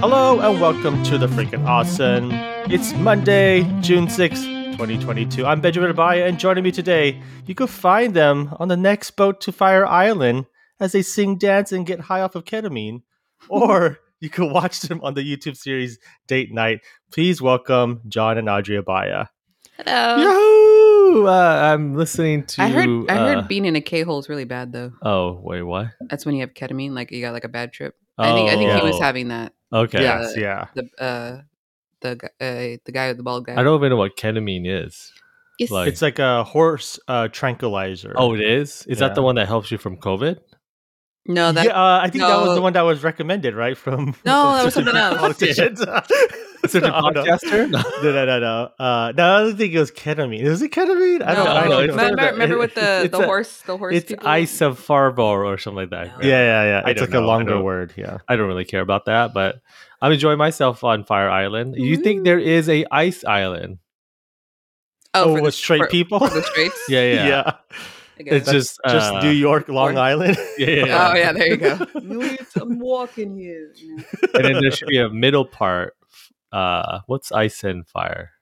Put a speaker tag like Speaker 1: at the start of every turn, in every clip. Speaker 1: Hello and welcome to the freaking awesome. It's Monday, June 6th, 2022. I'm Benjamin Abaya, and joining me today, you can find them on the next boat to Fire Island as they sing, dance, and get high off of ketamine, or you can watch them on the YouTube series Date Night. Please welcome John and Audrey Abaya.
Speaker 2: Hello.
Speaker 1: Yahoo! Uh, I'm listening to.
Speaker 2: I heard I
Speaker 1: uh,
Speaker 2: heard being in a K hole is really bad though.
Speaker 3: Oh wait, what?
Speaker 2: That's when you have ketamine, like you got like a bad trip.
Speaker 3: Oh,
Speaker 2: I think I think
Speaker 1: yeah.
Speaker 2: he was having that.
Speaker 3: okay.
Speaker 2: Yeah.
Speaker 1: yes, yeah.
Speaker 2: The uh the gu- uh the guy with the bald guy.
Speaker 3: I don't even know what ketamine is.
Speaker 2: Yes.
Speaker 3: like-
Speaker 1: It's like a horse uh, tranquilizer.
Speaker 3: Oh, it is. Is
Speaker 1: Yeah.
Speaker 3: that the one that helps you from COVID?
Speaker 2: no, that
Speaker 1: yeah, uh, I think that was the
Speaker 2: no.
Speaker 1: one that was recommended, right? From
Speaker 2: No, that was something else.
Speaker 1: Politicians.
Speaker 3: Certain
Speaker 1: Oh, no.
Speaker 3: podcaster?
Speaker 1: No, no, no, no. Uh, no, I don't think it was ketamine. Is it ketamine? I don't
Speaker 3: No,
Speaker 1: I
Speaker 3: no,
Speaker 1: don't
Speaker 3: it's
Speaker 1: know.
Speaker 2: remember remember with the
Speaker 3: It's
Speaker 2: the
Speaker 3: a-
Speaker 2: horse the horse
Speaker 3: It's
Speaker 2: people?
Speaker 3: isofarbo or something like that.
Speaker 1: Yeah,
Speaker 2: No.
Speaker 1: yeah, yeah.
Speaker 3: I
Speaker 1: It's
Speaker 3: don't
Speaker 1: like
Speaker 3: know.
Speaker 1: a
Speaker 3: I
Speaker 1: longer
Speaker 3: don't-
Speaker 1: word. Yeah.
Speaker 3: I don't really care about that, but I'm enjoying myself on Fire Island. You think there is a ice island?
Speaker 1: Oh,
Speaker 2: for
Speaker 1: with straight
Speaker 2: for-
Speaker 1: people.
Speaker 2: for the straights.
Speaker 3: Yeah, yeah.
Speaker 1: yeah.
Speaker 2: I guess.
Speaker 3: It's
Speaker 1: That's
Speaker 3: just
Speaker 1: Just
Speaker 3: uh,
Speaker 1: New York, Long
Speaker 2: Orange.
Speaker 1: Island.
Speaker 3: Yeah, yeah, yeah.
Speaker 2: Oh yeah, there you go. I'm walking here. you know.
Speaker 3: and then there should be a middle part. Uh, what's ice and fire?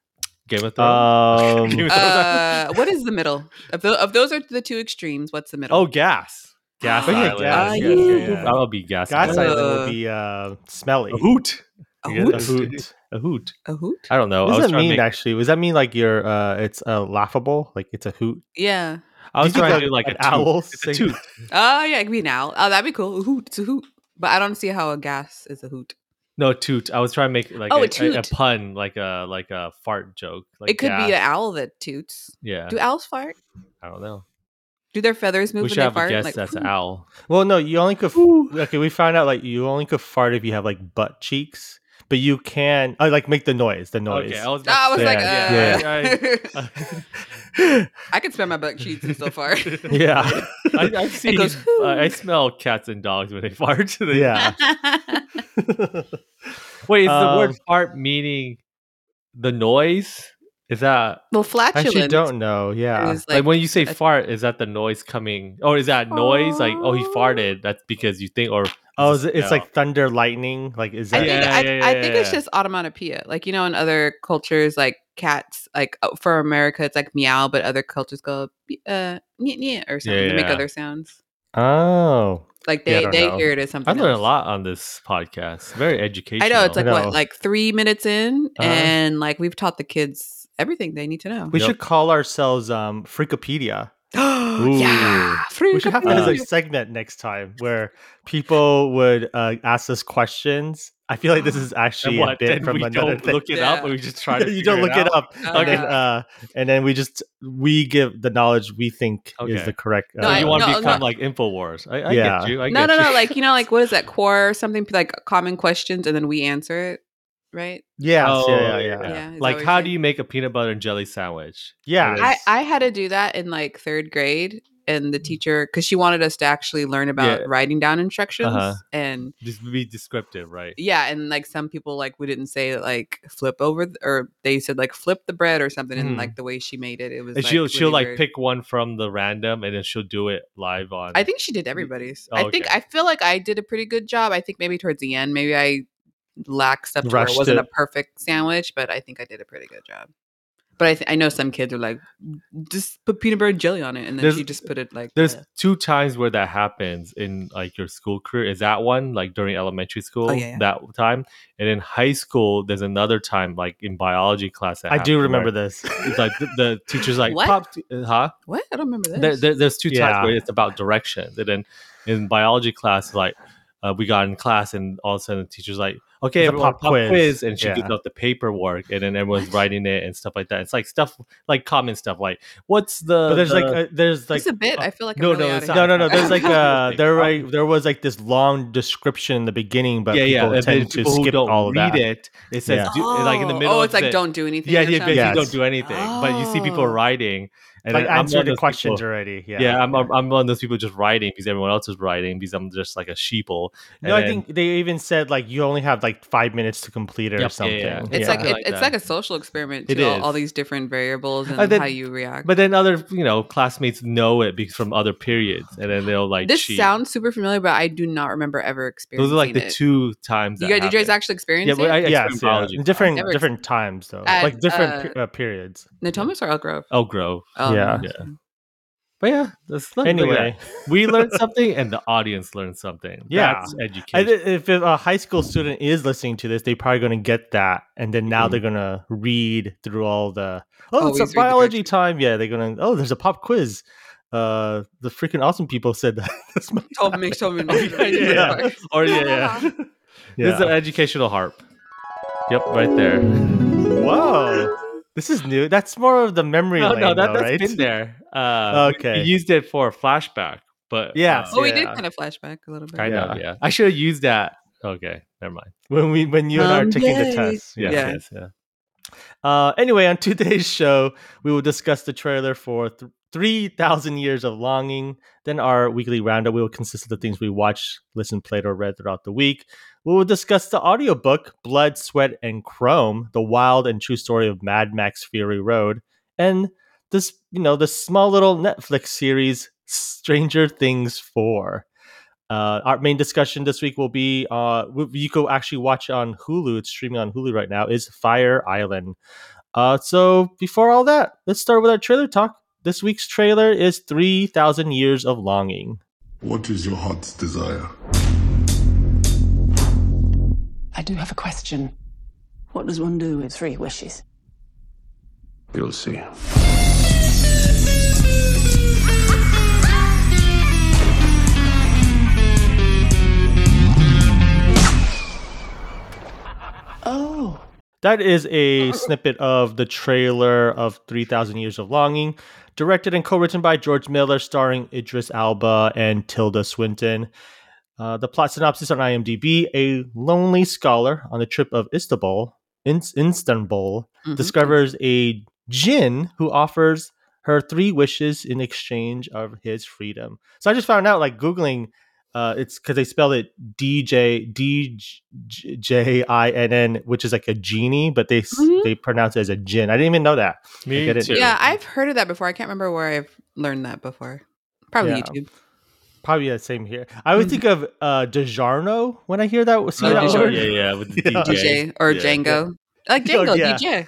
Speaker 3: Game of Thrones.
Speaker 1: Um,
Speaker 3: Game of Thrones.
Speaker 2: Uh, what is the middle? Of, tho- of those are the two extremes. What's the middle?
Speaker 3: oh, gas. Gas
Speaker 2: Oh, yeah,
Speaker 3: island.
Speaker 2: gas,
Speaker 1: yeah, yeah, yeah.
Speaker 3: I'll be gas.
Speaker 1: God's
Speaker 3: island.
Speaker 1: Island would be uh, smelly.
Speaker 3: A hoot.
Speaker 2: a
Speaker 3: Yeah,
Speaker 2: hoot.
Speaker 1: A
Speaker 3: that's-
Speaker 1: hoot.
Speaker 3: A hoot.
Speaker 2: A hoot?
Speaker 3: I don't know.
Speaker 1: What
Speaker 3: I
Speaker 1: does
Speaker 3: was
Speaker 1: that
Speaker 3: trying
Speaker 1: mean?
Speaker 3: to make,
Speaker 1: Actually, does that mean like you're? Uh, it's uh, laughable. Like it's a hoot.
Speaker 2: Yeah.
Speaker 3: I was
Speaker 1: Do you think
Speaker 3: trying to do like
Speaker 1: an
Speaker 3: a owl.
Speaker 1: owl.
Speaker 3: It's a
Speaker 1: sing-
Speaker 3: toot.
Speaker 2: Oh yeah, it could be an owl. Oh, that'd be cool. A hoot. It's a hoot. But I don't see how a gas is a hoot.
Speaker 3: No toot. I was trying to make like
Speaker 2: Oh,
Speaker 3: a,
Speaker 2: a toot.
Speaker 3: a- a pun, like a like a fart joke. Like
Speaker 2: it could be an
Speaker 3: gas.
Speaker 2: owl that toots.
Speaker 3: yeah.
Speaker 2: Do owls fart?
Speaker 3: I don't know.
Speaker 2: Do their feathers move
Speaker 3: We
Speaker 2: when
Speaker 3: should
Speaker 2: they
Speaker 3: have
Speaker 2: fart?
Speaker 3: a guess
Speaker 2: Like,
Speaker 3: that's
Speaker 2: "Whew."
Speaker 3: an owl.
Speaker 1: Well, no, you only could. f- okay, we found out like you only could fart if you have like butt cheeks, but you can uh, like make the noise. The noise.
Speaker 3: Okay, I was.
Speaker 2: No, Ah, I was
Speaker 1: Yeah,
Speaker 2: like,
Speaker 3: yeah,
Speaker 2: uh, I can spend my butt cheeks and still fart.
Speaker 1: yeah,
Speaker 3: I, I see.
Speaker 2: goes,
Speaker 3: uh, I smell cats and dogs when they fart. They-
Speaker 1: yeah.
Speaker 3: Wait, is the
Speaker 1: Um,
Speaker 3: word fart meaning the noise? Is that
Speaker 2: well,
Speaker 1: I
Speaker 2: flatulence.
Speaker 1: actually don't know. Yeah,
Speaker 2: is
Speaker 3: like,
Speaker 2: like,
Speaker 3: when you say
Speaker 2: I-
Speaker 3: fart? Is that the noise coming, or is that noise like oh he farted? That's because you think, or
Speaker 1: oh, is it, it's
Speaker 3: Yeah.
Speaker 1: like thunder, lightning. Like is
Speaker 2: I
Speaker 1: that?
Speaker 2: think, I,
Speaker 3: yeah,
Speaker 2: I
Speaker 3: yeah,
Speaker 2: think it's
Speaker 3: yeah.
Speaker 2: just onomatopoeia. Like you know, in other cultures, like cats, like uh, for America, it's like meow, but other cultures go uh, nyeh, nyeh, or something
Speaker 3: Yeah,
Speaker 2: to make
Speaker 3: yeah.
Speaker 2: other sounds.
Speaker 1: Oh,
Speaker 2: Like
Speaker 1: Yeah, I
Speaker 2: they
Speaker 1: don't
Speaker 2: they
Speaker 1: know.
Speaker 2: hear it as something.
Speaker 3: I learned a
Speaker 2: else.
Speaker 3: lot on this podcast. Very educational.
Speaker 2: I know it's like
Speaker 1: I know.
Speaker 2: what, like three minutes in,
Speaker 3: Uh-huh.
Speaker 2: and like we've taught the kids everything they need to know.
Speaker 1: we
Speaker 3: Yep.
Speaker 1: should call ourselves um Freakopedia.
Speaker 2: yeah, free
Speaker 1: We should have that as a
Speaker 2: Wikipedia.
Speaker 1: segment next time where people would uh, ask us questions. I feel like this is actually
Speaker 3: and
Speaker 1: a
Speaker 3: what,
Speaker 1: bit
Speaker 3: then
Speaker 1: from
Speaker 3: we
Speaker 1: another
Speaker 3: don't
Speaker 1: thing.
Speaker 3: look it
Speaker 2: Yeah.
Speaker 3: up. We just try to.
Speaker 1: you don't
Speaker 3: figure
Speaker 1: look it
Speaker 3: out?
Speaker 1: up, and then
Speaker 2: Okay.
Speaker 1: uh, and then we just we give the knowledge we think is
Speaker 3: Okay.
Speaker 1: the correct. Uh,
Speaker 2: No,
Speaker 3: So
Speaker 2: I-
Speaker 3: you want to
Speaker 2: no,
Speaker 3: become
Speaker 2: no.
Speaker 3: like Infowars? I, I
Speaker 1: Yeah.
Speaker 3: get you. I
Speaker 2: No,
Speaker 3: get
Speaker 2: no,
Speaker 3: you.
Speaker 2: no. Like you know, like what is that core? Something like common questions, and then we answer it, right?
Speaker 1: yes,
Speaker 3: Oh,
Speaker 1: yeah, yeah, yeah,
Speaker 3: yeah.
Speaker 1: yeah.
Speaker 2: is that
Speaker 3: like
Speaker 2: what
Speaker 3: how
Speaker 2: you're
Speaker 3: do you make a peanut butter and jelly sandwich?
Speaker 1: Yeah.
Speaker 3: It
Speaker 2: saying?
Speaker 3: is-
Speaker 2: I I had to do that in like third grade, and the teacher because she wanted us to actually learn about
Speaker 3: Mm-hmm. Yeah.
Speaker 2: writing down instructions,
Speaker 3: Uh-huh.
Speaker 2: and
Speaker 3: just be descriptive, right?
Speaker 2: yeah, and like some people like we didn't say like flip over th- or they said like flip the bread or something,
Speaker 3: Mhm.
Speaker 2: and like the way she made it, it was
Speaker 3: And
Speaker 2: like,
Speaker 3: she'll she'll
Speaker 2: really
Speaker 3: like
Speaker 2: weird.
Speaker 3: pick one from the random, and then she'll do it live on.
Speaker 2: I think she did everybody's. I
Speaker 3: Oh,
Speaker 2: think
Speaker 3: okay.
Speaker 2: I feel like I did a pretty good job. I think maybe towards the end, maybe I laxed up to where it
Speaker 1: Rushed
Speaker 2: wasn't
Speaker 1: it.
Speaker 2: a perfect sandwich, but I think I did a pretty good job. But I, th- I know some kids are like, just put peanut butter and jelly on it, and then
Speaker 3: There's-
Speaker 2: she just put it like
Speaker 3: there's
Speaker 2: uh,
Speaker 3: two times where that happens in like your school career. Is that one like during elementary school
Speaker 2: yeah, yeah.
Speaker 3: that time, and in high school there's another time like in biology class. That
Speaker 1: I do
Speaker 3: happened where
Speaker 1: remember this.
Speaker 3: It's like the, the teacher's like,
Speaker 2: What?
Speaker 3: Pop, t- uh, huh?
Speaker 2: what? I don't remember this.
Speaker 3: There, there- there's two
Speaker 1: Yeah.
Speaker 3: times where it's about direction, and then in biology class, like uh, we got in class, and all of a sudden the teacher's like, "Okay,
Speaker 1: It's a
Speaker 3: everyone,
Speaker 1: pop
Speaker 3: pop,
Speaker 1: quiz."
Speaker 3: quiz. and she
Speaker 1: Yeah.
Speaker 3: gives out the paperwork, and then everyone's writing it and stuff like that. It's like stuff like common stuff, like what's the?
Speaker 1: But there's like
Speaker 3: the-
Speaker 1: uh, there's like
Speaker 2: it's a bit. I feel like I'm
Speaker 3: no,
Speaker 2: really
Speaker 3: no,
Speaker 2: outta
Speaker 3: it's
Speaker 2: here.
Speaker 1: no, no, no. There's like
Speaker 3: Sorry.
Speaker 1: uh, there were there was like this long description in the beginning, but
Speaker 3: yeah,
Speaker 1: people
Speaker 3: yeah. And then
Speaker 1: tend to
Speaker 3: people who
Speaker 1: skip
Speaker 3: don't
Speaker 1: all of
Speaker 3: read
Speaker 1: that.
Speaker 3: it, it says
Speaker 1: Yeah.
Speaker 3: do, like in the
Speaker 2: Oh,
Speaker 3: middle.
Speaker 2: Oh,
Speaker 3: of
Speaker 2: it's like
Speaker 3: it-
Speaker 2: don't do anything.
Speaker 3: Yeah,
Speaker 2: or
Speaker 3: yeah.
Speaker 2: something?
Speaker 3: Basically,
Speaker 1: Yes.
Speaker 3: don't do anything. But you see people
Speaker 2: Oh.
Speaker 3: writing, And
Speaker 1: like
Speaker 3: then I'm one
Speaker 1: answer
Speaker 3: of
Speaker 1: the
Speaker 3: those
Speaker 1: questions
Speaker 3: people-
Speaker 1: already. Yeah,
Speaker 3: Yeah, I'm, I'm I'm one of those people just writing because everyone else is writing because I'm just like a
Speaker 1: no,
Speaker 3: sheeple. And
Speaker 1: I
Speaker 3: then-
Speaker 1: think they even said like you only have like five minutes to complete it
Speaker 3: Yep, yeah,
Speaker 1: or something.
Speaker 3: yeah.
Speaker 2: It's
Speaker 3: Yeah.
Speaker 2: like
Speaker 3: Something
Speaker 2: it,
Speaker 3: like
Speaker 2: it's
Speaker 3: that.
Speaker 2: like a social experiment
Speaker 3: It
Speaker 2: too. All, all
Speaker 3: is.
Speaker 2: these different variables and
Speaker 1: Uh, that-
Speaker 2: how you react.
Speaker 3: But then other, you know, classmates know it because from other periods, and then they'll like
Speaker 2: this
Speaker 3: cheat.
Speaker 2: sounds super familiar, but I do not remember ever
Speaker 3: Those
Speaker 2: experiencing
Speaker 3: are like the
Speaker 2: it.
Speaker 3: two times.
Speaker 2: you
Speaker 3: that
Speaker 2: guys, did you guys
Speaker 3: happened.
Speaker 2: actually experience
Speaker 3: but I-
Speaker 2: it?
Speaker 3: It's
Speaker 1: Yes,
Speaker 3: from
Speaker 1: yeah.
Speaker 3: biology
Speaker 1: In different
Speaker 2: class.
Speaker 1: different times though,
Speaker 2: At,
Speaker 1: like different
Speaker 2: uh,
Speaker 1: pe- uh, periods.
Speaker 2: Natomas or Elk Grove?
Speaker 3: Elk Grove.
Speaker 2: Oh,
Speaker 1: Yeah.
Speaker 3: Yeah. But yeah, that's look at that.
Speaker 1: Anyway,
Speaker 3: we learned something, and the audience learned something.
Speaker 1: Yeah.
Speaker 3: that's
Speaker 1: I,
Speaker 3: education.
Speaker 1: thi- if a high school student is listening to this, they're probably going to get that, and then now
Speaker 3: Mhm.
Speaker 1: they're going to read through all the oh,
Speaker 2: Always read
Speaker 1: it's a
Speaker 2: the
Speaker 1: biology
Speaker 2: corrections.
Speaker 1: time. Yeah, they're going to oh, there's a pop quiz. Uh, the freaking awesome people said that. That's my-
Speaker 2: Told me, told me.
Speaker 1: Yeah, yeah,
Speaker 3: or yeah, yeah. This is an educational harp. Yep, right there.
Speaker 1: Whoa, this is new. That's more of the memory
Speaker 3: Oh, No,
Speaker 1: lane,
Speaker 3: no, that,
Speaker 1: though,
Speaker 3: has
Speaker 1: right?
Speaker 3: been there. Uh, we-
Speaker 1: Okay.
Speaker 3: we used it for a flashback, but uh,
Speaker 1: Yes.
Speaker 2: Oh, we did
Speaker 1: Yeah.
Speaker 2: kind of flashback a little bit.
Speaker 3: kind of.
Speaker 1: Yeah.
Speaker 3: Yeah, I should have used that. Okay, never mind.
Speaker 1: When we when you and I are taking the
Speaker 2: Someday.
Speaker 1: test.
Speaker 3: Yes,
Speaker 2: Yeah.
Speaker 3: yes, yeah.
Speaker 1: Uh, anyway, on today's show, we will discuss the trailer for th- 3,000 Years of Longing. Then our weekly roundup will consist of the things we watched, listened, played, or read throughout the week. We will discuss the audiobook Blood, Sweat, and Chrome, the wild and true story of Mad Max Fury Road. And this, you know, the small little Netflix series, Stranger Things 4. Uh, our main discussion this week will be uh, w- you can actually watch on Hulu. It's streaming on Hulu right now. Is Fire Island. Uh, so before all that, let's start with our trailer talk. This week's trailer is Three Thousand Years of Longing.
Speaker 4: What is your heart's desire?
Speaker 5: I do have a question. What does one do with three wishes?
Speaker 4: You'll see.
Speaker 5: Oh.
Speaker 1: That is a snippet of the trailer of 3,000 Years of Longing, directed and co written by George Miller, starring Idris Alba and Tilda Swinton. Uh, the plot synopsis on IMDb a lonely scholar on the trip of Istanbul, in- Istanbul
Speaker 2: Mhm.
Speaker 3: Mm-hmm.
Speaker 1: discovers a jinn who offers her three wishes in exchange of his freedom. So I just found out, like googling, uh, it's because they spell it DJ D J I N N, which is like a genie, but they s
Speaker 3: Mm-hmm.
Speaker 2: Mhm.
Speaker 1: they pronounce it as a jinn. I didn't even know that.
Speaker 3: Me
Speaker 1: get it.
Speaker 3: too.
Speaker 2: Yeah, I've heard of that before. I can't remember where I've learned that before. Probably
Speaker 1: Yeah.
Speaker 2: YouTube.
Speaker 1: Probably the same here. I always
Speaker 2: Mhm.
Speaker 1: think of uh, DiGiorno when I hear that. See
Speaker 3: Mm-hmm. Oh,
Speaker 1: that
Speaker 2: DiGiorno.
Speaker 1: word?
Speaker 3: yeah, yeah, with the
Speaker 1: Yeah.
Speaker 2: DJ or
Speaker 3: Uh, Yeah.
Speaker 2: Django. I Like
Speaker 1: Oh,
Speaker 2: Django,
Speaker 1: yeah.
Speaker 2: DJ. Yeah,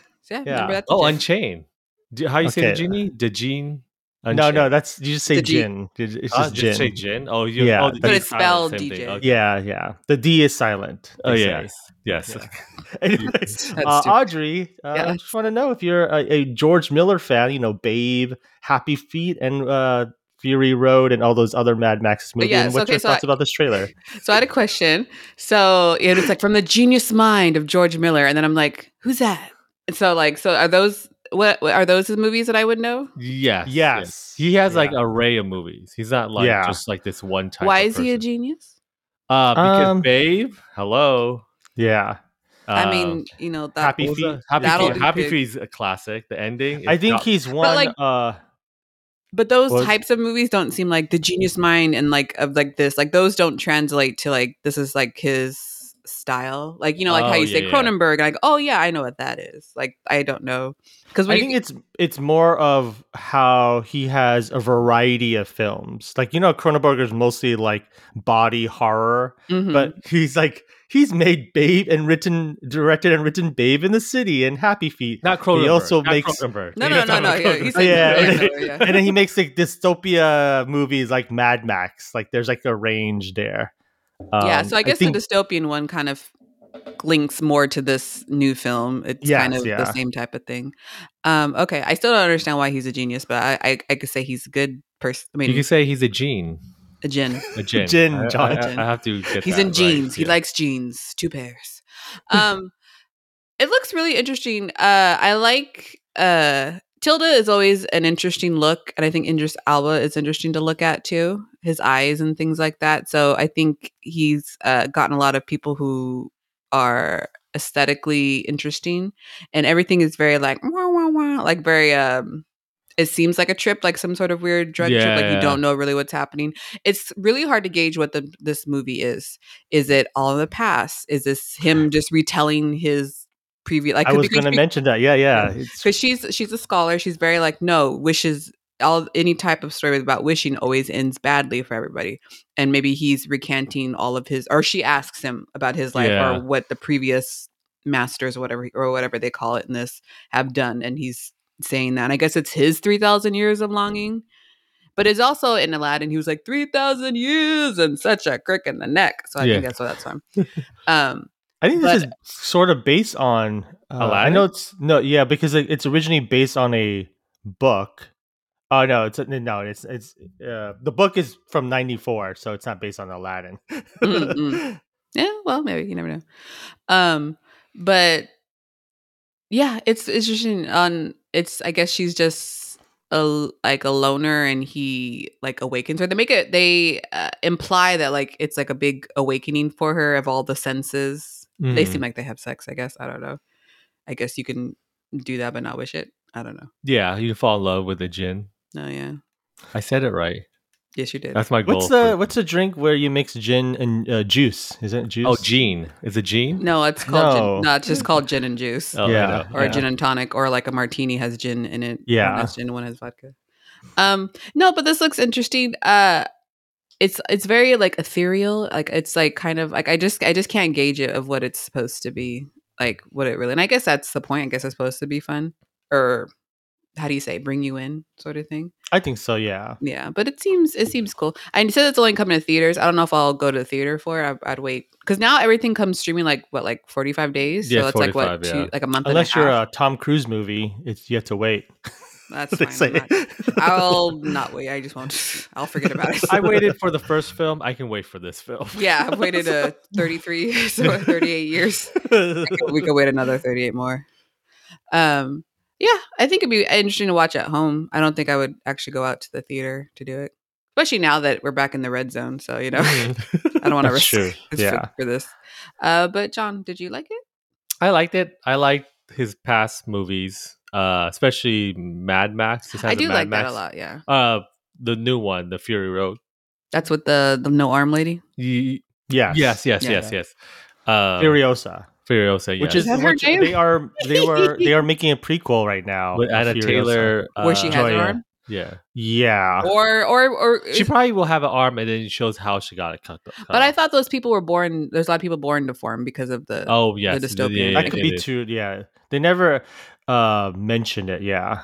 Speaker 1: Yeah.
Speaker 2: remember that?
Speaker 3: Oh,
Speaker 2: DJ.
Speaker 3: Unchained. Do- How you say the
Speaker 1: Okay.
Speaker 3: genie? The gene?
Speaker 1: No, no, that's you just say
Speaker 2: The G.
Speaker 1: jinn. It's
Speaker 3: Ah,
Speaker 1: just
Speaker 3: just say
Speaker 1: jinn.
Speaker 3: gin. Oh, you,
Speaker 1: Yeah,
Speaker 3: Oh, the
Speaker 1: But
Speaker 3: G
Speaker 2: it's
Speaker 3: is silent,
Speaker 2: spelled
Speaker 3: same thing.
Speaker 2: DJ.
Speaker 3: Okay.
Speaker 1: Yeah, yeah. The D is silent.
Speaker 3: Oh,
Speaker 1: they say.
Speaker 3: yes, yes.
Speaker 1: Anyways,
Speaker 2: That's
Speaker 1: uh,
Speaker 2: stupid.
Speaker 1: Audrey, uh, I
Speaker 2: Yeah.
Speaker 1: just want to know if you're a, a George Miller fan. You know, Babe, Happy Feet, and uh, Fury Road, and all those other Mad Max movies.
Speaker 2: yes,
Speaker 1: and what's
Speaker 2: okay,
Speaker 1: your
Speaker 2: so
Speaker 1: thoughts
Speaker 2: I-
Speaker 1: about this trailer?
Speaker 2: So I had a question. So it was like from the genius mind of George Miller, and then I'm like, who's that? And so like, so are those what what- are those the movies that I would know?
Speaker 3: Yes.
Speaker 1: Yes.
Speaker 3: He has like
Speaker 1: Yeah.
Speaker 3: array of movies. He's not like
Speaker 1: Yeah.
Speaker 3: just like this one type.
Speaker 2: Why
Speaker 3: of
Speaker 2: is he a
Speaker 3: person.
Speaker 2: genius?
Speaker 3: Uh, because
Speaker 1: Um,
Speaker 3: Babe, hello.
Speaker 1: Yeah,
Speaker 2: I
Speaker 3: Uh,
Speaker 2: mean, you know, that,
Speaker 1: Happy
Speaker 3: what was
Speaker 1: Feet.
Speaker 3: that? Happy
Speaker 2: That'll
Speaker 3: Feet.
Speaker 2: do
Speaker 3: Happy
Speaker 2: pig.
Speaker 3: Feet's a classic. The ending.
Speaker 1: I
Speaker 3: is
Speaker 1: think
Speaker 3: not-
Speaker 1: he's one.
Speaker 2: like-
Speaker 1: uh,
Speaker 2: but those
Speaker 1: was-
Speaker 2: types of movies don't seem like the genius mind and like of like this, like those don't translate to like this is like his style. Like you know, like how
Speaker 3: Oh,
Speaker 2: you say
Speaker 3: yeah, yeah.
Speaker 2: Cronenberg, and like oh yeah, I know what that is. Like I don't know because
Speaker 1: I
Speaker 2: when
Speaker 1: think
Speaker 2: you,
Speaker 1: it's it's more of how he has a variety of films. Like you know, Cronenberg is mostly like body horror,
Speaker 2: Mhm.
Speaker 1: but he's like he's made Babe and written, directed and written Babe in the City and Happy Feet.
Speaker 3: not Cronenberg.
Speaker 1: He also
Speaker 3: not
Speaker 1: makes-
Speaker 3: Cronenberg.
Speaker 2: no, no,
Speaker 3: You're
Speaker 2: no,
Speaker 3: talking
Speaker 2: no,
Speaker 3: about
Speaker 2: yeah,
Speaker 3: Cronenberg.
Speaker 2: you
Speaker 1: Oh,
Speaker 2: said
Speaker 1: yeah.
Speaker 2: Cronenberg, yeah.
Speaker 1: and then he makes like dystopia movies like Mad Max. Like there's like a range there.
Speaker 2: yeah,
Speaker 1: Um,
Speaker 2: so I guess
Speaker 1: think-
Speaker 2: the dystopian one kind of links more to this new film. It's kind
Speaker 1: Yes,
Speaker 2: of
Speaker 1: yeah.
Speaker 2: the same type of thing. Um, okay, I still don't understand why he's a genius, but I I, I could say he's a good person. I
Speaker 3: You
Speaker 2: mean,
Speaker 3: can say he's a gene.
Speaker 2: a gin.
Speaker 3: A gin.
Speaker 1: Gin,
Speaker 3: I- I-
Speaker 1: John.
Speaker 3: I, I have to get
Speaker 2: He's
Speaker 3: that
Speaker 2: in
Speaker 3: right,
Speaker 2: jeans. He
Speaker 3: yeah.
Speaker 2: likes jeans, two pairs. Um, it looks really interesting. Uh, I like uh, Tilda is always an interesting look, and I think Idris Alba is interesting to look at too. His eyes and things like that. So I think he's uh, gotten a lot of people who are aesthetically interesting, and everything is very like wah, wah, wah, like very um. It seems like a trip, like some sort of weird drug trip. Like
Speaker 3: Yeah.
Speaker 2: you don't know really what's happening. It's really hard to gauge what the this movie is. Is it all in the past? Is this him just retelling his previous? Like
Speaker 1: I
Speaker 2: 'cause
Speaker 1: was
Speaker 2: it could
Speaker 1: going to
Speaker 2: be-
Speaker 1: mention that. Yeah, yeah. It's,
Speaker 2: because she's she's a scholar. She's very like no wishes. All any type of story about wishing always ends badly for everybody, and maybe he's recanting all of his, or she asks him about his life
Speaker 3: Yeah.
Speaker 2: or what the previous masters, or whatever or whatever they call it in this, have done, and he's saying that. And I guess it's his three thousand years of longing, but it's also in Aladdin. He was like three thousand years and such a crick in the neck. So I think
Speaker 3: Yeah.
Speaker 2: that's what that's from. um,
Speaker 1: I think this
Speaker 2: but-
Speaker 1: is sort of based on. Uh, I
Speaker 3: Aladdin?
Speaker 1: know it's no, yeah, because it, it's originally based on a book. Oh no, it's no, it's it's uh, the book is from '94, so it's not based on Aladdin.
Speaker 2: Mm, mm. Yeah, well, maybe you never know. Um, but yeah, it's it's interesting. On it's, I guess she's just a like a loner, and he like awakens her. They make it. They uh, imply that like it's like a big awakening for her of all the senses.
Speaker 3: Mm.
Speaker 2: They seem like they have sex. I guess I don't know. I guess you can do that, but not wish it. I don't know.
Speaker 3: yeah, you fall in love with a gin.
Speaker 2: No, yeah,
Speaker 3: I said it right.
Speaker 2: yes, you did.
Speaker 3: That's my goal.
Speaker 1: What's
Speaker 3: for-
Speaker 1: the what's the drink where you mix gin and uh, juice? Is it juice?
Speaker 3: oh gene? Is it gene?
Speaker 2: no, it's called
Speaker 1: No.
Speaker 2: gin. No, it's just called gin and juice.
Speaker 3: Oh, I
Speaker 1: Yeah.
Speaker 3: know.
Speaker 2: or a gin and tonic, or like a martini has gin in it.
Speaker 1: Yeah.
Speaker 2: one has gin, one has vodka. Um, no, but this looks interesting. Uh, it's it's very like ethereal. Like it's like kind of like I just I just can't gauge it of what it's supposed to be. Like what it really, and I guess that's the point. I guess it's supposed to be fun, or how do you say, bring you in, sort of thing.
Speaker 1: I think so. Yeah.
Speaker 2: Yeah, but it seems it seems cool. I said it's only coming to theaters. I don't know if I'll go to the theater for it. I, I'd wait because now everything comes streaming like what like forty five days.
Speaker 3: Yeah,
Speaker 2: so it's like what
Speaker 3: 45, yeah.
Speaker 2: two, like a month.
Speaker 1: Unless
Speaker 2: and a
Speaker 1: you're
Speaker 2: half.
Speaker 1: a Tom Cruise movie, it's you have to wait.
Speaker 2: That's
Speaker 1: They
Speaker 2: fine.
Speaker 1: say.
Speaker 2: I'm not- I'll not wait. I just won't. I'll forget about it.
Speaker 3: I waited for the first film. I can wait for this film.
Speaker 2: yeah, I've waited uh, 33, so 38 years. I could- we could wait another 38 more. Um, yeah, I think it'd be interesting to watch at home. I don't think I would actually go out to the theater to do it, especially now that we're back in the red zone. So, you know, I don't want to
Speaker 1: Mm. That's
Speaker 2: risk
Speaker 1: true.
Speaker 2: this
Speaker 1: Yeah.
Speaker 2: for this. Uh, but, John, did you like it?
Speaker 3: I liked it. I liked his past movies, uh, especially Mad Max. This has
Speaker 2: I
Speaker 3: a
Speaker 2: do
Speaker 3: Mad
Speaker 2: like that
Speaker 3: Max.
Speaker 2: a lot. Yeah.
Speaker 3: Uh, the new one, the Fury Road.
Speaker 2: That's with the, the no arm lady.
Speaker 3: Ye-
Speaker 1: Yes.
Speaker 3: Yes, yes,
Speaker 2: Yeah.
Speaker 3: yes, yes. Uh,
Speaker 1: Furiosa,
Speaker 3: Furiosa, yes.
Speaker 1: which is,
Speaker 2: Is that her
Speaker 1: which
Speaker 2: name?
Speaker 1: they are they were they are making a prequel right now.
Speaker 3: with
Speaker 1: of
Speaker 3: Anna
Speaker 1: Furiosa.
Speaker 3: Taylor. Uh,
Speaker 2: Where she has
Speaker 1: Joya. Ah.
Speaker 2: her arm,
Speaker 3: yeah.
Speaker 1: Yeah.
Speaker 2: or or or
Speaker 3: She probably will have an arm, and then it shows how she got it cut. cut
Speaker 2: But I
Speaker 3: off.
Speaker 2: thought those people were born. There's a lot of people born deformed because of the.
Speaker 3: oh yes,
Speaker 2: dystopian
Speaker 3: yeah,
Speaker 1: that
Speaker 2: thing.
Speaker 1: could
Speaker 3: yeah,
Speaker 1: be
Speaker 3: yeah.
Speaker 1: too. Yeah, they never uh mentioned it. Yeah,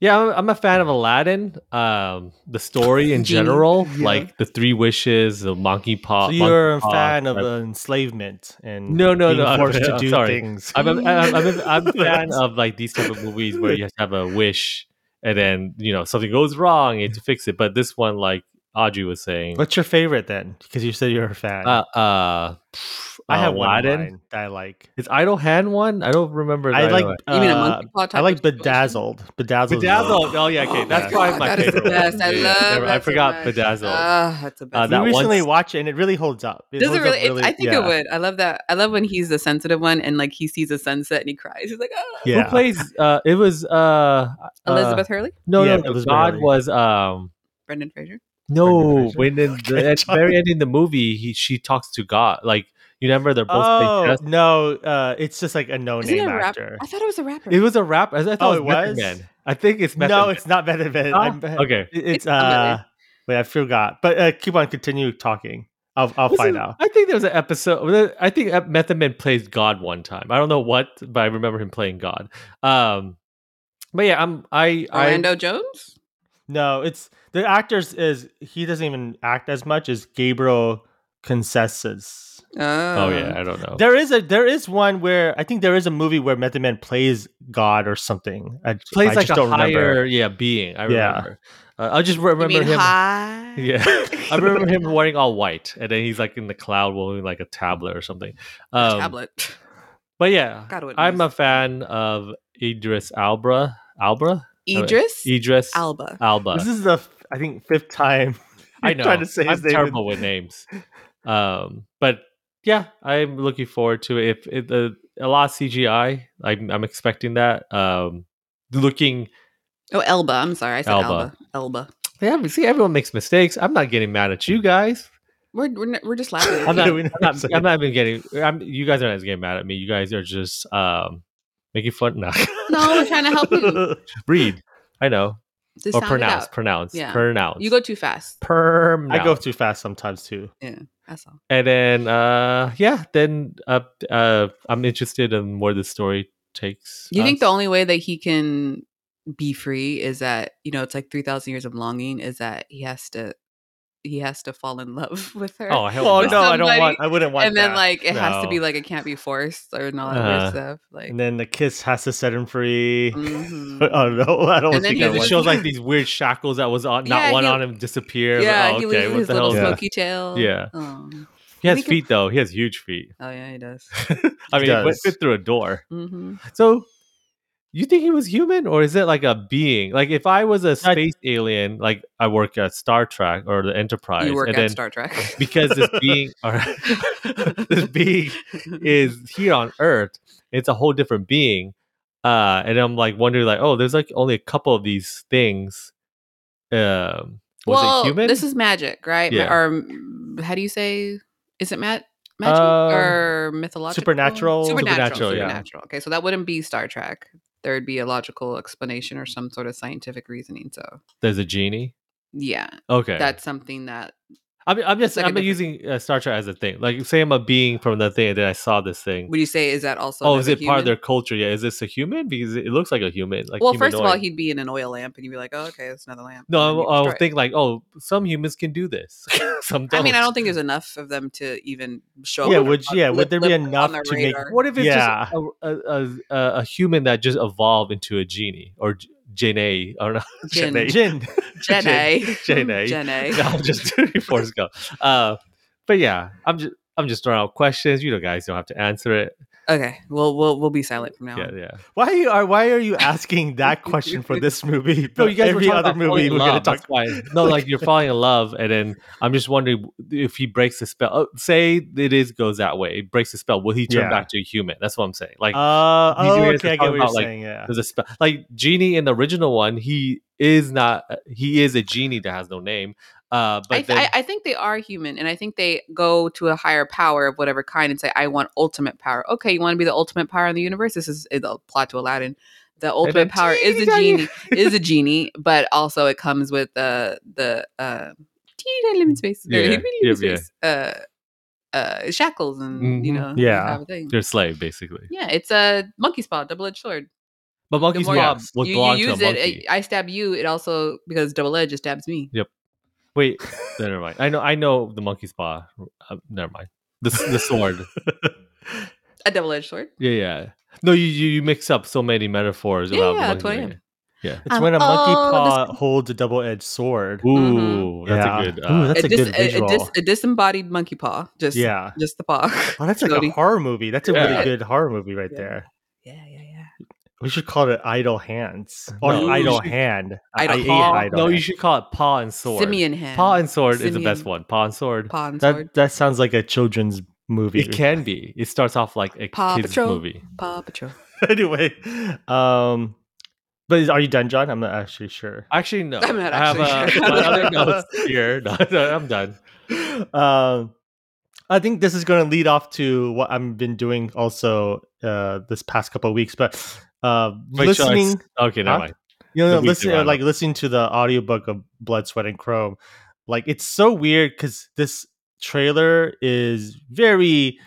Speaker 3: Yeah, I'm, I'm a fan of Aladdin. Um, the story in
Speaker 2: Genie.
Speaker 3: general,
Speaker 1: Yeah.
Speaker 3: like the three wishes, the monkey paw.
Speaker 1: so you're a
Speaker 3: monkey paw,
Speaker 1: fan of
Speaker 3: right?
Speaker 1: uh, enslavement and
Speaker 3: No, no,
Speaker 1: being
Speaker 3: no, I'm-
Speaker 1: forced to
Speaker 3: I'm
Speaker 1: do
Speaker 3: sorry.
Speaker 1: things.
Speaker 3: I'm a, I'm, I'm, a- I'm a fan
Speaker 1: That's-
Speaker 3: of like these type of movies where you have to have a wish, and then you know something goes wrong, you have to fix it. But this one, like Audrey was saying,
Speaker 1: What's your favorite then? Because you said you're a fan.
Speaker 3: uh, uh, pff,
Speaker 1: I have one of
Speaker 3: Aladdin.
Speaker 1: mine that I like.
Speaker 3: Is Idle Hand one? I don't remember. the
Speaker 1: I
Speaker 3: Idle
Speaker 1: like.
Speaker 3: Hand.
Speaker 2: you mean a
Speaker 1: uh,
Speaker 2: monkey paw type
Speaker 1: I like
Speaker 2: of situation?
Speaker 1: bedazzled. Bedazzled. is another
Speaker 3: Bedazzled. Oh yeah, okay,
Speaker 1: Oh,
Speaker 3: that's
Speaker 1: my
Speaker 2: God,
Speaker 3: probably my
Speaker 2: that is the
Speaker 3: favorite.
Speaker 2: best. I
Speaker 3: Yeah,
Speaker 2: love.
Speaker 3: never- I
Speaker 2: that so
Speaker 3: forgot
Speaker 2: much.
Speaker 3: bedazzled.
Speaker 2: Ah, that's the best.
Speaker 3: Uh, that
Speaker 1: we recently
Speaker 3: once-
Speaker 1: watched it and it really holds up. It
Speaker 2: doesn't
Speaker 1: holds up
Speaker 2: really, it, I think
Speaker 1: yeah.
Speaker 2: it would. I love that. I love when he's the sensitive one and like he sees a sunset and he cries. He's like, oh,
Speaker 1: Yeah.
Speaker 3: Who plays? Uh, it was uh,
Speaker 2: Elizabeth Hurley,
Speaker 3: No,
Speaker 1: Yeah,
Speaker 3: no, no.
Speaker 1: Elizabeth
Speaker 3: God
Speaker 1: Hurley.
Speaker 3: was um.
Speaker 2: Brendan Fraser.
Speaker 3: No,
Speaker 1: Fraser.
Speaker 3: when in the at the
Speaker 1: John.
Speaker 3: very end in the movie, he she talks to God. Like you remember, they're both playing
Speaker 1: Oh
Speaker 3: chess.
Speaker 1: no! Uh, it's just like a
Speaker 2: Isn't
Speaker 1: no-name
Speaker 2: it a rap-
Speaker 1: actor.
Speaker 2: I thought it was a rapper.
Speaker 3: It was a rap. I, I thought
Speaker 1: Oh,
Speaker 3: it was.
Speaker 1: it was?
Speaker 3: Method Man. I think it's Method
Speaker 1: No,
Speaker 3: Man.
Speaker 1: it's not Method Man.
Speaker 3: Huh?
Speaker 1: I'm-
Speaker 3: okay.
Speaker 1: It-
Speaker 2: It's
Speaker 1: It's
Speaker 2: not
Speaker 1: uh,
Speaker 2: Method.
Speaker 1: wait, I forgot. But uh, keep on, continue talking. I'll I'll
Speaker 3: Was
Speaker 1: find
Speaker 3: it-
Speaker 1: out.
Speaker 3: I think there was an episode. I think Ep- Method Man plays God one time. I don't know what, but I remember him playing God. Um, but yeah, I'm. I
Speaker 2: Orlando Jones.
Speaker 1: No, it's the actors is he doesn't even act as much as Gabriel Concessus.
Speaker 3: I. Oh yeah, I don't know.
Speaker 1: There is a there is one where I think there is a movie where Method Man plays God or something. I,
Speaker 3: plays
Speaker 1: I
Speaker 3: like
Speaker 1: just
Speaker 3: a
Speaker 1: don't
Speaker 3: higher
Speaker 1: remember.
Speaker 3: yeah being. I
Speaker 1: Yeah.
Speaker 3: remember. Uh, I just remember
Speaker 2: You mean
Speaker 3: him.
Speaker 2: high?
Speaker 3: Yeah, I remember him wearing all white, and then he's like in the cloud holding like a tablet or something. Um,
Speaker 2: Tablet.
Speaker 3: But yeah,
Speaker 2: Gotta admit.
Speaker 3: I'm a fan of Idris Alba. Alba?
Speaker 2: Idris
Speaker 3: Idris
Speaker 2: Alba.
Speaker 3: Alba.
Speaker 1: This is the I think fifth time
Speaker 3: I
Speaker 1: you're
Speaker 3: know.
Speaker 1: trying to say his
Speaker 3: I'm
Speaker 1: name.
Speaker 3: terrible with names. Um, but yeah, I'm looking forward to it. If it, the a lot of CGI, I'm, I'm expecting that. Um, looking
Speaker 2: Oh, Elba. I'm sorry. I said
Speaker 3: Elba.
Speaker 2: Alba. Elba. Elba.
Speaker 3: Yeah, see, everyone makes mistakes. I'm not getting mad at you guys.
Speaker 2: We're, we're, n- we're just laughing. at
Speaker 3: I'm not.
Speaker 2: you.
Speaker 1: We know
Speaker 3: I'm not,
Speaker 1: what you're
Speaker 3: I'm not even getting. I'm, you guys aren't getting mad at me. You guys are just um, making fun. No.
Speaker 2: No, we're trying to help you.
Speaker 3: Read. I know.
Speaker 2: Just
Speaker 3: or
Speaker 2: sound it
Speaker 3: pronounce.
Speaker 2: out.
Speaker 3: Pronounce.
Speaker 2: Yeah.
Speaker 3: Pronounce.
Speaker 2: You go too fast.
Speaker 3: Perm.
Speaker 1: I go too fast sometimes too.
Speaker 2: That's all.
Speaker 3: and then uh, yeah, then uh, uh, I'm interested in where this story takes. uh,
Speaker 2: You think the
Speaker 3: us.
Speaker 2: only way that he can be free is that you know it's like three thousand years of longing is that he has to he has to fall in love with her.
Speaker 3: Oh, hell
Speaker 1: Oh
Speaker 3: no.
Speaker 1: no, I don't
Speaker 2: Somebody-
Speaker 1: want. I wouldn't want.
Speaker 2: and then
Speaker 1: that.
Speaker 2: like it has to be
Speaker 3: No.
Speaker 2: like it can't be forced or and all that
Speaker 3: Uh-huh.
Speaker 2: weird stuff. Like
Speaker 1: and then the kiss has to set him free.
Speaker 2: mhm.
Speaker 1: oh no, I don't
Speaker 2: And then
Speaker 1: think
Speaker 2: he
Speaker 1: I
Speaker 3: because
Speaker 1: want.
Speaker 3: it
Speaker 2: was-
Speaker 3: shows like these weird shackles that was on, not
Speaker 2: Yeah,
Speaker 3: one
Speaker 2: he-
Speaker 3: on him disappear. Like,
Speaker 2: yeah,
Speaker 3: oh,
Speaker 2: he
Speaker 3: okay,
Speaker 2: loses
Speaker 3: what
Speaker 2: his
Speaker 3: the
Speaker 2: little
Speaker 3: hell is
Speaker 1: Yeah.
Speaker 3: that?
Speaker 2: smoky tail.
Speaker 3: Yeah.
Speaker 2: Oh.
Speaker 3: He has
Speaker 2: We can-
Speaker 3: feet though. He has huge feet.
Speaker 2: Oh, yeah, he does.
Speaker 3: I mean, he went
Speaker 1: does.
Speaker 3: fit through a door.
Speaker 2: hmm
Speaker 3: So, you think he was human, or is it like a being? Like, if I was a space alien, like I work at Star Trek or the Enterprise,
Speaker 2: You work
Speaker 3: and
Speaker 2: at
Speaker 3: then
Speaker 2: Star Trek.
Speaker 3: because this being, or this being is here on Earth, it's a whole different being. Uh, and I'm like wondering, like, oh, there's like only a couple of these things. Um, was
Speaker 2: well,
Speaker 3: it human?
Speaker 2: this is magic, right? Ma-
Speaker 3: Yeah.
Speaker 2: Or mm, how do you say? Is it mat- magic
Speaker 3: Um,
Speaker 2: or mythological?
Speaker 1: supernatural.
Speaker 2: Supernatural.
Speaker 3: Supernatural, yeah.
Speaker 2: supernatural. Okay, so that wouldn't be Star Trek. There would be a logical explanation or some sort of scientific reasoning. So
Speaker 3: there's a genie.
Speaker 2: yeah,
Speaker 3: Okay,
Speaker 2: that's something that
Speaker 3: I'm, I'm just
Speaker 2: like a
Speaker 3: I'm
Speaker 2: different-
Speaker 3: using uh, Star Trek as a thing. Like, say I'm a being from the thing, and then I saw this thing.
Speaker 2: would you say is that also?
Speaker 3: oh,
Speaker 2: another
Speaker 3: is it part
Speaker 2: human?
Speaker 3: of their culture? Yeah, is this a human? Because it looks like a human. Like,
Speaker 2: well, first of all,
Speaker 3: humanoid.
Speaker 2: he'd be in an oil lamp, and you'd be like, "Oh, okay, it's another lamp."
Speaker 3: No,
Speaker 2: and then
Speaker 3: I'm-
Speaker 2: you
Speaker 3: I'll,
Speaker 2: destroy it.
Speaker 3: think like, oh, some humans can do this. some don't.
Speaker 2: I mean, I don't think there's enough of them to even show.
Speaker 1: Yeah,
Speaker 2: up
Speaker 1: would
Speaker 2: on-
Speaker 1: yeah, would
Speaker 2: lip-
Speaker 1: there be
Speaker 2: lip on
Speaker 1: enough
Speaker 2: their
Speaker 1: to make-
Speaker 2: radar.
Speaker 3: What if it's
Speaker 1: Yeah.
Speaker 3: just a, a, a, a- a human that just evolved into a genie or j- genie? I don't know.
Speaker 2: Jin.
Speaker 3: Janae.
Speaker 1: Jin.
Speaker 2: Gen A.
Speaker 3: Gen A.
Speaker 2: Gen A.
Speaker 3: No, I'm just doing Forrest Gump. Uh, but yeah, I'm just I'm just throwing out questions. You know, guys don't have to answer it.
Speaker 2: Okay, we'll we'll we'll be silent from now.
Speaker 3: Yeah,
Speaker 2: on.
Speaker 3: yeah.
Speaker 1: Why you are why are you asking that question for this movie?
Speaker 3: No,
Speaker 1: but
Speaker 3: you guys
Speaker 1: every
Speaker 3: were talking
Speaker 1: other
Speaker 3: about falling
Speaker 1: movie
Speaker 3: in
Speaker 1: we're gonna
Speaker 3: love,
Speaker 1: talk.
Speaker 3: that's why. No, like you're falling in love, and then I'm just wondering if he breaks the spell. Oh, say it is goes that way, it breaks the spell. Will he turn
Speaker 1: Yeah.
Speaker 3: back to a human? That's what I'm saying. Like
Speaker 1: Uh,
Speaker 3: These
Speaker 1: oh,
Speaker 3: areas
Speaker 1: okay,
Speaker 3: are
Speaker 1: I get
Speaker 3: talking
Speaker 1: what you're
Speaker 3: about, like,
Speaker 1: saying. Yeah,
Speaker 3: there's a spell, like genie in the original one. He is not. He is a genie that has no name. Uh, but
Speaker 2: I, th-
Speaker 3: then,
Speaker 2: I, I think they are human, and I think they go to a higher power of whatever kind and say, "I want ultimate power." Okay, you want to be the ultimate power in the universe? This is the plot to Aladdin. The ultimate
Speaker 3: then,
Speaker 2: power is a genie,
Speaker 3: "Genie,
Speaker 2: is a genie, but also it comes with uh, the uh, teeny tiny limit space, or
Speaker 3: Mm, Yeah,
Speaker 2: limit
Speaker 3: yeah,
Speaker 2: space, Uh, uh, shackles, and you
Speaker 3: Mhm.
Speaker 2: know,
Speaker 1: Yeah.
Speaker 2: kind of thing.
Speaker 3: you're a slave basically.
Speaker 2: yeah, it's a monkey's paw, double edged sword.
Speaker 3: But
Speaker 2: The
Speaker 3: monkey's
Speaker 2: more
Speaker 3: mom
Speaker 1: you-
Speaker 3: was
Speaker 2: you,
Speaker 3: belonged
Speaker 2: you
Speaker 3: to a
Speaker 2: use it, uh,
Speaker 3: monkey.
Speaker 2: it, I stab you. It also because double edge, it stabs me.
Speaker 3: Wait, no, never mind. I know. I know the monkey's paw. Uh, never mind. The s- the sword.
Speaker 2: A double edged sword.
Speaker 3: Yeah, yeah. No, you you, you mix up so many metaphors
Speaker 2: Yeah,
Speaker 3: about
Speaker 2: yeah,
Speaker 3: monkey
Speaker 2: that's what I
Speaker 3: man.
Speaker 2: am.
Speaker 1: it's
Speaker 2: Um,
Speaker 1: when a monkey
Speaker 2: oh,
Speaker 1: paw holds a double-edged sword.
Speaker 2: Mm-hmm.
Speaker 3: Ooh, that's
Speaker 1: Yeah.
Speaker 3: a good.
Speaker 1: Ooh,
Speaker 3: Uh,
Speaker 1: that's- a good visual.
Speaker 2: a disembodied monkey paw. Just yeah.
Speaker 1: yeah,
Speaker 2: just the paw.
Speaker 1: oh, that's like a
Speaker 2: Jody.
Speaker 1: horror movie. That's a
Speaker 3: Yeah.
Speaker 1: really good horror movie right
Speaker 2: Yeah.
Speaker 1: there.
Speaker 2: Yeah, yeah, yeah.
Speaker 1: We should call it Idle Hands or
Speaker 3: No,
Speaker 2: you
Speaker 1: Idle
Speaker 3: should-
Speaker 1: Hand.
Speaker 2: Idle
Speaker 1: I hate
Speaker 3: paw-
Speaker 1: Idle
Speaker 3: no, you
Speaker 1: Hand.
Speaker 3: should call it paw and sword.
Speaker 2: Simian hand.
Speaker 3: Paw and sword is the best
Speaker 2: Simian.
Speaker 3: one. Paw and sword.
Speaker 2: paw and sword.
Speaker 1: That that sounds like a children's movie.
Speaker 3: It can be. It starts off like a
Speaker 2: Paw
Speaker 3: kids
Speaker 2: Patrol.
Speaker 3: movie.
Speaker 2: Paw Patrol.
Speaker 1: anyway, um, but is, are you done, John? I'm not actually sure.
Speaker 3: Actually, no.
Speaker 2: I'm not
Speaker 3: I have
Speaker 2: actually
Speaker 3: uh,
Speaker 2: sure.
Speaker 3: my other notes here. No, no, I'm done.
Speaker 1: um, I think this is going to lead off to what I've been doing also uh, this past couple of weeks, but uh,
Speaker 3: Make sure I
Speaker 1: listening,
Speaker 3: s- okay, never
Speaker 1: Huh?
Speaker 3: mind.
Speaker 1: you
Speaker 3: the
Speaker 1: know,
Speaker 3: weekly
Speaker 1: listening,
Speaker 3: roundup.
Speaker 1: like listening to the audiobook of Blood, Sweat, and Chrome. Like it's so weird because this trailer is very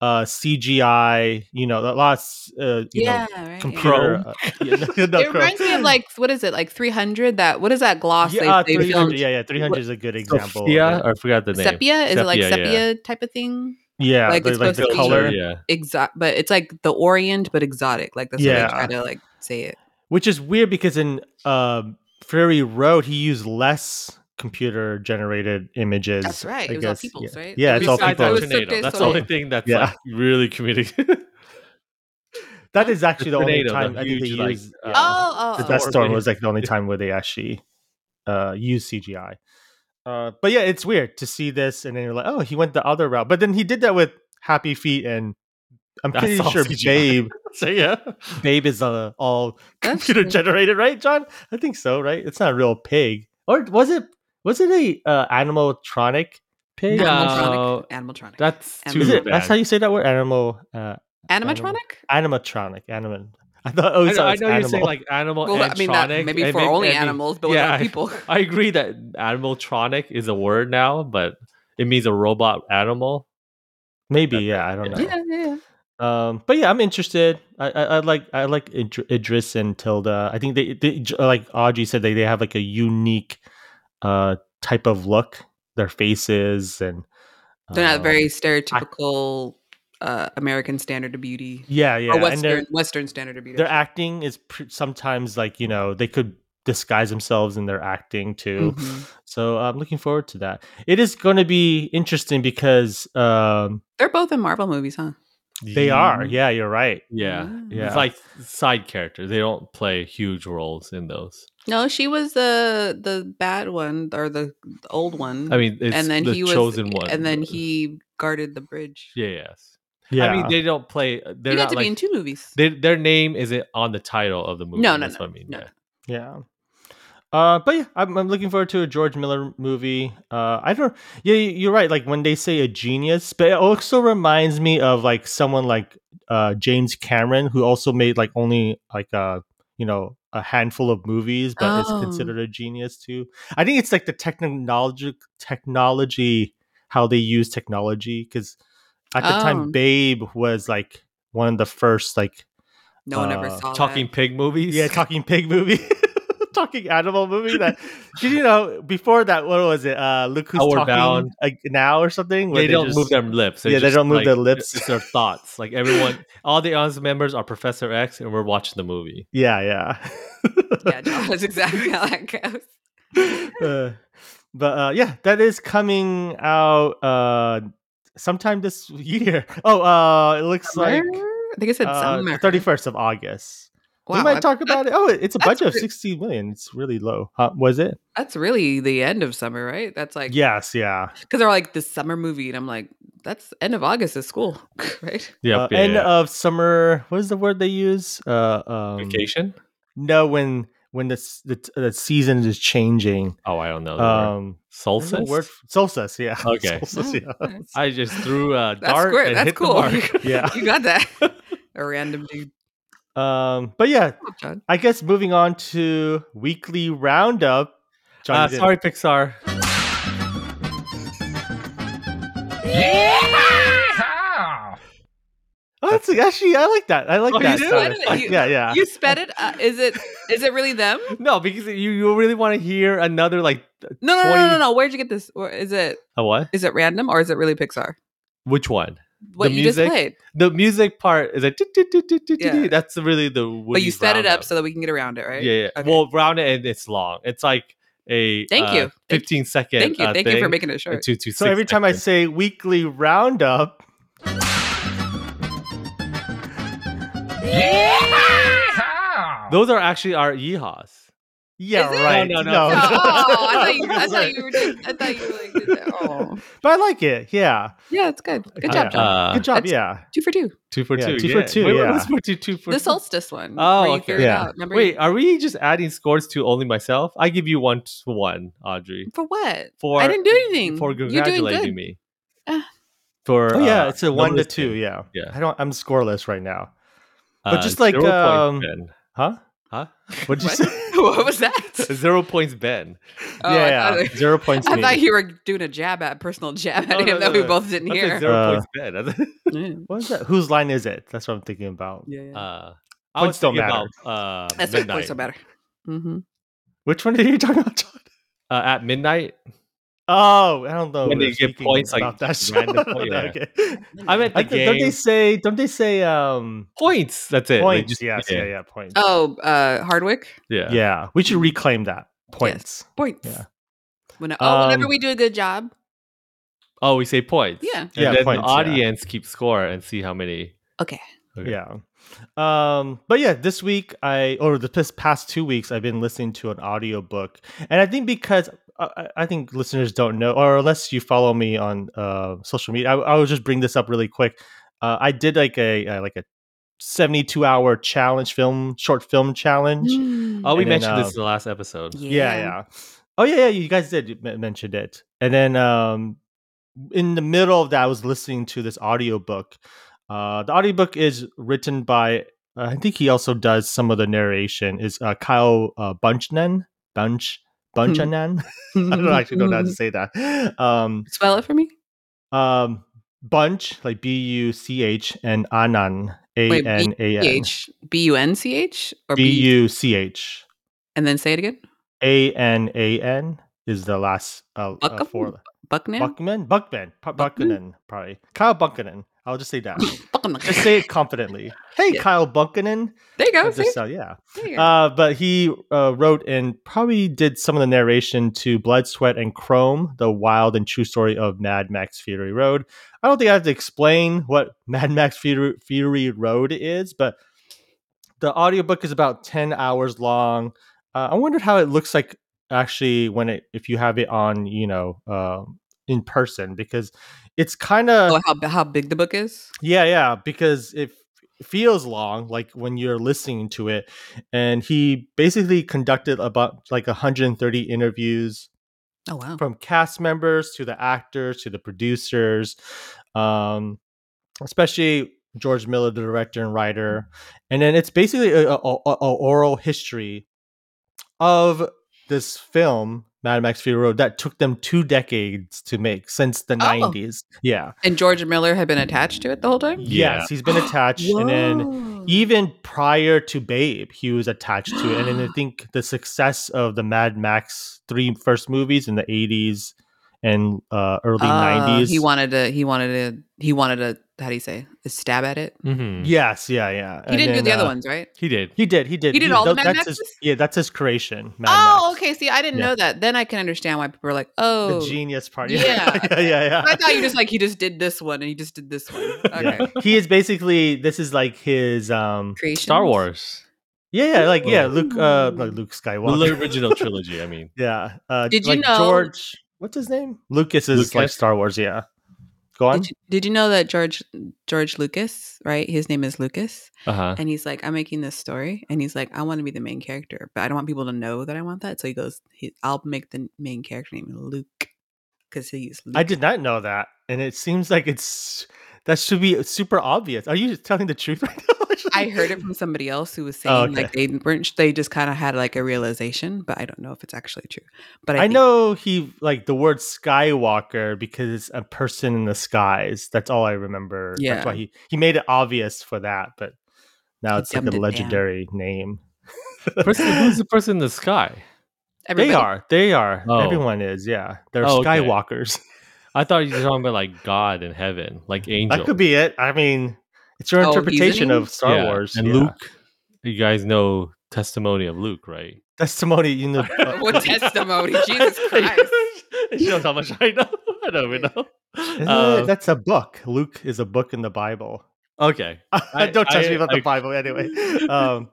Speaker 1: uh CGI. You know, a lot. Of, s- uh, you
Speaker 2: Yeah,
Speaker 1: know,
Speaker 2: right.
Speaker 1: computer.
Speaker 3: Chrome.
Speaker 1: uh, yeah, no, no,
Speaker 2: It
Speaker 1: Chrome.
Speaker 2: reminds me of like what is it like three hundred that what is that gloss
Speaker 1: yeah,
Speaker 2: they,
Speaker 1: uh,
Speaker 2: they
Speaker 1: 300,
Speaker 2: filmed
Speaker 1: yeah, yeah, 300 is a good example. of
Speaker 3: Sophia,
Speaker 1: it.
Speaker 3: or I forgot the name.
Speaker 2: sepia is it like
Speaker 3: Sepia, yeah.
Speaker 2: sepia type of thing
Speaker 1: yeah,
Speaker 2: like
Speaker 1: the,
Speaker 2: it's
Speaker 1: like
Speaker 2: supposed
Speaker 1: the
Speaker 2: to be-
Speaker 1: color.
Speaker 3: Yeah.
Speaker 2: exact but it's like the Orient but exotic like that's what
Speaker 1: Yeah.
Speaker 2: they try to like say it
Speaker 1: which is weird because in um Fury Road he used less computer generated images.
Speaker 2: That's right.
Speaker 1: I
Speaker 2: It was all
Speaker 1: guess.
Speaker 2: people's,
Speaker 1: yeah.
Speaker 2: right?
Speaker 1: Yeah,
Speaker 2: It
Speaker 1: it's
Speaker 2: was
Speaker 1: all
Speaker 2: just-
Speaker 3: Besides
Speaker 2: people.
Speaker 1: people.
Speaker 2: was-
Speaker 3: tornado. That's the
Speaker 2: Cirque
Speaker 3: only
Speaker 2: du
Speaker 3: thing that's
Speaker 1: Yeah.
Speaker 3: like really comedic.
Speaker 1: That is actually the only
Speaker 3: tornado, the
Speaker 1: time I think they
Speaker 3: huge, like,
Speaker 1: used.
Speaker 3: uh,
Speaker 1: uh,
Speaker 2: oh
Speaker 1: the
Speaker 2: oh,
Speaker 3: that-
Speaker 2: oh.
Speaker 1: Death Storm
Speaker 3: Orbit.
Speaker 1: was like the only time where they actually uh used CGI. Uh, but yeah, it's weird to see this, and then you're like, oh, he went the other route. But then he did that with Happy Feet, and I'm
Speaker 3: That's
Speaker 1: pretty
Speaker 3: all
Speaker 1: sure
Speaker 3: CGI.
Speaker 1: Babe
Speaker 3: so yeah,
Speaker 1: Babe is uh, all
Speaker 2: That's
Speaker 1: computer
Speaker 2: true.
Speaker 1: generated, right, John? I think so, right? It's not a real pig, or was it? Was it a uh, animatronic pig?
Speaker 3: No.
Speaker 2: Animatronic. Animatronic.
Speaker 3: that's
Speaker 2: Is
Speaker 3: too
Speaker 1: Is it,
Speaker 3: bad.
Speaker 1: that's how you say that word, animal, uh,
Speaker 2: animatronic?
Speaker 1: animatronic, animal. I thought. Oh,
Speaker 3: I know,
Speaker 1: sorry,
Speaker 3: I
Speaker 1: it's
Speaker 3: know you're saying
Speaker 1: animal.
Speaker 3: like animal.
Speaker 2: Well, I mean, not,
Speaker 3: animatronic,
Speaker 2: maybe
Speaker 3: it
Speaker 2: for
Speaker 3: make-
Speaker 2: only
Speaker 3: I mean-
Speaker 2: animals, but
Speaker 3: yeah,
Speaker 2: without people.
Speaker 3: I agree that animaltronic is a word now, but it means a robot animal.
Speaker 1: maybe. Yeah, I don't know.
Speaker 2: Yeah, yeah, yeah.
Speaker 1: Um, but yeah, I'm interested. I, I, I like I like Idr- Idris and Tilda. I think they, they j- like Audrey said they they have like a unique uh type of look. Their faces and
Speaker 2: They're not
Speaker 1: uh,
Speaker 2: very stereotypical uh, American standard of beauty
Speaker 1: yeah yeah.
Speaker 2: or
Speaker 1: and their
Speaker 2: Western Western standard of beauty.
Speaker 1: their acting is pr- sometimes like you know they could disguise themselves in their acting too.
Speaker 2: Mhm.
Speaker 1: So I'm looking forward to that. It is going to be interesting because um
Speaker 2: They're both in Marvel movies, huh?
Speaker 1: they are. Yeah, you're right.
Speaker 3: yeah.
Speaker 2: Ah.
Speaker 1: Yeah.
Speaker 3: It's like side characters. They don't play huge roles in those.
Speaker 2: No, she was the the bad one or the, the old one.
Speaker 3: I mean, it's
Speaker 2: and then
Speaker 3: the
Speaker 2: he was
Speaker 3: chosen one.
Speaker 2: and then he guarded the bridge.
Speaker 3: uh, Yeah, yes.
Speaker 1: Yeah.
Speaker 3: I mean, they don't play. uh, They're
Speaker 2: you got
Speaker 3: not
Speaker 2: to
Speaker 3: like
Speaker 2: be in two movies.
Speaker 3: they, their name isn't on the title of the movie.
Speaker 2: No, no,
Speaker 3: that's
Speaker 2: no,
Speaker 3: what I mean.
Speaker 2: no,
Speaker 3: yeah.
Speaker 1: Yeah. Uh, but yeah, I'm, I'm looking forward to a George Miller movie. Uh, I don't. Yeah, you- you're right. Like when they say a genius, but it also reminds me of like someone like uh, James Cameron, who also made like only like uh, you know a handful of movies, but
Speaker 2: Oh.
Speaker 1: is considered a genius too. I think it's like the technology technology how they use technology because at the
Speaker 2: Oh.
Speaker 1: time Babe was like one of the first like
Speaker 2: no one ever
Speaker 1: uh,
Speaker 2: saw
Speaker 3: Talking pig movies.
Speaker 1: yeah, talking pig movie, talking animal movie. That 'cause, you know before that, what was it? Uh, Luke who's
Speaker 3: Outward
Speaker 1: talking
Speaker 3: Bound.
Speaker 1: like, now or something. where
Speaker 3: they, don't
Speaker 1: just-
Speaker 3: move their lips. They're
Speaker 1: Yeah, they
Speaker 3: just,
Speaker 1: don't move
Speaker 3: like,
Speaker 1: their lips.
Speaker 3: It's their thoughts. Like everyone, all the audience members are Professor X, and we're watching the movie.
Speaker 1: Yeah, yeah.
Speaker 2: that. Yeah, that's exactly how that goes.
Speaker 1: Uh, but uh, yeah, that is coming out uh, sometime this year. Oh, uh, it looks like
Speaker 2: I think it said summer.
Speaker 1: thirty first of August.
Speaker 2: Wow,
Speaker 1: we
Speaker 2: that-
Speaker 1: might talk about it. Oh, it- it's a
Speaker 2: that's
Speaker 1: budget of
Speaker 2: pretty-
Speaker 1: sixty million. It's really low. Huh, was it?
Speaker 2: that's really the end of summer, right? That's like
Speaker 1: Yes, yeah.
Speaker 2: because they're like the summer movie, and I'm like, that's end of August is school, right?
Speaker 3: Yep,
Speaker 1: Uh,
Speaker 3: yeah,
Speaker 1: end
Speaker 3: yeah.
Speaker 1: of summer. What is the word they use? Uh, um,
Speaker 3: vacation.
Speaker 1: No, when when the s- the, t- the season is changing.
Speaker 3: Oh, I don't know.
Speaker 1: Um, there's no
Speaker 3: Salsa.
Speaker 1: word f- solstice. Yeah.
Speaker 3: Okay.
Speaker 1: Solstice, yeah.
Speaker 2: Oh, nice.
Speaker 3: I just threw a
Speaker 2: That's
Speaker 3: dart
Speaker 2: great.
Speaker 3: and
Speaker 2: That's
Speaker 3: hit
Speaker 2: cool.
Speaker 3: the mark.
Speaker 1: Yeah.
Speaker 2: you got that. A random dude,
Speaker 1: Um, but yeah,
Speaker 2: Come on, John.
Speaker 1: I guess moving on to weekly roundup. Johnny
Speaker 3: Uh,
Speaker 1: did-
Speaker 3: sorry, Pixar.
Speaker 1: Oh, that's actually I like that. I like
Speaker 3: Oh, you
Speaker 1: that.
Speaker 3: do?
Speaker 1: sound
Speaker 2: I
Speaker 1: effect.
Speaker 2: didn't-
Speaker 1: yeah, yeah.
Speaker 2: You sped it. Uh, is it? Is it really them?
Speaker 3: No, because you, you really want to hear another like
Speaker 2: No, no, no, no, no,
Speaker 3: 20
Speaker 2: no. Where'd you get this? Or is it?
Speaker 3: a what?
Speaker 2: Is it random or is it really Pixar?
Speaker 3: Which one?
Speaker 2: What
Speaker 3: The
Speaker 2: you
Speaker 3: music?
Speaker 2: just played,
Speaker 3: The music part is like "Doo, doo, doo, doo, doo, doo,
Speaker 2: Yeah.
Speaker 3: doo." that's really the
Speaker 2: but you
Speaker 3: Woody's
Speaker 2: sped it up
Speaker 3: roundup.
Speaker 2: so that we can get around it, right?
Speaker 3: Yeah, yeah.
Speaker 2: Okay.
Speaker 3: Well, round it and it's long. It's like a
Speaker 2: Thank you.
Speaker 3: uh,
Speaker 2: Thank-
Speaker 3: fifteen second.
Speaker 2: Thank you.
Speaker 3: uh,
Speaker 2: Thank you for
Speaker 3: thing,
Speaker 2: making it
Speaker 3: uh,
Speaker 2: short.
Speaker 3: Two, two,
Speaker 1: So
Speaker 3: six
Speaker 1: every time I
Speaker 3: seconds.
Speaker 1: say weekly roundup,
Speaker 3: those are actually our yeehaws.
Speaker 1: yeah,
Speaker 2: Is it?
Speaker 1: right.
Speaker 3: No, no, no.
Speaker 2: Oh,
Speaker 3: Oh.
Speaker 2: I thought you. I
Speaker 1: Sorry.
Speaker 2: thought you were. Just, I thought you like. Did that. Oh.
Speaker 1: But I like it. Yeah.
Speaker 2: Yeah, it's good. Good
Speaker 1: Yeah.
Speaker 2: job, John.
Speaker 3: Uh,
Speaker 1: Good job.
Speaker 2: That's-
Speaker 1: yeah.
Speaker 2: two for two.
Speaker 3: two for
Speaker 1: Yeah,
Speaker 3: two.
Speaker 1: two for two,
Speaker 3: Wait,
Speaker 1: yeah.
Speaker 3: what's for two? Two for
Speaker 2: The
Speaker 3: two?
Speaker 2: solstice one.
Speaker 3: Oh,
Speaker 2: where you
Speaker 3: okay.
Speaker 2: figured it
Speaker 1: Yeah.
Speaker 2: out. Remember
Speaker 3: Wait, are we just adding scores to only myself? I give you one to one, Audrey.
Speaker 2: for what?
Speaker 3: For
Speaker 2: I didn't do anything.
Speaker 3: For
Speaker 2: You're doing good.
Speaker 3: congratulating me.
Speaker 2: Ah.
Speaker 3: For
Speaker 1: Oh yeah,
Speaker 3: uh,
Speaker 1: it's a one to
Speaker 3: numbers
Speaker 1: two.
Speaker 3: game.
Speaker 1: Yeah.
Speaker 3: Yeah.
Speaker 1: I don't. I'm scoreless right now. But
Speaker 3: Uh,
Speaker 1: just like,
Speaker 3: zero
Speaker 1: um,
Speaker 3: points, Ben.
Speaker 1: Huh?
Speaker 3: Huh?
Speaker 1: What'd you
Speaker 2: What?
Speaker 1: say?
Speaker 2: what was that?
Speaker 3: Zero points, Ben.
Speaker 2: Oh, I
Speaker 1: yeah,
Speaker 2: thought
Speaker 1: yeah.
Speaker 2: it-
Speaker 1: zero points.
Speaker 2: I
Speaker 1: me.
Speaker 2: thought you were doing a jab at personal jab at
Speaker 3: No,
Speaker 2: him
Speaker 3: no,
Speaker 2: that
Speaker 3: no,
Speaker 2: we
Speaker 3: no.
Speaker 2: both didn't
Speaker 3: I said
Speaker 2: hear.
Speaker 3: zero
Speaker 1: Uh,
Speaker 3: points, Ben.
Speaker 2: Mm.
Speaker 1: What is that? Whose line is it? That's what I'm thinking about.
Speaker 2: Yeah, yeah.
Speaker 3: uh, I
Speaker 1: Points
Speaker 3: was
Speaker 1: don't
Speaker 3: thinking about uh,
Speaker 2: That's what
Speaker 3: midnight.
Speaker 2: points are better. Mm-hmm.
Speaker 1: Which one are you talking about? John?
Speaker 3: Uh, at midnight,
Speaker 1: Oh, I don't know.
Speaker 3: When
Speaker 1: we
Speaker 3: they
Speaker 1: were
Speaker 3: give
Speaker 1: speaking
Speaker 3: points, like,
Speaker 1: about that show.
Speaker 3: random- yeah.
Speaker 1: okay.
Speaker 3: I'm at the
Speaker 1: I think, don't
Speaker 3: game.
Speaker 1: they say? Don't they say um,
Speaker 3: points. That's it. They
Speaker 1: points?
Speaker 3: just-
Speaker 1: yes, yeah, yeah, points.
Speaker 2: Oh, uh, Hardwick
Speaker 3: yeah.
Speaker 1: yeah. We should reclaim that points.
Speaker 2: points.
Speaker 1: Yeah.
Speaker 2: When, oh, whenever
Speaker 1: Um,
Speaker 2: we do a good job.
Speaker 3: Oh, we say points.
Speaker 2: Yeah.
Speaker 3: And
Speaker 1: Yeah,
Speaker 3: then
Speaker 1: points,
Speaker 3: the
Speaker 1: yeah.
Speaker 3: audience keep score and see how many.
Speaker 2: Okay.
Speaker 3: Okay.
Speaker 1: Yeah. Um, but yeah, this week I or the past past two weeks I've been listening to an audiobook. And I think because I- I, I think listeners don't know, or unless you follow me on uh, social media, I, I will just bring this up really quick. Uh, I did like a uh, like a 72 hour challenge film, short film challenge.
Speaker 3: Oh, we
Speaker 1: And then,
Speaker 3: mentioned
Speaker 1: um,
Speaker 3: this in the last episode.
Speaker 1: Yeah, yeah. Oh yeah, yeah. You guys did you men- mentioned it, and then um, in the middle of that, I was listening to this audiobook. Uh, the audiobook is written by uh, I think he also does some of the narration. Is uh, Kyle uh, Bunchnen Bunch Bunchanan? I don't actually know how to say that. Um,
Speaker 2: Spell it for me.
Speaker 1: um, Bunch like B U C H and Anan A
Speaker 2: Wait,
Speaker 1: N A
Speaker 2: B
Speaker 1: N
Speaker 2: H B U N C H or
Speaker 1: B
Speaker 2: B
Speaker 1: U C H
Speaker 2: and then say it again.
Speaker 1: A N A N is the last uh, uh,
Speaker 2: Buckam?
Speaker 1: four.
Speaker 2: Buckman.
Speaker 1: Buckman? Buckman. P- Buckman, probably. Kyle Buckman. I'll just say that.
Speaker 2: Buckman.
Speaker 1: just say it confidently. Hey,
Speaker 2: Yeah. Oh,
Speaker 1: Kyle Buckman.
Speaker 2: There you go. see?
Speaker 1: Just, uh, yeah.
Speaker 2: There you go.
Speaker 1: Uh, but he uh, wrote and probably did some of the narration to Blood, Sweat, and Chrome, the wild and true story of Mad Max Fury Road. I don't think I have to explain what Mad Max Fury, Fury Road is, but the audiobook is about 10 hours long. Uh, I wondered how it looks like actually when it, if you have it on, you know, um in person, because it's kind of.
Speaker 2: oh, how how big the book is?
Speaker 1: Yeah, yeah, because it f- feels long, like when you're listening to it. And he basically conducted about like 130 interviews
Speaker 2: Oh wow.
Speaker 1: from cast members to the actors to the producers, um, especially George Miller, the director and writer. And then it's basically a, a- a- a oral history of this film. Mad Max Fury Road that took them two decades to make since the 90s. Yeah.
Speaker 2: And George Miller had been attached to it the whole time.
Speaker 3: Yeah.
Speaker 1: Yes, he's been attached, and then
Speaker 2: Whoa.
Speaker 1: even prior to Babe, he was attached to it. And then I think the success of the Mad Max three first movies in the eighties and uh, early
Speaker 2: Uh,
Speaker 1: nineties.
Speaker 2: he wanted to. He wanted to. He wanted to. How do you say? A stab at it.
Speaker 3: Mhm.
Speaker 1: yes, yeah, yeah.
Speaker 2: He didn't do the other
Speaker 1: one.
Speaker 2: ones, right?
Speaker 3: He did.
Speaker 1: He did, he did.
Speaker 2: He did all the Mad
Speaker 1: that's his-
Speaker 2: Maxes?
Speaker 1: yeah, that's his creation. Mad
Speaker 2: oh,
Speaker 1: Max.
Speaker 2: okay. See, I didn't
Speaker 1: Yeah.
Speaker 2: know that. Then I can understand why people are like, "Oh."
Speaker 1: The genius part.
Speaker 2: Yeah.
Speaker 1: yeah, yeah, yeah.
Speaker 2: I thought you just like he just did this one and he just did this one. Okay.
Speaker 1: Yeah. He is basically this is like his um
Speaker 2: Creation.
Speaker 3: Star Wars.
Speaker 1: yeah yeah like yeah Luke uh
Speaker 2: Ooh.
Speaker 1: like Luke
Speaker 3: The
Speaker 1: Skywalker
Speaker 3: original trilogy, I mean.
Speaker 1: Yeah. Uh,
Speaker 2: Did you
Speaker 1: like
Speaker 2: know-
Speaker 1: George? What's his name? Lucas is like
Speaker 3: Lucas?
Speaker 1: Star Wars. Yeah. Go on.
Speaker 2: Did you, did you know that George George Lucas, right? His name is Lucas,
Speaker 1: Uh.
Speaker 3: Uh-huh.
Speaker 2: and he's like, "I'm making this story," and he's like, "I want to be the main character, but I don't want people to know that I want that." So he goes, he, "I'll make the main character name Luke," because he used. Luke.
Speaker 1: I did not know that, and it seems like it's that should be super obvious. Are you telling the truth right now?
Speaker 2: I heard it from somebody else who was saying
Speaker 1: Oh,
Speaker 2: like they weren't. They just kind of had like a realization, but I don't know if it's actually true. But I,
Speaker 1: I
Speaker 2: think-
Speaker 1: know he like the word Skywalker because it's a person in the skies. That's all I remember.
Speaker 2: Yeah.
Speaker 1: That's why he he made it obvious for that, but now
Speaker 2: He
Speaker 1: it's like a
Speaker 2: dumbed it down.
Speaker 1: legendary name.
Speaker 3: Person, who's the person in the sky?
Speaker 2: everybody-
Speaker 1: They are. They are.
Speaker 3: Oh.
Speaker 1: Everyone is. Yeah. They're
Speaker 3: Oh, okay.
Speaker 1: Skywalkers.
Speaker 3: I thought you were talking about like God in heaven, like angel.
Speaker 1: That could be it. I mean, it's your
Speaker 2: Oh, he's an
Speaker 1: interpretation
Speaker 2: angel?
Speaker 1: of Star
Speaker 3: Yeah,
Speaker 1: Wars.
Speaker 3: and
Speaker 1: yeah.
Speaker 3: Luke. You guys know testimony of Luke, right?
Speaker 1: testimony you know uh,
Speaker 2: What testimony? Jesus Christ.
Speaker 3: she knows how much I know. I don't even know.
Speaker 1: Isn't
Speaker 3: Uh,
Speaker 1: it- that's a book luke is a book in the bible
Speaker 3: okay. I-
Speaker 1: don't touch
Speaker 3: I-
Speaker 1: me about
Speaker 3: I-
Speaker 1: the bible anyway um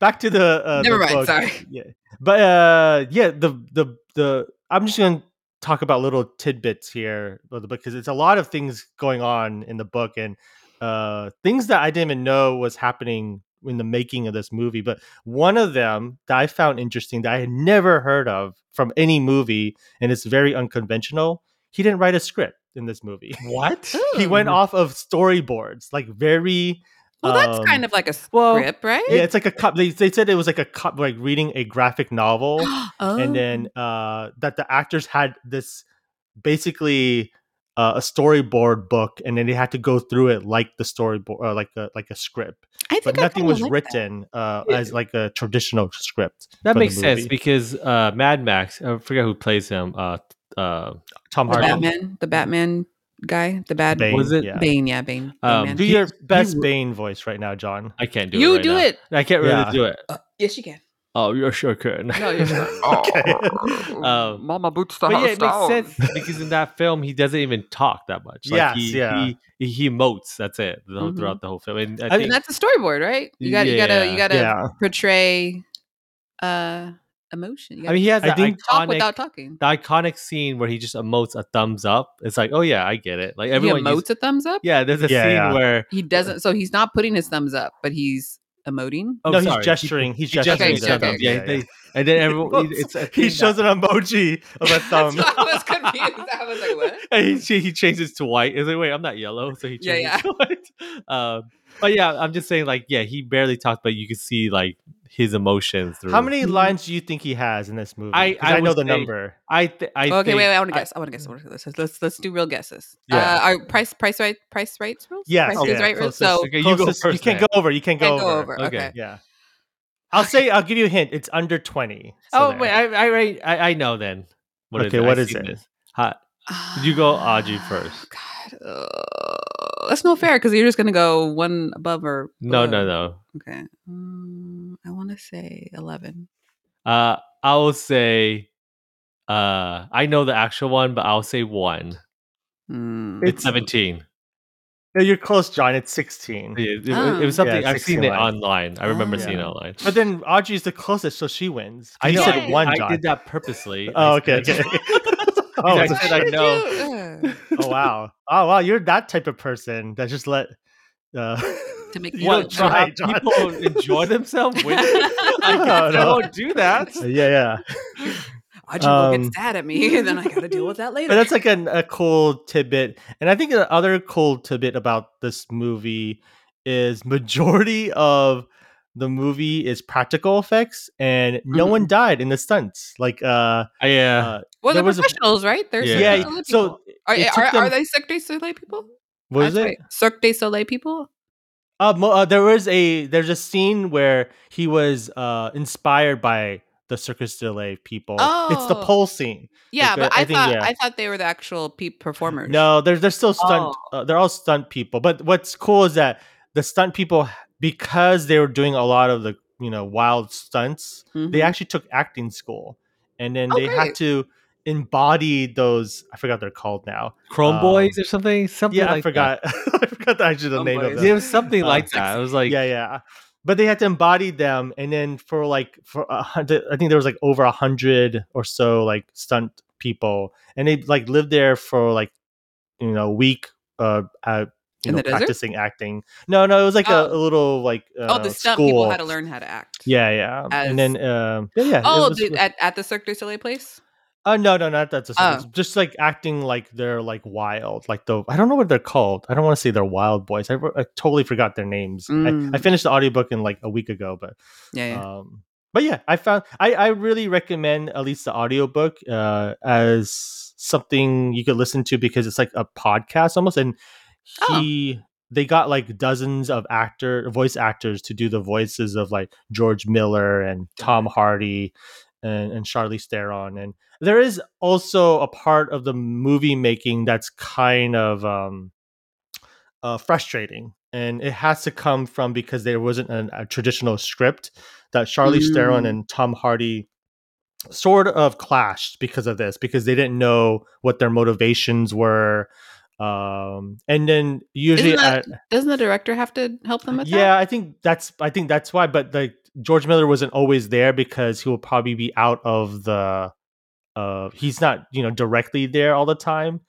Speaker 1: back to the uh
Speaker 2: Never
Speaker 1: the
Speaker 2: mind,
Speaker 1: book.
Speaker 2: sorry.
Speaker 1: yeah but uh yeah the the the i'm just gonna talk about little tidbits here of the book because it's a lot of things going on in the book and uh things that i didn't even know was happening in the making of this movie but one of them that i found interesting that i had never heard of from any movie and it's very unconventional he didn't write a script in this movie
Speaker 3: What?
Speaker 1: he went
Speaker 3: Hmm.
Speaker 1: off of storyboards, like very.
Speaker 2: Well, that's
Speaker 1: um,
Speaker 2: kind of like a script,
Speaker 1: well,
Speaker 2: right?
Speaker 1: Yeah, it's like a cop. They, they said it was like a cop, like reading a graphic novel,
Speaker 2: oh.
Speaker 1: and then uh, that the actors had this basically uh, a storyboard book, and then they had to go through it like the storyboard, uh, like a like a script,
Speaker 2: I think
Speaker 1: but
Speaker 2: I
Speaker 1: nothing
Speaker 2: kinda
Speaker 1: was
Speaker 2: like that.
Speaker 1: written uh,
Speaker 3: Yeah.
Speaker 1: as like a traditional script. for
Speaker 3: That
Speaker 1: the
Speaker 3: makes sense
Speaker 1: movie.
Speaker 3: because uh, Mad Max. I forget who plays him. Uh, uh,
Speaker 1: Tom
Speaker 2: The
Speaker 1: Hardy.
Speaker 2: Batman, the Batman guy, the bad
Speaker 1: Bane,
Speaker 3: Was it-
Speaker 1: yeah.
Speaker 2: Bane, yeah, Bane. Bane
Speaker 3: Um,
Speaker 2: Man.
Speaker 1: Do your best
Speaker 3: he-
Speaker 1: Bane voice right now, John.
Speaker 3: I can't do it.
Speaker 2: you
Speaker 3: right
Speaker 2: do
Speaker 3: now.
Speaker 2: it?
Speaker 3: I can't
Speaker 1: Yeah.
Speaker 3: really do it.
Speaker 2: Yes, you can.
Speaker 3: Oh, you're sure could.
Speaker 2: No, you're not.
Speaker 1: Okay.
Speaker 3: Um,
Speaker 6: Mama boots the
Speaker 3: but yeah,
Speaker 6: house
Speaker 3: it
Speaker 6: down.
Speaker 3: makes sense because in that film he doesn't even talk that much. Like
Speaker 1: Yes,
Speaker 3: he,
Speaker 1: yeah.
Speaker 3: he he emotes. That's it the whole-
Speaker 2: Mhm.
Speaker 3: throughout the whole film. And I
Speaker 1: I mean,
Speaker 2: And
Speaker 3: think
Speaker 2: that's a storyboard, right? You got, to you got to, you
Speaker 3: Yeah.
Speaker 2: got to
Speaker 1: yeah.
Speaker 2: portray uh, emotion. You
Speaker 3: I mean, he has
Speaker 1: I
Speaker 3: that
Speaker 1: think-
Speaker 2: talk
Speaker 3: iconic,
Speaker 2: without talking.
Speaker 3: the iconic scene where he just emotes a thumbs up. It's like, oh yeah, I get it. Like everyone,
Speaker 2: he emotes
Speaker 3: used-
Speaker 2: a thumbs up.
Speaker 3: yeah. There's a
Speaker 1: Yeah,
Speaker 3: scene
Speaker 1: yeah.
Speaker 3: where
Speaker 2: He doesn't. So he's not putting his thumbs up, but he's emoting.
Speaker 3: oh,
Speaker 1: no,
Speaker 3: sorry,
Speaker 1: he's
Speaker 3: he-
Speaker 1: gesturing. He's
Speaker 3: he gestures
Speaker 1: gesturing.
Speaker 2: Okay,
Speaker 3: with
Speaker 1: his
Speaker 2: okay,
Speaker 3: his
Speaker 1: thumb.
Speaker 3: thumbs. Yeah,
Speaker 1: Yeah, yeah.
Speaker 3: they- and then everyone,
Speaker 1: He,
Speaker 3: it's a
Speaker 1: he
Speaker 3: thing
Speaker 1: shows
Speaker 3: that-
Speaker 1: an emoji of a
Speaker 2: That's
Speaker 1: thumb.
Speaker 2: why I was confused. I was like, what?
Speaker 3: And he, cha- he changes to white. It's like, wait, I'm not yellow. So he
Speaker 2: Yeah,
Speaker 3: changes to white. Um, but yeah, I'm just saying, like, yeah, he barely talks, but you can see like his emotions through.
Speaker 1: How many lines do you think he has in this movie?
Speaker 3: I-
Speaker 1: 'Cause
Speaker 3: I
Speaker 1: know
Speaker 3: would
Speaker 1: the
Speaker 3: say-
Speaker 1: number.
Speaker 3: I, th- I
Speaker 2: okay,
Speaker 3: think,
Speaker 2: wait, wait. I want to guess. I, want to guess. I want to guess. Let's, let's let's do real guesses.
Speaker 3: Yeah.
Speaker 2: Uh, are price price right price rights rules?
Speaker 1: Yes,
Speaker 2: price is
Speaker 1: yeah,
Speaker 2: right rules.
Speaker 3: oh, closest-
Speaker 2: So
Speaker 3: okay, you go
Speaker 1: Closest- you,
Speaker 3: first.
Speaker 1: can't
Speaker 3: then.
Speaker 1: go over. You can't go
Speaker 2: can't
Speaker 1: over.
Speaker 2: go over.
Speaker 3: Okay.
Speaker 2: Okay.
Speaker 1: Yeah. I'll say. I'll give you a hint. It's under twenty. So
Speaker 3: oh
Speaker 1: there.
Speaker 3: wait, I, I I I know then.
Speaker 1: Okay,
Speaker 3: I
Speaker 1: what is
Speaker 3: seen
Speaker 1: it?
Speaker 3: this. Ha- You go Audrey first.
Speaker 2: Ah, God, uh, that's no fair because you're just gonna go one above or
Speaker 3: No,
Speaker 2: below.
Speaker 3: no, no.
Speaker 2: Okay, um, I want to say eleven.
Speaker 3: Uh, I will say, uh, I know the actual one, but I'll say one.
Speaker 2: Hmm.
Speaker 3: It's,
Speaker 1: It's-
Speaker 3: seventeen.
Speaker 1: No, you're close, John. It's sixteen.
Speaker 3: It, it- it
Speaker 2: Oh.
Speaker 3: was something
Speaker 1: Yeah,
Speaker 3: I've seen
Speaker 1: 16
Speaker 3: it
Speaker 1: lines.
Speaker 3: online. I remember
Speaker 2: Ah.
Speaker 3: seeing it
Speaker 1: Yeah.
Speaker 3: online.
Speaker 1: But then Audrey's the closest, so she wins.
Speaker 3: I
Speaker 1: You
Speaker 3: know.
Speaker 1: said one,
Speaker 3: I
Speaker 1: John.
Speaker 3: did that purposely.
Speaker 1: Oh,
Speaker 3: I
Speaker 1: okay.
Speaker 3: said-
Speaker 1: okay. oh,
Speaker 3: I
Speaker 1: so
Speaker 3: said
Speaker 1: she-
Speaker 3: I know.
Speaker 2: You, uh,
Speaker 1: oh, wow. Oh, wow. You're that type of person that just let. Uh,
Speaker 2: To make
Speaker 1: you
Speaker 2: you
Speaker 1: don't
Speaker 2: look
Speaker 1: try,
Speaker 2: bad.
Speaker 1: John.
Speaker 3: people enjoy themselves.
Speaker 2: uh,
Speaker 3: With
Speaker 1: No, no.
Speaker 3: I don't do that.
Speaker 1: yeah, yeah.
Speaker 2: Audrey will
Speaker 1: Um,
Speaker 2: get sad at me, and then I got to deal with that later.
Speaker 1: But that's like an, a cool tidbit. And I think the other cool tidbit about this movie is majority of the movie is practical effects and no one died in the stunts. Like uh
Speaker 3: Mm-hmm. Yeah.
Speaker 1: Uh,
Speaker 2: well,
Speaker 1: there
Speaker 2: they're
Speaker 1: was a-
Speaker 2: professionals, right? They're
Speaker 3: Yeah.
Speaker 1: yeah,
Speaker 2: Cirque du Soleil
Speaker 1: so
Speaker 2: people. are,
Speaker 1: it
Speaker 2: are,
Speaker 1: took them-
Speaker 2: are they Cirque du Soleil people?
Speaker 1: what is
Speaker 2: That's
Speaker 1: it?
Speaker 2: right. Cirque du Soleil people?
Speaker 1: Uh, mo- uh, there was a there's a scene where he was uh inspired by the Circus Delay people. It's the
Speaker 2: Oh.
Speaker 1: pole scene.
Speaker 2: Yeah,
Speaker 1: Like,
Speaker 2: but
Speaker 1: uh, I
Speaker 2: I,
Speaker 1: think,
Speaker 2: thought
Speaker 1: yeah.
Speaker 2: I thought they were the actual pe- performers.
Speaker 1: No, they're they're still stunt. Uh, they're all stunt people. But what's cool is that the stunt people, because they were doing a lot of the you know wild stunts,
Speaker 2: Mhm.
Speaker 1: they actually took acting school, and then
Speaker 2: Oh,
Speaker 1: they had
Speaker 2: great.
Speaker 1: to embody those. I forgot they're called now.
Speaker 3: Chrome
Speaker 1: um,
Speaker 3: Boys or something. Something.
Speaker 1: yeah,
Speaker 3: like
Speaker 1: I forgot.
Speaker 3: that.
Speaker 1: I forgot the, actually the
Speaker 2: Oh,
Speaker 1: name
Speaker 2: boy,
Speaker 1: of
Speaker 2: is
Speaker 1: them.
Speaker 3: It was something
Speaker 1: Uh,
Speaker 3: like that. It was like
Speaker 1: yeah, yeah. uh, But they had to embody them, and then for like for a hundred, I think there was like over a hundred or so like stunt people, and they like lived there for like you know a week, uh, uh you
Speaker 2: In
Speaker 1: know,
Speaker 2: the desert?
Speaker 1: practicing acting. No, no, it was like a,
Speaker 2: Oh.
Speaker 1: a little like uh,
Speaker 2: oh, the stuff
Speaker 1: school.
Speaker 2: people had to learn how to act.
Speaker 1: Yeah, yeah, and then um, yeah, yeah. it
Speaker 2: Oh,
Speaker 1: was-
Speaker 2: the, at, at the Cirque du Soleil place?
Speaker 1: uh, no, no, not that's
Speaker 2: Oh.
Speaker 1: just like acting like they're like wild, like the I don't know what they're called. I don't want to say they're wild boys. I, I totally forgot their names. I, I
Speaker 2: Mm.
Speaker 1: finished the audiobook in like a week ago, but
Speaker 2: Yeah, yeah.
Speaker 1: um but yeah i found i i really recommend at least the audiobook uh as something you could listen to because it's like a podcast almost and
Speaker 2: Oh.
Speaker 1: he they got like dozens of actor voice actors to do the voices of like george miller and tom hardy and, and Charlize Theron, and there is also a part of the movie making that's kind of um, uh, frustrating and it has to come from because there wasn't an, a traditional script that Charlie Theron
Speaker 2: Mm.
Speaker 1: and Tom Hardy sort of clashed because of this because they didn't know what their motivations were um and then usually
Speaker 2: Isn't that-
Speaker 1: at-
Speaker 2: Doesn't the director have to help them with
Speaker 1: yeah
Speaker 2: that?
Speaker 1: i think that's i think that's why but like george miller wasn't always there because he will probably be out of the uh he's not you know directly there all the time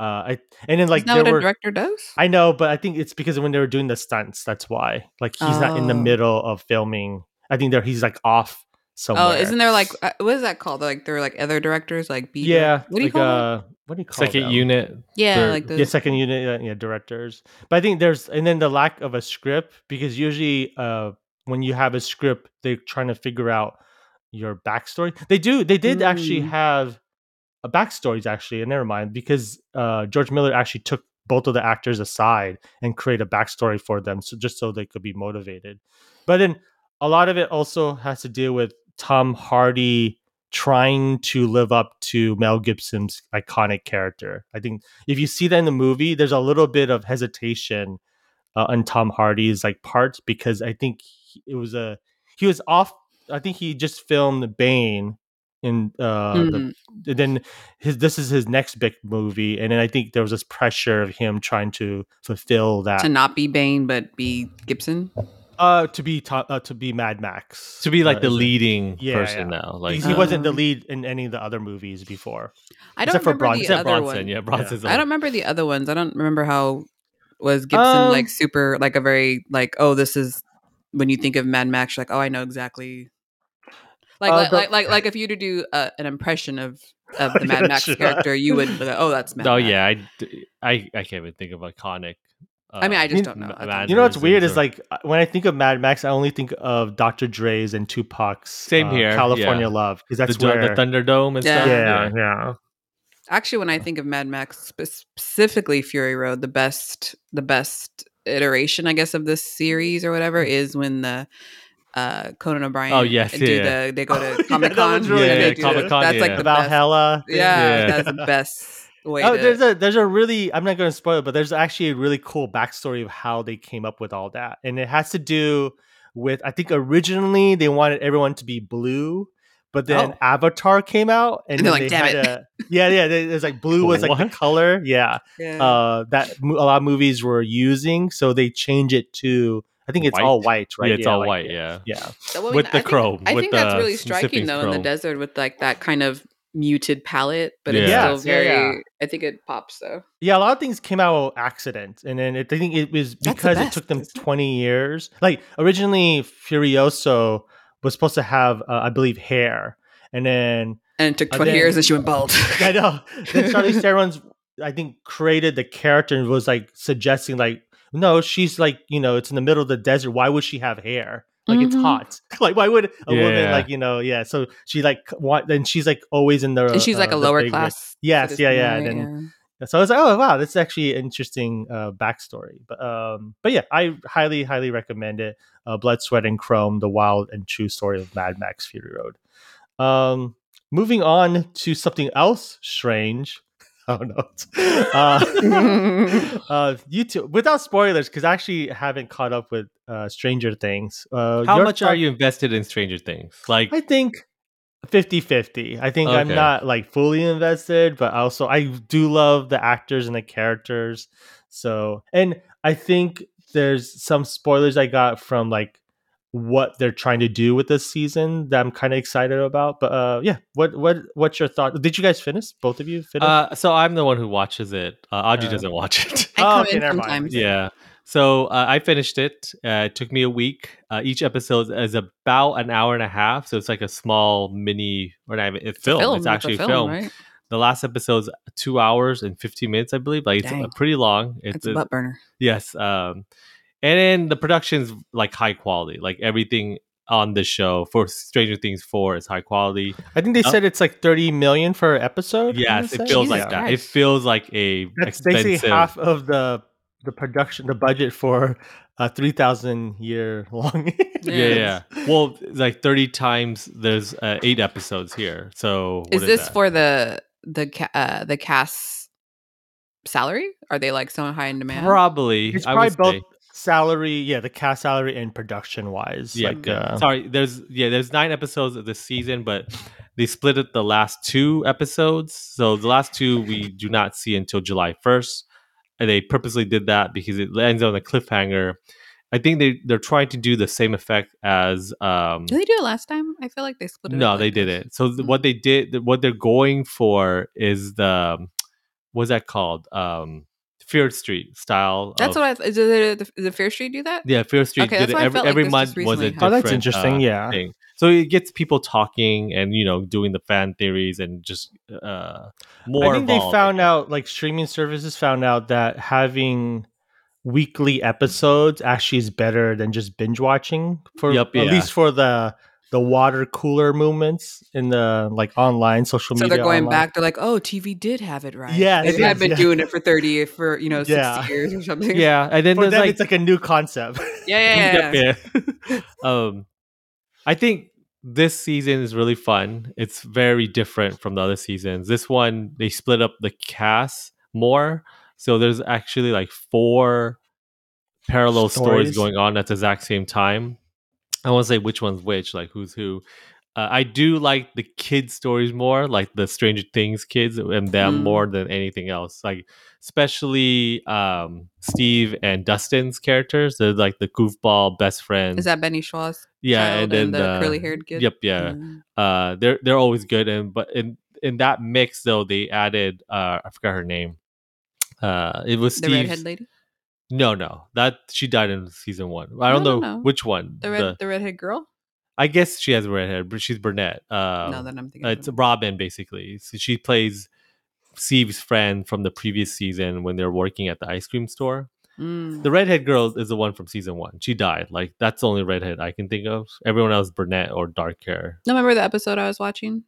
Speaker 1: uh i and then like
Speaker 2: Isn't that what
Speaker 1: there
Speaker 2: a
Speaker 1: were
Speaker 2: director does?
Speaker 1: I know, but I think it's because when they were doing the stunts, that's why. Like he's not in the
Speaker 2: Oh.
Speaker 1: middle of filming. I think there he's like off somewhere.
Speaker 2: Oh, isn't there like uh, what is that called? Like there were like other directors, like B.
Speaker 1: yeah?
Speaker 2: what do you
Speaker 1: like,
Speaker 2: call that?
Speaker 1: uh, What do you call
Speaker 3: second
Speaker 1: them?
Speaker 3: unit.
Speaker 2: Yeah,
Speaker 3: they're-
Speaker 2: like the
Speaker 1: Yeah, second unit. uh, Yeah, directors. But I think there's and then the lack of a script because usually uh, when you have a script, they're trying to figure out your backstory. They do. They did actually
Speaker 2: Mm.
Speaker 1: have a backstories actually. And never mind because uh, George Miller actually took both of the actors aside and create a backstory for them, so just so they could be motivated. But then a lot of it also has to deal with Tom Hardy trying to live up to Mel Gibson's iconic character. I think if you see that in the movie, there's a little bit of hesitation uh, on Tom Hardy's like part because I think he- it was a he was off. I think he just filmed Bane in uh, the
Speaker 2: Mhm.
Speaker 1: and then his this is his next big movie, and then I think there was this pressure of him trying to fulfill that.
Speaker 2: to not be Bane but be Gibson.
Speaker 1: uh, to be to, uh, to be Mad Max
Speaker 3: to be like
Speaker 1: Uh,
Speaker 3: the
Speaker 1: is it-
Speaker 3: leading
Speaker 1: Yeah,
Speaker 3: person
Speaker 1: yeah.
Speaker 3: now. Like
Speaker 1: Because he wasn't the
Speaker 2: Um,
Speaker 1: lead in any of the other movies before.
Speaker 2: I don't
Speaker 1: Except for
Speaker 2: remember
Speaker 1: Bronson.
Speaker 2: the
Speaker 3: except
Speaker 2: other
Speaker 3: Bronson.
Speaker 2: one.
Speaker 3: Yeah, Bronson's. the
Speaker 2: I
Speaker 3: one.
Speaker 2: don't remember the other ones. I don't remember how was Gibson
Speaker 1: Um,
Speaker 2: like super like a very like oh this is when you think of Mad Max you're like oh I know exactly like
Speaker 1: Uh,
Speaker 2: like,
Speaker 1: the-
Speaker 2: like like like if you to do uh, an impression of of the Mad
Speaker 1: Yeah,
Speaker 2: Max
Speaker 1: sure.
Speaker 2: character you would go, oh that's Mad
Speaker 3: oh
Speaker 2: Max.
Speaker 3: yeah, I, d- I- I can't even think of iconic.
Speaker 2: I mean, I just don't
Speaker 3: um,
Speaker 2: know.
Speaker 3: ma-
Speaker 2: I don't-
Speaker 3: mad
Speaker 1: You know what's
Speaker 3: reasons
Speaker 1: weird is
Speaker 3: or-
Speaker 1: like uh, when I think of Mad Max, I only think of Dr. Dre's and Tupac's
Speaker 3: Same
Speaker 1: uh,
Speaker 3: here, yeah.
Speaker 1: California Love because that's
Speaker 3: the,
Speaker 1: where
Speaker 3: the Thunderdome and
Speaker 2: Yeah.
Speaker 3: stuff.
Speaker 1: yeah, yeah.
Speaker 2: Actually, when I think of Mad Max, spe- specifically Fury Road, the best the best iteration, I guess, of this series or whatever
Speaker 1: Mm-hmm.
Speaker 2: is when the uh, Conan O'Brien.
Speaker 3: Oh, yes,
Speaker 2: do
Speaker 3: yeah.
Speaker 2: the, they go to
Speaker 1: Yeah,
Speaker 2: Comic
Speaker 1: that
Speaker 2: Con.
Speaker 1: one's really
Speaker 3: Yeah,
Speaker 2: they
Speaker 3: good, too. Comic-Con,
Speaker 2: That's like
Speaker 3: yeah.
Speaker 2: the best.
Speaker 1: Valhalla. thing.
Speaker 2: Yeah,
Speaker 3: Yeah.
Speaker 2: that's the best way.
Speaker 1: Oh,
Speaker 2: to,
Speaker 1: there's a there's a really I'm not going to spoil it, but there's actually a really cool backstory of how they came up with all that, and it has to do with I think originally they wanted everyone to be blue, but then
Speaker 2: Oh.
Speaker 1: Avatar came out, and,
Speaker 2: And they're
Speaker 1: then
Speaker 2: like,
Speaker 1: they
Speaker 2: "Damn
Speaker 1: had a- yeah, yeah, they- it's like blue was like
Speaker 3: What?
Speaker 1: the color, yeah,
Speaker 2: yeah.
Speaker 1: uh, that mo- a lot of movies were using, so they change it to I think it's all white, right?
Speaker 3: Yeah, it's all
Speaker 1: like-
Speaker 3: white. Yeah.
Speaker 1: yeah.
Speaker 2: Well, I mean,
Speaker 3: with
Speaker 2: I
Speaker 3: the
Speaker 2: think-
Speaker 3: chrome.
Speaker 2: I
Speaker 3: with
Speaker 2: think
Speaker 3: the
Speaker 2: that's really
Speaker 3: specific
Speaker 2: striking though in the
Speaker 3: chrome.
Speaker 2: desert with like that kind of muted palette, but it's
Speaker 3: Yeah.
Speaker 2: still
Speaker 1: Yes, yeah,
Speaker 2: very.
Speaker 1: yeah.
Speaker 2: I think it pops though.
Speaker 1: Yeah, a lot of things came out by accident, and then it, I think it was
Speaker 2: That's the
Speaker 1: because it
Speaker 2: best,
Speaker 1: took them
Speaker 2: isn't it?
Speaker 1: twenty years. Like originally, Furioso was supposed to have, uh, I believe, hair, and then
Speaker 2: And it took
Speaker 1: Uh,
Speaker 2: twenty
Speaker 1: then-
Speaker 2: years, and she went bald.
Speaker 1: I know then Charlize Theron's, I think, created the character and was like suggesting, like, no, she's like, you know, it's in the middle of the desert. Why would she have hair? Like it's
Speaker 2: Mhm.
Speaker 1: hot. like why would a woman
Speaker 3: Yeah.
Speaker 1: like you know? Yeah. So she like want, and she's like always in the
Speaker 2: and she's like
Speaker 1: uh,
Speaker 2: a
Speaker 1: the
Speaker 2: lower
Speaker 1: big-
Speaker 2: class.
Speaker 1: Yes. Yeah.
Speaker 2: citizen,
Speaker 1: Yeah.
Speaker 2: right?
Speaker 1: And then
Speaker 2: Yeah.
Speaker 1: so I was like, oh wow, that's actually an interesting uh, backstory. But um, but yeah, I highly highly recommend it. Uh, Blood, sweat, and chrome: the wild and true story of Mad Max Fury Road. Um, moving on to something else strange. Oh no! Uh, uh, you two, without spoilers, because I actually haven't caught up with uh, Stranger Things. Uh,
Speaker 3: How
Speaker 1: your
Speaker 3: much are
Speaker 1: thought-
Speaker 3: you invested in Stranger Things? Like,
Speaker 1: I think 50-50. I think I'm
Speaker 3: Okay.
Speaker 1: not like fully invested, but also I do love the actors and the characters. So, and I think there's some spoilers I got from like what they're trying to do with this season that I'm kind of excited about. But uh yeah, what what what's your thought? Did you guys finish? Both of you finish?
Speaker 3: uh, so I'm the one who watches it. Uh, Audrey
Speaker 1: Uh,
Speaker 3: doesn't watch it.
Speaker 2: I
Speaker 1: Oh,
Speaker 2: come
Speaker 1: okay,
Speaker 2: in
Speaker 1: never mind.
Speaker 2: sometimes.
Speaker 3: yeah. So uh, I finished it. Uh, it took me a week. Uh, each episode is about an hour and a half, so it's like a small mini or not even it's film. It's actually a film.
Speaker 2: right?
Speaker 3: The last episode's two hours and fifteen minutes, I believe. Like it's uh,
Speaker 2: Dang.
Speaker 3: pretty long. It's,
Speaker 2: It's a butt burner.
Speaker 3: Yes. Um, and then the production's like high quality. Like everything on the show for Stranger Things 4 is high quality.
Speaker 1: I think they
Speaker 3: uh,
Speaker 1: said it's like 30 million for an episode.
Speaker 3: Yes, it
Speaker 1: wanna say?
Speaker 3: feels like
Speaker 2: Jesus
Speaker 3: that. It
Speaker 2: Christ.
Speaker 3: feels like a
Speaker 1: That's
Speaker 3: expensive.
Speaker 1: basically half of the the production, the budget for a three thousand year long.
Speaker 3: yeah, yeah. yeah. Well, like 30 times there's uh, eight episodes here. So what
Speaker 2: Is this
Speaker 3: that?
Speaker 2: for the the ca- uh, the cast salary? Are they like so high in demand?
Speaker 3: probably
Speaker 1: It's
Speaker 3: I
Speaker 1: probably
Speaker 3: would
Speaker 1: both
Speaker 3: say.
Speaker 1: salary, yeah, the cast salary and production wise.
Speaker 3: Yeah,
Speaker 1: like,
Speaker 3: yeah.
Speaker 1: uh,
Speaker 3: sorry. There's yeah, there's nine episodes of this season, but they split it the last two episodes. So the last two we do not see until July first, and they purposely did that because it ends on a cliffhanger. I think they they're trying to do the same effect as um,
Speaker 2: Did they do it last time? I feel like they split it.
Speaker 3: no,
Speaker 2: up
Speaker 3: they
Speaker 2: like this.
Speaker 3: didn't. So th-
Speaker 2: Mm.
Speaker 3: what they did, th- what they're going for is the what's that called? Um, Fear Street style.
Speaker 2: That's
Speaker 3: of-
Speaker 2: what I. Th- did the, the Fair Street do that?
Speaker 3: yeah, Fear Street
Speaker 2: Okay,
Speaker 3: did
Speaker 2: that's
Speaker 3: it
Speaker 2: why I
Speaker 3: every
Speaker 2: felt like
Speaker 3: every
Speaker 2: this
Speaker 3: month
Speaker 2: just
Speaker 3: was a
Speaker 2: recently
Speaker 3: different.
Speaker 2: happened.
Speaker 1: oh, that's interesting.
Speaker 3: uh,
Speaker 1: yeah,
Speaker 3: thing. So it gets people talking and you know doing the fan theories and just uh more.
Speaker 1: I think they
Speaker 3: involved.
Speaker 1: found out like streaming services found out that having weekly episodes actually is better than just binge watching for
Speaker 3: Yep,
Speaker 1: at
Speaker 3: yeah.
Speaker 1: least for the the water cooler movements in the like online social
Speaker 2: So
Speaker 1: media
Speaker 2: they're going
Speaker 1: online.
Speaker 2: back. They're like, "Oh, TV did have it right.
Speaker 1: Yeah, it
Speaker 2: they have
Speaker 1: is,
Speaker 2: been
Speaker 1: yeah.
Speaker 2: doing it for thirty for you know sixty
Speaker 1: Yeah.
Speaker 2: years or something.
Speaker 3: Yeah, and then
Speaker 1: For
Speaker 3: there's
Speaker 1: them,
Speaker 3: like,
Speaker 1: it's like a new concept.
Speaker 2: yeah, yeah, yeah.
Speaker 3: Yep, yeah. um, I think this season is really fun. It's very different from the other seasons. This one they split up the cast more, so there's actually like four parallel stories,
Speaker 1: Stories.
Speaker 3: going on at the exact same time. I won't say which one's which, like who's who. Uh, I do like the kids' stories more, like the Stranger Things kids and them
Speaker 2: Mm.
Speaker 3: more than anything else. Like especially um, Steve and Dustin's characters. They're like the goofball best friends.
Speaker 2: Is that Benny Shaw's?
Speaker 3: yeah,
Speaker 2: child
Speaker 3: and then
Speaker 2: the
Speaker 3: uh,
Speaker 2: curly haired kid. Mm-hmm.
Speaker 3: Yep, yeah. Uh, they're they're always good, and but in in that mix though, they added uh, I forgot her name. Uh, it was
Speaker 2: The redhead
Speaker 3: Steve.
Speaker 2: lady,
Speaker 3: No, no, that she died in season one. I don't
Speaker 2: No, no,
Speaker 3: know
Speaker 2: no.
Speaker 3: which one.
Speaker 2: the red, the, redhead girl.
Speaker 3: I guess she has red hair, but she's brunette. Um,
Speaker 2: no, that I'm thinking.
Speaker 3: uh,
Speaker 2: of
Speaker 3: it's
Speaker 2: another-
Speaker 3: Robin basically. So she plays Steve's friend from the previous season when they're working at the ice cream store.
Speaker 2: Mm.
Speaker 3: The redhead girl is the one from season one. She died. Like that's the only redhead I can think of. Everyone else brunette or dark hair.
Speaker 2: No, remember the episode I was watching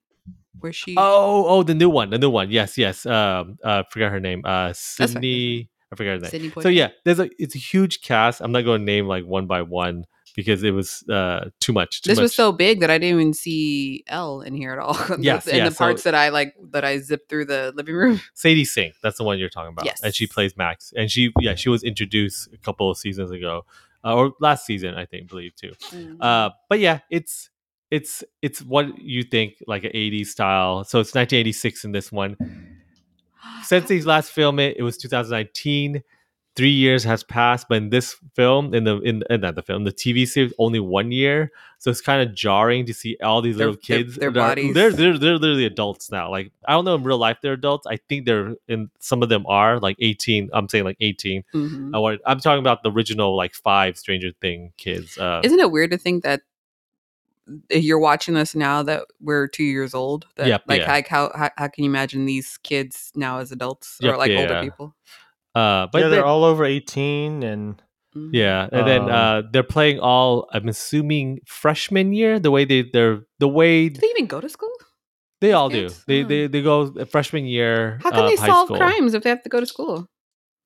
Speaker 2: where she?
Speaker 3: Oh, oh, the new one, the new one. Yes, yes. Um, uh, forgot her name. Uh,
Speaker 2: fine.
Speaker 3: Sydney. I forgot her name.
Speaker 2: Sydney
Speaker 3: So
Speaker 2: Poitier.
Speaker 3: yeah, there's a it's a huge cast. I'm not going to name like one by one because it was uh too much. Too
Speaker 2: this was
Speaker 3: much.
Speaker 2: so big that I didn't even see L in here at all.
Speaker 3: Yes,
Speaker 2: in
Speaker 3: yeah,
Speaker 2: the parts
Speaker 3: so-
Speaker 2: that I like that I zipped through the living room.
Speaker 3: Sadie Sink. That's the one you're talking about.
Speaker 2: Yes.
Speaker 3: And she plays Max. And she, yeah, she was introduced a couple of seasons ago, uh, or last season, I think, believe too. Uh, but yeah, it's it's it's what you think like an '80s style. So it's 1986 in this
Speaker 2: Oh,
Speaker 3: one. Since his last film, it, it was 2019. Three years has passed, but in this film, in the in, in not the film, the TV series, only one year. So it's kind of jarring to see all these
Speaker 2: Their-
Speaker 3: little
Speaker 2: their-
Speaker 3: kids.
Speaker 2: their
Speaker 3: that are-
Speaker 2: bodies.
Speaker 3: They're, they're they're literally adults now. Like I don't know in real life they're adults. I think they're in some of them are like 18. I'm saying like 18.
Speaker 2: Mhm.
Speaker 3: I want, I'm talking about the original like five Stranger Thing kids. Uh,
Speaker 2: Isn't it weird to think that you're watching this now that we're two years old? That,
Speaker 3: Yep,
Speaker 2: Like,
Speaker 3: yeah.
Speaker 2: like how, how how can you imagine these kids now as adults or
Speaker 3: Yep,
Speaker 2: like
Speaker 3: yeah,
Speaker 2: older
Speaker 3: yeah.
Speaker 2: people?
Speaker 3: uh, but
Speaker 1: yeah,
Speaker 3: they-
Speaker 1: they're all over 18 and
Speaker 2: Mm.
Speaker 3: Yeah, and then
Speaker 1: Um,
Speaker 3: uh, they're playing all. I'm assuming freshman year. The way they they're the way
Speaker 2: Do they even go to school?
Speaker 3: they all do.
Speaker 2: kids?
Speaker 3: They
Speaker 2: Hmm.
Speaker 3: they, they go freshman year.
Speaker 2: How can
Speaker 3: of
Speaker 2: they
Speaker 3: Uh, high
Speaker 2: solve
Speaker 3: school.
Speaker 2: crimes if they have to go to school?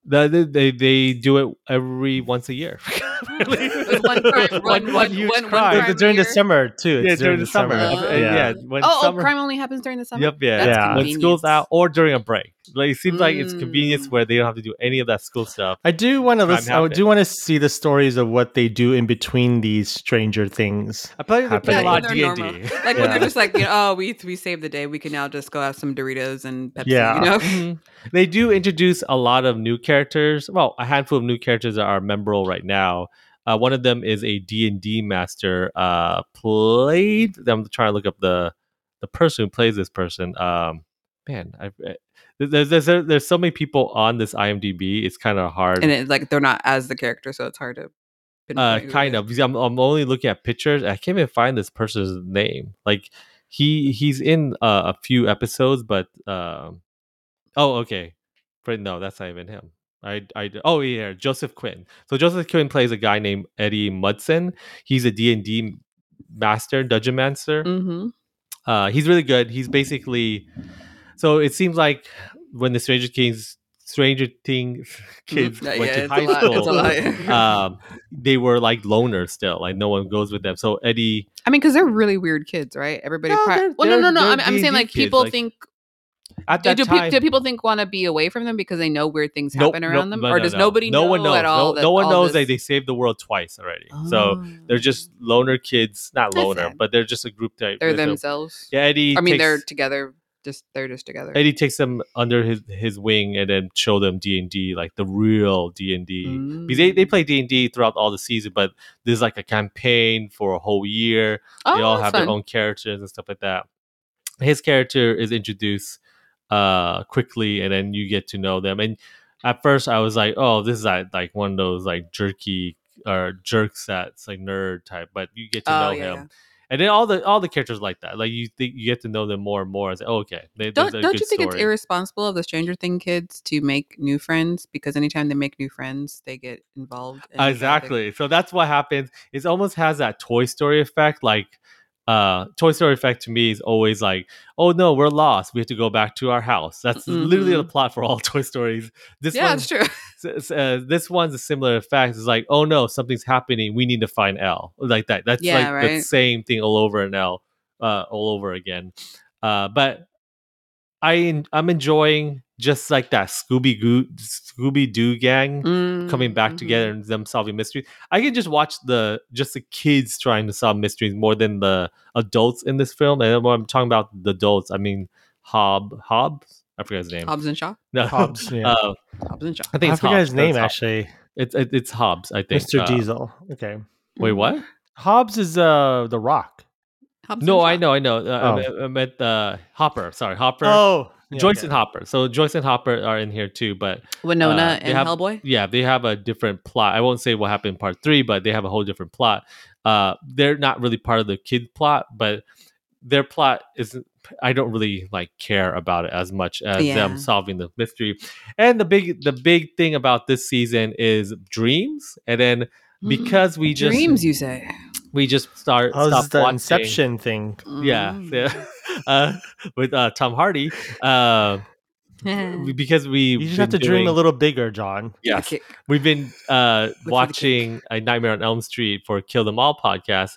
Speaker 3: They, they- they they do it every once a year. Really.
Speaker 2: It's one crime, one- one-
Speaker 3: huge
Speaker 2: one- one
Speaker 3: crime.
Speaker 2: crime.
Speaker 1: It's during the
Speaker 2: year.
Speaker 1: summer too.
Speaker 3: Yeah,
Speaker 1: It's
Speaker 3: during, the summer.
Speaker 2: summer.
Speaker 3: Uh, yeah,
Speaker 2: Oh.
Speaker 3: when
Speaker 2: oh, oh,
Speaker 3: summer.
Speaker 2: crime only happens during the summer.
Speaker 3: Yep, yeah,
Speaker 2: That's
Speaker 1: Yeah.
Speaker 3: when school's
Speaker 2: convenience.
Speaker 3: out or during a break. Like it seems like it's convenience
Speaker 2: Mm.
Speaker 3: where they don't have to do any of that school stuff.
Speaker 1: I do want to
Speaker 3: Crime
Speaker 1: listen. I
Speaker 3: happened.
Speaker 1: do want to see the stories of what they do in between these Stranger Things.
Speaker 3: I probably they play a
Speaker 1: Happening.
Speaker 2: like
Speaker 3: lot of
Speaker 2: when
Speaker 3: D
Speaker 2: they're
Speaker 3: and
Speaker 2: normal.
Speaker 3: D.
Speaker 2: Like when
Speaker 1: Yeah.
Speaker 2: they're just like, you know, oh, we we saved the day. We can now just go have some Doritos and Pepsi.
Speaker 1: Yeah.
Speaker 2: You know?
Speaker 3: Mhm. they do introduce a lot of new characters. Well, a handful of new characters that are memorable right now. Uh, one of them is a D and D master uh, played. I'm trying to look up the the person who plays this person. Um, man, I, I- there's, there's there's so many people on this IMDb. It's kind of hard.
Speaker 2: And it, like they're not as the character, so it's hard to.
Speaker 3: uh,
Speaker 2: pinpoint who it
Speaker 3: kind
Speaker 2: is.
Speaker 3: of. because I'm, I'm only looking at pictures. I can't even find this person's name. Like he he's in uh, a few episodes, but um, oh okay, but no, that's not even him. I, I oh yeah, Joseph Quinn. So Joseph Quinn plays a guy named Eddie Mudson. He's a D and D master, dungeon master.
Speaker 2: Mm-hmm.
Speaker 3: Uh, he's really good. He's basically so it seems like when the Stranger Kings Stranger Things kids
Speaker 2: Mm-hmm. Yeah,
Speaker 3: went
Speaker 2: yeah,
Speaker 3: to
Speaker 2: it's a
Speaker 3: high
Speaker 2: lot-
Speaker 3: school
Speaker 2: it's a lot.
Speaker 3: um, they were like loners still. Like no one goes with them. So Eddie,
Speaker 2: I mean, because they're really weird kids, right? Everybody.
Speaker 3: No,
Speaker 2: pri-
Speaker 3: they're-
Speaker 2: well, no, no,
Speaker 3: they're-
Speaker 2: no.
Speaker 3: they're
Speaker 2: I'm, I'm
Speaker 3: D&D
Speaker 2: saying like
Speaker 3: kids,
Speaker 2: people
Speaker 3: like,
Speaker 2: think.
Speaker 3: at
Speaker 2: Do,
Speaker 3: that
Speaker 2: do, pe-
Speaker 3: time,
Speaker 2: do people think want to be away from them because they know weird things
Speaker 3: Nope,
Speaker 2: happen
Speaker 3: nope,
Speaker 2: around them,
Speaker 3: no,
Speaker 2: or
Speaker 3: no,
Speaker 2: does
Speaker 3: no.
Speaker 2: nobody
Speaker 3: No
Speaker 2: know
Speaker 3: one knows.
Speaker 2: at all?
Speaker 3: No,
Speaker 2: that
Speaker 3: no one
Speaker 2: all
Speaker 3: knows
Speaker 2: this- Oh.
Speaker 3: that they saved the world twice already. So they're just loner kids, not
Speaker 2: That's
Speaker 3: loner,
Speaker 2: sad.
Speaker 3: but they're just a group that
Speaker 2: they're
Speaker 3: with them.
Speaker 2: themselves.
Speaker 3: Yeah, E Eddie.
Speaker 2: I mean,
Speaker 3: takes,
Speaker 2: they're together. Just they're just together.
Speaker 3: Eddie takes them under his his wing and then show them D and D, like the real D and D.
Speaker 2: Mm.
Speaker 3: Because they, they play D and D throughout all the season, but there's like a campaign for a whole year.
Speaker 2: Oh,
Speaker 3: they all
Speaker 2: that's
Speaker 3: have
Speaker 2: fun.
Speaker 3: their own characters and stuff like that. His character is introduced uh quickly, and then you get to know them. And at first, I was like, "Oh, this is like, like one of those like jerky or jerks that's like nerd type," but you get to
Speaker 2: Oh,
Speaker 3: know
Speaker 2: yeah,
Speaker 3: him.
Speaker 2: yeah.
Speaker 3: And then all the all the characters like that. Like you think you get to know them more and more. It's like, oh, okay. They,
Speaker 2: Don't don't you think it's irresponsible of the Stranger Thing kids to make new friends because anytime they make new friends, they get involved. in other-
Speaker 3: Exactly. So that's what happens. It almost has that Toy Story effect. Like, uh, Toy Story effect to me is always like, oh no, we're lost. We have to go back to our house. That's literally the plot for all Toy Stories. This
Speaker 2: Mm-hmm. Yeah,
Speaker 3: one,
Speaker 2: it's true.
Speaker 3: s- s- uh, this one's a similar effect. It's like, oh no, something's happening. We need to find L. Like that. That's
Speaker 2: Yeah,
Speaker 3: like the
Speaker 2: right.
Speaker 3: same thing all over and L, uh, all over again. Uh, but I en- I'm enjoying just like that Scooby Goo Scooby Doo gang
Speaker 2: Mm,
Speaker 3: coming back
Speaker 2: mhm.
Speaker 3: together and them solving mysteries. I can just watch the just the kids trying to solve mysteries more than the adults in this film. And when I'm talking about the adults, I mean Hob Hobbs. I forget his name.
Speaker 2: Hobbs and Shaw.
Speaker 3: No,
Speaker 1: Hobbs, yeah.
Speaker 3: Uh,
Speaker 2: Hobbs and Shaw.
Speaker 3: I think
Speaker 1: I
Speaker 3: it's
Speaker 1: forgot
Speaker 3: Hobbs.
Speaker 1: his name
Speaker 3: That's Hob-
Speaker 1: actually.
Speaker 3: It's it, it's Hobbs. I think
Speaker 1: Mr.
Speaker 3: Uh,
Speaker 1: Diesel. Okay.
Speaker 3: Wait, what?
Speaker 1: Hobbs is uh the Rock.
Speaker 2: Hobbs
Speaker 3: No,
Speaker 2: and
Speaker 3: I
Speaker 2: Shaw.
Speaker 3: know, I know. Uh,
Speaker 1: Oh.
Speaker 3: I, meant- I meant uh, Hopper. Sorry, Hopper.
Speaker 1: Oh,
Speaker 3: Joyce and Hopper. So Joyce and Hopper are in here too, but
Speaker 2: Winona
Speaker 3: Uh, they
Speaker 2: and
Speaker 3: have-
Speaker 2: Hellboy.
Speaker 3: yeah, they have a different plot. I won't say what happened in part three, but they have a whole different plot. Uh, they're not really part of the kid plot, but their plot is I don't really like care about it as much as
Speaker 2: Yeah.
Speaker 3: them solving the mystery. And the big the big thing about this season is dreams, and then because we just
Speaker 2: Mm-hmm. dreams, you say.
Speaker 3: we just start
Speaker 1: How's
Speaker 3: stop
Speaker 1: the
Speaker 3: watching-
Speaker 1: Inception thing?
Speaker 3: yeah,
Speaker 2: Mm-hmm.
Speaker 3: yeah. uh, with uh, Tom Hardy. Uh,
Speaker 2: Mm.
Speaker 3: because we
Speaker 1: You just have to dream a little bigger, John.
Speaker 3: Yes,
Speaker 2: Okay.
Speaker 3: we've been uh,
Speaker 2: for the
Speaker 3: watching a Nightmare on Elm Street for Kill Them All podcast.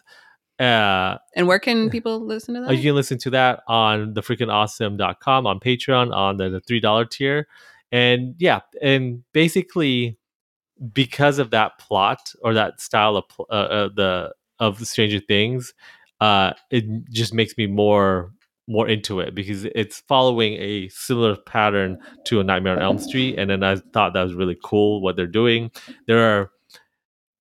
Speaker 3: Uh,
Speaker 2: And where can people listen to that?
Speaker 3: You can listen to that on the freakinawesome.com on Patreon on the, the three dollar tier, and yeah, and basically because of that plot or that style of pl- uh, uh, the of Stranger Things, uh, it just makes me more more into it because it's following a similar pattern to a Nightmare on Elm Street, and then I thought that was really cool what they're doing. There are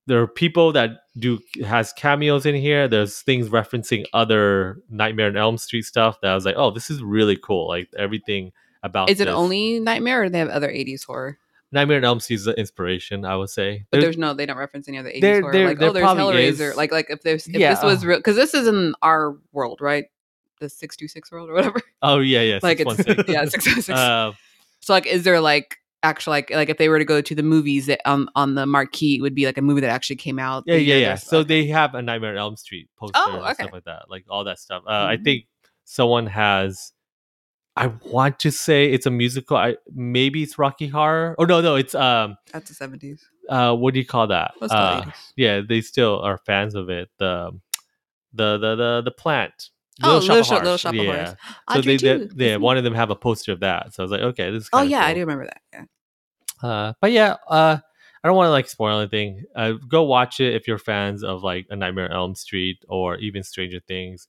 Speaker 3: there are people that do has cameos in here. There's things referencing other Nightmare on Elm Street stuff that I was like, oh, this is really cool. Like everything about
Speaker 2: Is it
Speaker 3: this.
Speaker 2: only Nightmare or they have other 80s horror?
Speaker 3: Nightmare on Elm Street is the inspiration? I would say.
Speaker 2: But
Speaker 3: There's-
Speaker 2: there's no, they don't reference any other 80s
Speaker 3: There-
Speaker 2: horror.
Speaker 3: there-
Speaker 2: like,
Speaker 3: there
Speaker 2: oh, there's
Speaker 3: probably
Speaker 2: Hellraiser.
Speaker 3: is.
Speaker 2: Like, like if there's if
Speaker 3: Yeah. uh-huh.
Speaker 2: this was real, because this is in our world, right? The six two six world or whatever.
Speaker 3: oh yeah, yeah,
Speaker 2: like it's
Speaker 3: 616.
Speaker 2: yeah, six two six.
Speaker 3: Uh,
Speaker 2: so like, is there like actual like like if they were to go to the movies that on on the marquee it would be like a movie that actually came out?
Speaker 3: yeah,
Speaker 2: the
Speaker 3: yeah,
Speaker 2: year
Speaker 3: yeah.
Speaker 2: this-
Speaker 3: So
Speaker 2: okay.
Speaker 3: they have a Nightmare on Elm Street poster
Speaker 2: Oh,
Speaker 3: and
Speaker 2: okay.
Speaker 3: stuff like that, like all that stuff. Uh, I
Speaker 2: Mhm.
Speaker 3: think someone has. I want to say it's a musical. I maybe it's Rocky Horror. Oh no, no, it's um,
Speaker 2: that's the seventies.
Speaker 3: uh, what do you call that?
Speaker 2: That's
Speaker 3: Uh,
Speaker 2: the 80s.
Speaker 3: yeah, they still are fans of it. The um, the the the, the plant.
Speaker 2: Oh, Little
Speaker 3: Shop of
Speaker 2: Shop, Little
Speaker 3: Horrors.
Speaker 2: Shop of Horrors.
Speaker 3: So
Speaker 2: Audrey
Speaker 3: they, they,
Speaker 2: too,
Speaker 3: yeah,
Speaker 2: isn't
Speaker 3: one of them have a poster of that. So I was like, okay, this is.
Speaker 2: Oh
Speaker 3: kinda
Speaker 2: yeah, I
Speaker 3: cool.
Speaker 2: do remember that. Yeah.
Speaker 3: Uh, but yeah, uh, I don't want to like spoil anything. Uh, go watch it if you're fans of like A Nightmare on Elm Street or even Stranger Things.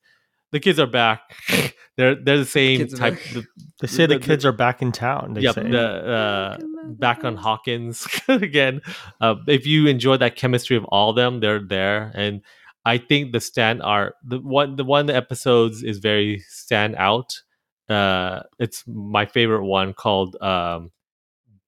Speaker 3: The kids are back. they're they're the same
Speaker 2: kids are
Speaker 3: type.
Speaker 2: back.
Speaker 3: The,
Speaker 1: They say the,
Speaker 3: The- the-
Speaker 1: kids are back in town. They
Speaker 3: yep,
Speaker 1: say.
Speaker 3: the, uh, back on Hawkins again. Uh, if you enjoy that chemistry of all of them, they're there. And I think the stand art, the one, the one of the episodes is very stand out. Uh, it's my favorite one called um,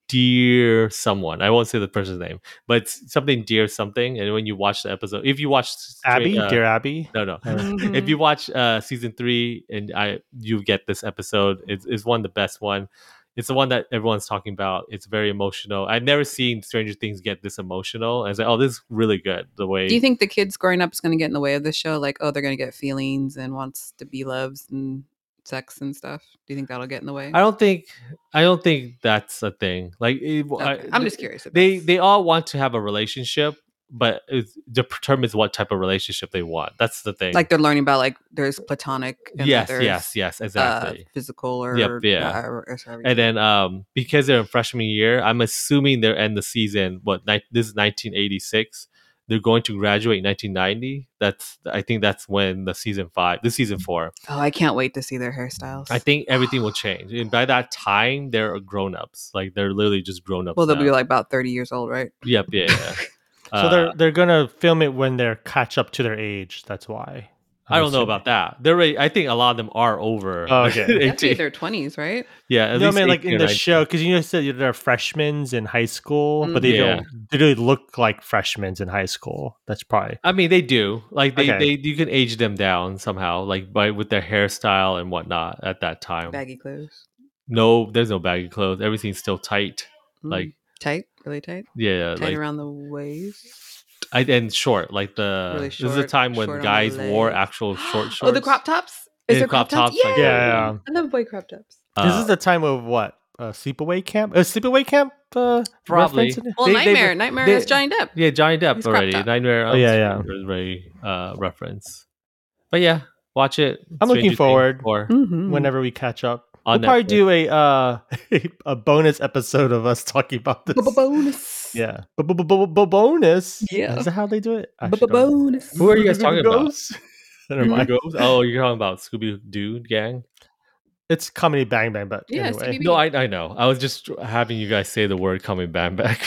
Speaker 3: "Dear Someone." I won't say the person's name, but it's something "Dear Something." And when you watch the episode, if you watch stra-
Speaker 1: Abby,
Speaker 3: uh,
Speaker 1: dear Abby.
Speaker 3: no, no.
Speaker 1: Uh,
Speaker 2: Mm-hmm.
Speaker 3: If you watch uh, season three and I you get this episode, it's, it's one of the best one. It's the one that everyone's talking about. It's very emotional. I've never seen Stranger Things get this emotional. I was like, oh, this is really good. The way
Speaker 2: do you think the kids growing up is going to get in the way of this show? Like, oh, they're going to get feelings and wants to be loves and sex and stuff. Do you think that'll get in the way?
Speaker 3: I don't think I don't think that's a thing. Like it,
Speaker 2: Okay.
Speaker 3: I,
Speaker 2: I'm just curious. if
Speaker 3: They
Speaker 2: that's-
Speaker 3: they all want to have a relationship, but it determines what type of relationship they want. That's the thing.
Speaker 2: like they're learning about like there's platonic. And
Speaker 3: yes,
Speaker 2: there's,
Speaker 3: yes, yes, exactly.
Speaker 2: Uh, physical or
Speaker 3: Yep, yeah.
Speaker 2: uh, or- or sorry.
Speaker 3: And then um because they're in freshman year, I'm assuming they're end the season. What ni- this is 1986. They're going to graduate in 1990. That's I think that's when the season five, the season four.
Speaker 2: oh, I can't wait to see their hairstyles.
Speaker 3: I think everything will change, and by that time they're grown ups. Like they're literally just grown ups.
Speaker 2: well, they'll be like about 30 years old, right?
Speaker 3: yep, yeah. yeah.
Speaker 1: so
Speaker 3: Uh,
Speaker 1: they're they're gonna film it when they're catch up to their age. That's why.
Speaker 3: I don't know about that. They're already, I think a lot of them are over.
Speaker 1: Oh, okay. That'd
Speaker 2: They have to be
Speaker 3: 18.
Speaker 2: their 20s, right?
Speaker 3: Yeah, at
Speaker 1: No, I
Speaker 3: least
Speaker 1: mean like
Speaker 3: 18
Speaker 1: in
Speaker 3: or
Speaker 1: the
Speaker 3: 19.
Speaker 1: show because you know said they're freshmen in high
Speaker 2: Mm-hmm.
Speaker 1: school, but they
Speaker 3: Yeah.
Speaker 1: don't. They really look like freshmen in high school. That's probably.
Speaker 3: I mean, they do. Like they,
Speaker 1: Okay.
Speaker 3: they, you can age them down somehow, like by with their hairstyle and whatnot at that time.
Speaker 2: Baggy clothes.
Speaker 3: No, there's no baggy clothes. Everything's still tight.
Speaker 2: Mm.
Speaker 3: Like
Speaker 2: tight, really tight,
Speaker 3: yeah,
Speaker 2: tight
Speaker 3: like
Speaker 2: around the waist.
Speaker 3: I, and short. Like the
Speaker 2: Really
Speaker 3: this is a
Speaker 2: short-
Speaker 3: time when
Speaker 2: short on the
Speaker 3: guys wore
Speaker 2: legs.
Speaker 3: actual short shorts.
Speaker 2: Oh, the crop tops? Is
Speaker 3: Yeah,
Speaker 2: there crop,
Speaker 3: crop
Speaker 2: tops?
Speaker 3: tops, like-
Speaker 1: Yeah, yeah.
Speaker 2: I love boy crop tops.
Speaker 3: Uh,
Speaker 1: this is the time of what uh, sleepaway camp? Uh, sleepaway camp? Uh,
Speaker 3: Probably.
Speaker 1: reference in it?
Speaker 2: Well,
Speaker 3: They- they-
Speaker 2: Nightmare, Nightmare
Speaker 3: they-
Speaker 2: has joined up.
Speaker 3: yeah Johnny
Speaker 2: He's
Speaker 3: Depp
Speaker 2: crop
Speaker 3: already.
Speaker 2: top.
Speaker 3: Nightmare.
Speaker 1: Oh,
Speaker 3: on
Speaker 1: yeah,
Speaker 3: Elm Street was Very uh, reference. But yeah, watch it.
Speaker 1: I'm looking
Speaker 3: Stranger Things
Speaker 1: forward.
Speaker 3: four.
Speaker 1: Mm-hmm.
Speaker 2: Mhm.
Speaker 1: Whenever we catch up, We'll
Speaker 3: Mm. on
Speaker 1: probably
Speaker 3: Netflix.
Speaker 1: do a uh, a bonus episode of us talking about this.
Speaker 2: Bonus.
Speaker 1: Yeah, bonus.
Speaker 2: Yeah.
Speaker 1: is that how they do it? I actually don't know.
Speaker 2: Bonus.
Speaker 3: Who are you guys talking about?
Speaker 1: Goes?
Speaker 2: Mm-hmm.
Speaker 1: Never mind.
Speaker 3: Goes? Oh, you're talking about Scooby Doo gang.
Speaker 1: It's comedy Bang Bang, but
Speaker 2: Yeah,
Speaker 1: anyway.
Speaker 2: CBB.
Speaker 3: No, I I know. I was just having you guys say the word coming back back.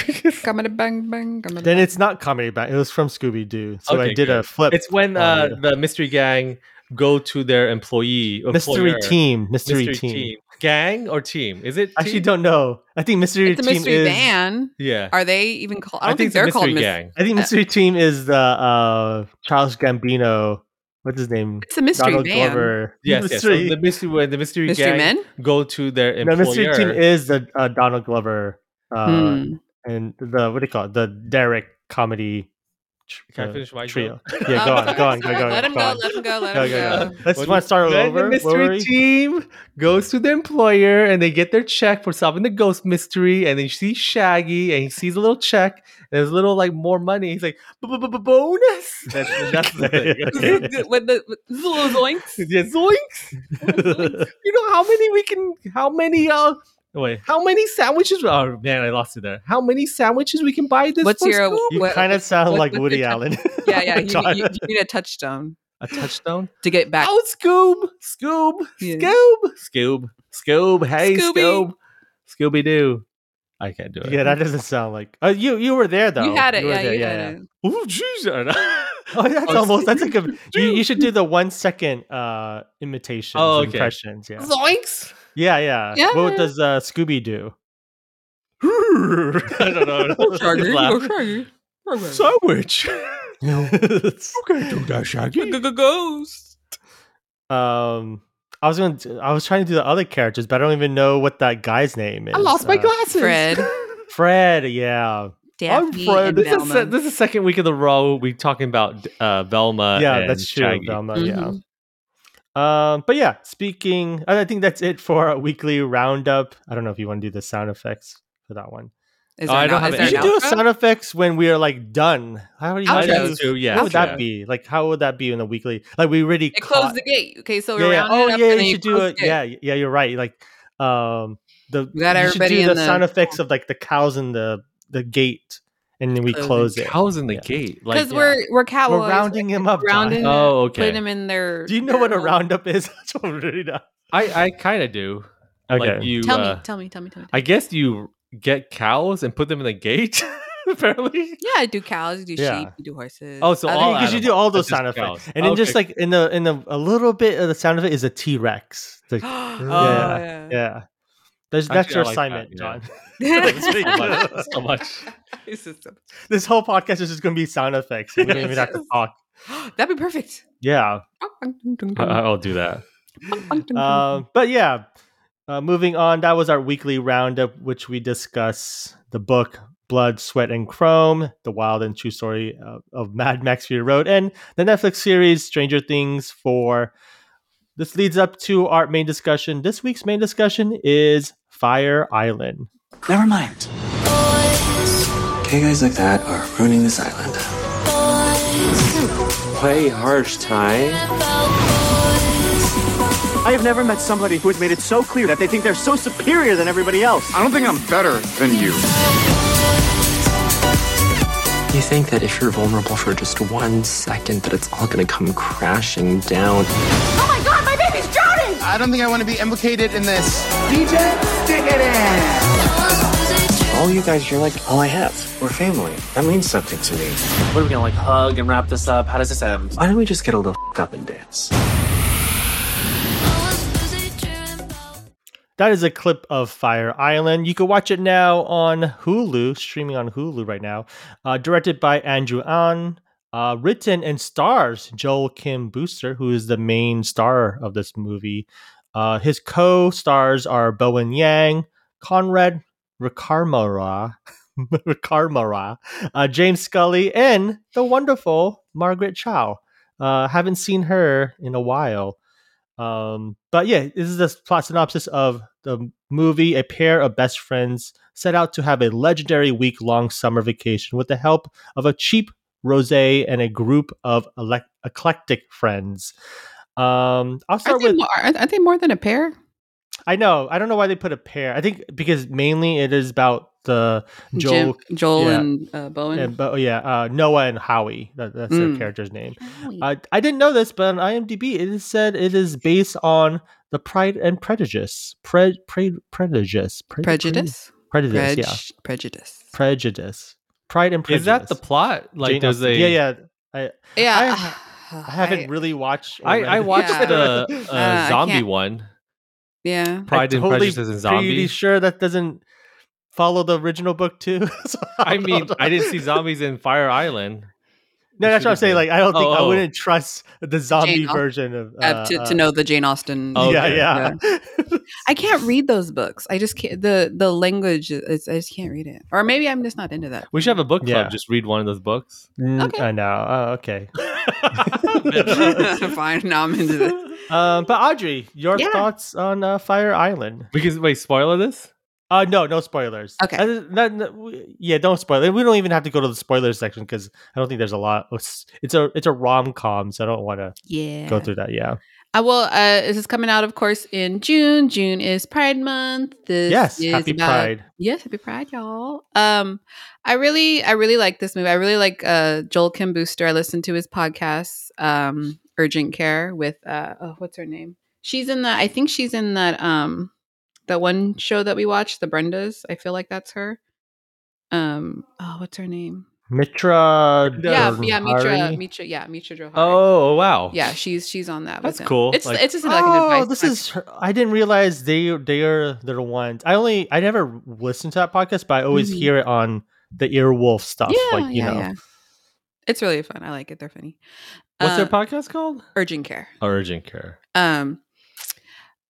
Speaker 2: Comedy bang bang. Comedy
Speaker 1: Then it's not comedy Bang. It was from Scooby Doo. So I
Speaker 3: Okay,
Speaker 1: did a
Speaker 3: good.
Speaker 1: flip.
Speaker 3: it's when
Speaker 1: Oh,
Speaker 3: uh,
Speaker 1: yeah.
Speaker 3: the mystery gang go to their employee
Speaker 1: mystery
Speaker 3: employer-
Speaker 1: team. Mystery,
Speaker 3: mystery,
Speaker 1: team.
Speaker 3: team. gang or team. Is it?
Speaker 1: I actually
Speaker 3: team?
Speaker 1: don't know. I think mystery
Speaker 2: it's a
Speaker 1: team
Speaker 2: mystery
Speaker 1: is.
Speaker 2: van.
Speaker 3: Yeah,
Speaker 2: Are they even called? I don't think,
Speaker 3: it's a
Speaker 2: they're called
Speaker 3: mystery
Speaker 2: mystery.
Speaker 3: gang.
Speaker 1: I think
Speaker 2: Uh,
Speaker 1: mystery team is the uh, Charles Gambino. What's his name?
Speaker 2: It's a mystery
Speaker 1: Donald
Speaker 2: van.
Speaker 1: Glover.
Speaker 3: Yes, yes. So
Speaker 1: mystery.
Speaker 3: the mystery when the mystery,
Speaker 2: Mystery
Speaker 3: gang
Speaker 2: men.
Speaker 3: go to their
Speaker 1: no,
Speaker 3: employer.
Speaker 1: mystery team is the uh, Donald Glover uh,
Speaker 2: Hmm.
Speaker 1: and the what do you call it? The Derek comedy. tr-
Speaker 3: Can I
Speaker 1: uh,
Speaker 3: finish my joke?
Speaker 1: trio?
Speaker 2: Oh,
Speaker 1: Yeah, go on,
Speaker 2: sorry,
Speaker 1: go on, go
Speaker 2: sorry.
Speaker 1: on, go on.
Speaker 2: Let him
Speaker 1: go
Speaker 2: go.
Speaker 1: on.
Speaker 2: Let him go. Let
Speaker 1: Go,
Speaker 2: him
Speaker 1: go,
Speaker 2: go.
Speaker 1: go. Let's
Speaker 3: When-
Speaker 1: want to start all
Speaker 3: Then
Speaker 1: over.
Speaker 3: the
Speaker 1: Where were
Speaker 3: mystery
Speaker 1: we?
Speaker 3: team goes to the employer and they get their check for solving the ghost mystery. And then you see Shaggy and he sees a little check and there's a little like more money. He's like, bonus. That's, that's the thing.
Speaker 1: Okay.
Speaker 2: With the with the little zoinks.
Speaker 3: yeah, zoinks. You know how many we can, how many, uh, wait, how many sandwiches? Oh man, I lost it there. How many sandwiches we can buy this?
Speaker 2: What's
Speaker 3: for
Speaker 2: your-
Speaker 3: school?
Speaker 1: You
Speaker 2: What-
Speaker 1: kind of sound
Speaker 2: what-
Speaker 1: like
Speaker 2: what's
Speaker 1: Woody
Speaker 2: your-
Speaker 1: Allen.
Speaker 2: Yeah, yeah. You,
Speaker 1: John.
Speaker 2: you, you need a touchstone
Speaker 3: a touchdown?
Speaker 2: to get back.
Speaker 3: Oh, Scoob, Scoob,
Speaker 2: Yeah.
Speaker 3: Scoob, Scoob, Scoob. Hey,
Speaker 2: Scooby.
Speaker 3: Scoob, Scooby Doo. I can't do it.
Speaker 1: yeah, that doesn't sound like. Uh, you you were there though.
Speaker 2: you had it.
Speaker 1: were
Speaker 2: yeah,
Speaker 1: there,
Speaker 2: you had it.
Speaker 3: Oh, Jesus.
Speaker 1: Oh, that's
Speaker 3: Oh,
Speaker 1: almost. That's like a. You,
Speaker 3: Dude.
Speaker 1: you should do the one second uh imitations,
Speaker 3: Oh, okay.
Speaker 1: impressions. Yeah,
Speaker 3: Zoinks.
Speaker 1: yeah, yeah.
Speaker 2: Yeah.
Speaker 1: What does uh, Scooby do?
Speaker 3: I don't know. Just
Speaker 2: Shaggy, go
Speaker 3: laugh.
Speaker 2: Shaggy.
Speaker 3: Sandwich.
Speaker 2: Go, go, Ghost.
Speaker 1: um, I was going. to I was trying to do the other characters, but I don't even know what that guy's name is.
Speaker 3: I lost my
Speaker 1: Uh,
Speaker 3: glasses.
Speaker 2: Fred.
Speaker 1: Fred. Yeah,
Speaker 2: Daphne and
Speaker 3: This is,
Speaker 2: Velma.
Speaker 3: se- this is second week in the row we talking about uh, Velma.
Speaker 1: yeah,
Speaker 3: and
Speaker 1: that's true.
Speaker 3: Shaggy.
Speaker 1: Velma, Yeah.
Speaker 2: Mhm.
Speaker 1: Um, but yeah, speaking, I think that's it for our weekly roundup. I don't know if you want to do the sound effects for that one.
Speaker 2: Is
Speaker 3: Oh,
Speaker 2: there
Speaker 3: I don't
Speaker 2: not-
Speaker 3: have
Speaker 2: is
Speaker 3: it.
Speaker 1: You
Speaker 2: there
Speaker 1: should
Speaker 2: an
Speaker 1: do a
Speaker 2: outro?
Speaker 1: sound effects when we are like done. How do you
Speaker 3: I
Speaker 1: how do
Speaker 3: know
Speaker 1: you-
Speaker 3: too. Yeah,
Speaker 1: How would
Speaker 3: yeah.
Speaker 1: that be? Like, how would that be in the weekly? Like, we already
Speaker 2: It
Speaker 1: caught-
Speaker 2: closed the gate. Okay, so
Speaker 1: yeah,
Speaker 2: we're
Speaker 1: yeah.
Speaker 2: rounding
Speaker 1: Oh
Speaker 2: it up.
Speaker 1: yeah,
Speaker 2: and then
Speaker 1: you should do
Speaker 2: close
Speaker 1: it.
Speaker 2: the gate.
Speaker 1: Yeah, y- yeah, you're right. Like, um, the
Speaker 2: We got
Speaker 1: you should
Speaker 2: everybody
Speaker 1: do
Speaker 2: in
Speaker 1: the,
Speaker 2: the-
Speaker 1: sound effects of like the cows and the the gate, and then we
Speaker 2: Close the
Speaker 1: close it.
Speaker 3: Cows in the
Speaker 1: Yeah.
Speaker 3: gate. Like,
Speaker 2: Because we're we're cowboys.
Speaker 1: We're rounding him up. John.
Speaker 2: rounding.
Speaker 3: Oh,
Speaker 2: Put
Speaker 3: okay.
Speaker 2: them in their.
Speaker 1: Do you know what a
Speaker 2: their-
Speaker 1: roundup is? I don't really know.
Speaker 3: I, I kind of do. Like you,
Speaker 2: Tell
Speaker 3: uh,
Speaker 2: me, tell me, tell me, tell me.
Speaker 3: I guess you get cows and put them in the gate, apparently.
Speaker 2: Yeah, I do cows, I do
Speaker 1: Yeah.
Speaker 2: sheep, I do horses.
Speaker 3: Oh, so
Speaker 2: I
Speaker 3: all
Speaker 2: think-
Speaker 1: because you
Speaker 3: animals,
Speaker 1: do all
Speaker 3: but
Speaker 1: those
Speaker 3: just
Speaker 1: sound effects,
Speaker 3: cows.
Speaker 1: and then just
Speaker 3: Okay.
Speaker 1: like in the in the a little bit of the sound of it is a T Rex.
Speaker 2: Oh, yeah.
Speaker 1: Yeah, There's,
Speaker 3: Actually,
Speaker 1: that's
Speaker 3: I
Speaker 1: your
Speaker 3: like that,
Speaker 1: assignment,
Speaker 3: yeah.
Speaker 1: John.
Speaker 3: so much. So much.
Speaker 2: It's just so-
Speaker 1: This whole podcast is just going to be sound effects. and We don't even have to talk.
Speaker 2: That'd be perfect.
Speaker 1: Yeah.
Speaker 3: I, I'll do that.
Speaker 1: Um, but yeah, uh, moving on. That was our weekly roundup, which we discuss the book Blood, Sweat, and Chrome, the wild and true story of, of Mad Max Fury Road, and the Netflix series Stranger Things for. This leads up to our main discussion. This week's main discussion is Fire Island.
Speaker 6: Never mind. Gay guys like that are ruining this island. Play harsh time.
Speaker 7: I have never met somebody who has made it so clear that they think they're so superior than everybody else.
Speaker 8: I don't think I'm better than you.
Speaker 6: You think that if you're vulnerable for just one second, that it's all gonna come crashing down.
Speaker 8: I don't think I want to be implicated in this.
Speaker 6: All you guys, you're like all I have. We're family. That means something to me. What are we gonna like hug and wrap this up? How does this end? Why don't we just get a little f- up and dance?
Speaker 1: That is a clip of Fire Island. You can watch it now on Hulu, streaming on Hulu right now. Uh, directed by Andrew An, uh, written and stars Joel Kim Booster, who is the main star of this movie. Uh, his co stars are Bowen Yang, Conrad Ricarmara, Ricarmara uh, James Scully, and the wonderful Margaret Chow. Uh, haven't seen her in a while. Um, but yeah, this is the plot synopsis of the movie. A pair of best friends set out to have a legendary week long summer vacation with the help of a cheap rose and a group of elec eclectic friends. Um, I'll
Speaker 2: Are
Speaker 1: start
Speaker 2: they,
Speaker 1: with
Speaker 2: more, are, are they more than a pair?
Speaker 1: I know. I don't know why they put a pair. I think because mainly it is about the Joel
Speaker 2: Jim- Joel
Speaker 1: yeah.
Speaker 2: and uh, Bowen.
Speaker 1: and Bo- yeah, uh, Noah and Howie. That, that's their
Speaker 2: Mm.
Speaker 1: character's name. Uh, I didn't know this, but on IMDb it is said it is based on The Pride and Prejudice. Pre- pre- prejudice. Pre-
Speaker 2: prejudice.
Speaker 1: pre- prejudice.
Speaker 2: Preg-
Speaker 1: Yeah.
Speaker 2: Prejudice.
Speaker 1: Prejudice. Pride and Prejudice.
Speaker 3: Is that the plot? Like,
Speaker 1: Jane
Speaker 3: there's
Speaker 1: Austen.
Speaker 3: a
Speaker 1: yeah, yeah.
Speaker 2: Yeah.
Speaker 1: I haven't really watched. or
Speaker 3: I,
Speaker 1: read
Speaker 3: I
Speaker 1: it.
Speaker 3: watched
Speaker 2: Yeah.
Speaker 3: the uh,
Speaker 2: I
Speaker 3: zombie
Speaker 2: can't-
Speaker 3: one,
Speaker 2: Yeah.
Speaker 3: Pride
Speaker 1: I'm
Speaker 3: and
Speaker 1: totally
Speaker 3: Prejudice and
Speaker 1: Pretty
Speaker 3: Zombies.
Speaker 1: sure that doesn't follow the original book too. So
Speaker 3: I
Speaker 1: don't
Speaker 3: mean,
Speaker 1: know.
Speaker 3: I didn't see zombies in Fire Island.
Speaker 1: No,
Speaker 3: It
Speaker 1: that's what I'm
Speaker 3: should've
Speaker 1: saying.
Speaker 3: been.
Speaker 1: Like, I don't think I
Speaker 3: Oh, oh.
Speaker 1: wouldn't trust the zombie
Speaker 2: Jane Au-
Speaker 1: version of
Speaker 2: Uh, to, to know the Jane Austen.
Speaker 3: Oh,
Speaker 1: yeah,
Speaker 3: okay.
Speaker 1: yeah.
Speaker 2: I can't read those books. I just can't. The the language. Is, I just can't read it. Or maybe I'm just not into that.
Speaker 3: We should have a book club.
Speaker 1: Yeah.
Speaker 3: Just read one of those books.
Speaker 1: Mm,
Speaker 2: Okay.
Speaker 1: I know. Oh, okay.
Speaker 2: Fine. Now I'm into this.
Speaker 1: Um, but Audrey, your
Speaker 2: Yeah.
Speaker 1: thoughts on uh, Fire Island?
Speaker 3: We can wait. Spoiler this.
Speaker 1: Uh, no, no spoilers.
Speaker 2: Okay.
Speaker 1: Uh, no- no- we- yeah, don't spoil it. We don't even have to go to the spoilers section because I don't think there's a lot. It's it's a it's a rom com, so I don't want to
Speaker 2: Yeah.
Speaker 1: go through that. Yeah.
Speaker 2: I will. Uh, this is coming out, of course, in June. June is Pride Month. This
Speaker 1: yes.
Speaker 2: is
Speaker 1: Happy
Speaker 2: about-
Speaker 1: Pride.
Speaker 2: Yes, happy Pride, y'all. Um, I really, I really like this movie. I really like uh Joel Kim Booster. I listened to his podcast, um, Urgent Care with uh, oh, what's her name? She's in the. I think she's in that um, that one show that we watched, the Brendas. I feel like that's her. Um, oh, what's her name?
Speaker 1: Mitra.
Speaker 2: Yeah, yeah, Mitra,
Speaker 1: Dharmhari.
Speaker 2: Mitra, yeah, Mitra Johari.
Speaker 3: Oh wow.
Speaker 2: yeah, she's she's on that. with
Speaker 3: That's
Speaker 2: him.
Speaker 3: cool.
Speaker 2: It's
Speaker 3: Like-
Speaker 2: it's just like an
Speaker 1: Oh,
Speaker 2: advice.
Speaker 1: this
Speaker 2: podcast.
Speaker 1: is. Her. I didn't realize they they are the ones. I only I never listened to that podcast, but I always
Speaker 2: Mhm.
Speaker 1: hear it on the Earwolf stuff. like you know,
Speaker 2: It's really fun. I like it. They're funny.
Speaker 3: What's their
Speaker 2: Uh,
Speaker 3: podcast called?
Speaker 2: Urgent care.
Speaker 3: Urgent care.
Speaker 2: Um,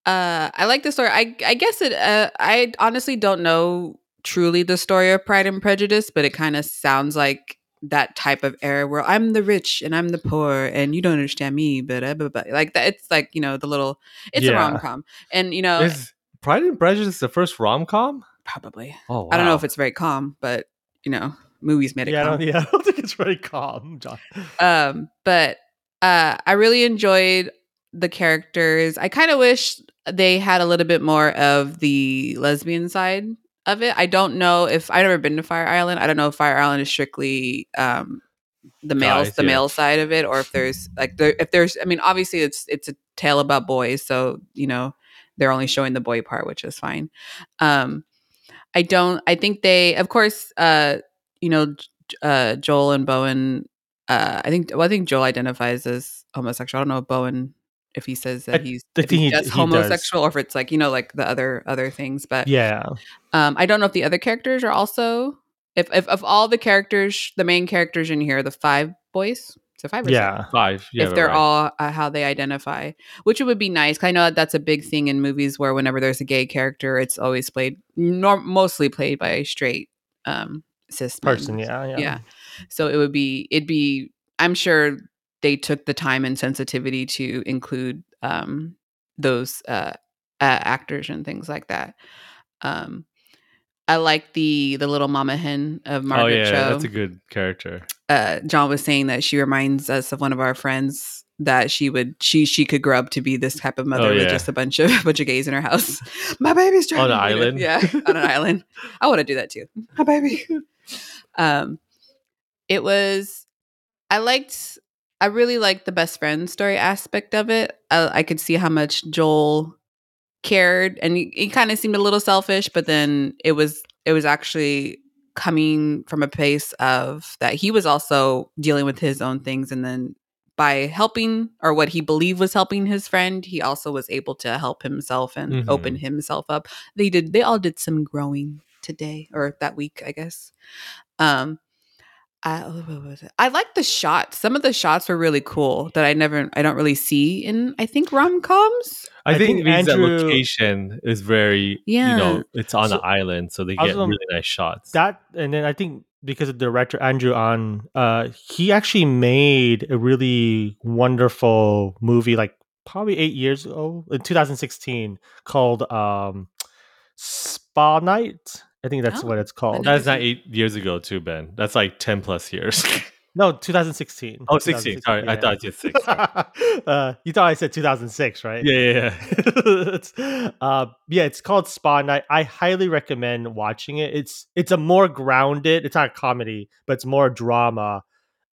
Speaker 2: uh, I like the story. I I guess it. Uh, I honestly don't know truly the story of Pride and Prejudice, but it kind of sounds like that type of era where I'm the rich and I'm the poor and you don't understand me, but uh, blah, blah, blah. like that. It's like you know the little. It's a
Speaker 1: Yeah.
Speaker 2: rom com, and you know
Speaker 3: Is Pride and Prejudice the first rom com?
Speaker 2: probably.
Speaker 3: Oh, wow.
Speaker 2: I don't know if it's very calm, but you know movies made it.
Speaker 1: yeah, I
Speaker 2: calm.
Speaker 1: don't, yeah, I don't think it's very calm, John.
Speaker 2: um but uh i really enjoyed the characters i kind of wish they had a little bit more of the lesbian side of it i don't know if i've never been to fire island i don't know if fire island is strictly um the males
Speaker 3: Guys,
Speaker 2: the
Speaker 3: yeah.
Speaker 2: male side of it or if there's like there if there's i mean obviously it's it's a tale about boys so you know they're only showing the boy part which is fine um i don't i think they of course uh you know J- uh joel and bowen uh i think well, i think joel identifies as homosexual i don't know if bowen if he says that
Speaker 1: I
Speaker 2: he's
Speaker 1: think
Speaker 2: if he's
Speaker 1: he-
Speaker 2: just
Speaker 1: he does.
Speaker 2: homosexual or if it's like you know like the other other things but
Speaker 1: Yeah,
Speaker 2: um i don't know if the other characters are also if if of all the characters the main characters in here the five boys so five or six
Speaker 1: yeah.
Speaker 3: five. Yeah,
Speaker 2: if they're
Speaker 3: right.
Speaker 2: all uh, how they identify, which it would be nice. 'cause I know that that's a big thing in movies where whenever there's a gay character, it's always played, nor- mostly played by a straight um, cis men.
Speaker 1: Person, yeah, yeah.
Speaker 2: yeah, So it would be, it'd be. I'm sure they took the time and sensitivity to include um, those uh, uh, actors and things like that. Um, I like the the little mama hen of
Speaker 3: Oh
Speaker 2: Margaret
Speaker 3: yeah,
Speaker 2: Cho
Speaker 3: that's a good character.
Speaker 2: uh, John was saying that she reminds us of one of our friends that she would she she could grow up to be this type of mother
Speaker 3: Oh,
Speaker 2: with
Speaker 3: yeah.
Speaker 2: just a bunch of a bunch of gays in her house. My baby's trying
Speaker 3: On
Speaker 2: to
Speaker 3: an
Speaker 2: do it.
Speaker 3: island.
Speaker 2: yeah, on an island. I want to do that too. My baby. Um, it was. I liked. I really liked the best friend story aspect of it. Uh, I, I could see how much Joel cared, and he, he kind of seemed a little selfish, but then it was it was actually coming from a place of that he was also dealing with his own things and then by helping or what he believed was helping his friend he also was able to help himself and
Speaker 3: Mhm.
Speaker 2: open himself up they did they all did some growing today or that week i guess um I, oh, what was it? I like the shots. Some of the shots were really cool that I never, I don't really see in, I think rom coms.
Speaker 3: I,
Speaker 1: I
Speaker 3: think,
Speaker 1: think
Speaker 3: it means that
Speaker 1: Andrew-
Speaker 3: location is very,
Speaker 2: Yeah.
Speaker 3: you know, it's on
Speaker 1: So-
Speaker 3: an island, so they
Speaker 1: I was
Speaker 3: get
Speaker 1: gonna-
Speaker 3: really nice shots.
Speaker 1: That and then I think because of director Andrew An, uh, he actually made a really wonderful movie, like probably eight years ago, in 2016, called um, Spa Night. I think that's
Speaker 2: Oh,
Speaker 1: what it's called.
Speaker 2: I
Speaker 3: That's not eight years ago, too, Ben. That's like ten plus years.
Speaker 1: No, 2016.
Speaker 3: Oh, 16. Sorry, I thought you said six.
Speaker 1: uh, you thought I said 2006, right?
Speaker 3: Yeah, yeah, yeah.
Speaker 1: it's, uh, yeah, it's called Spawn Night. I highly recommend watching it. It's it's a more grounded. It's not a comedy, but it's more drama,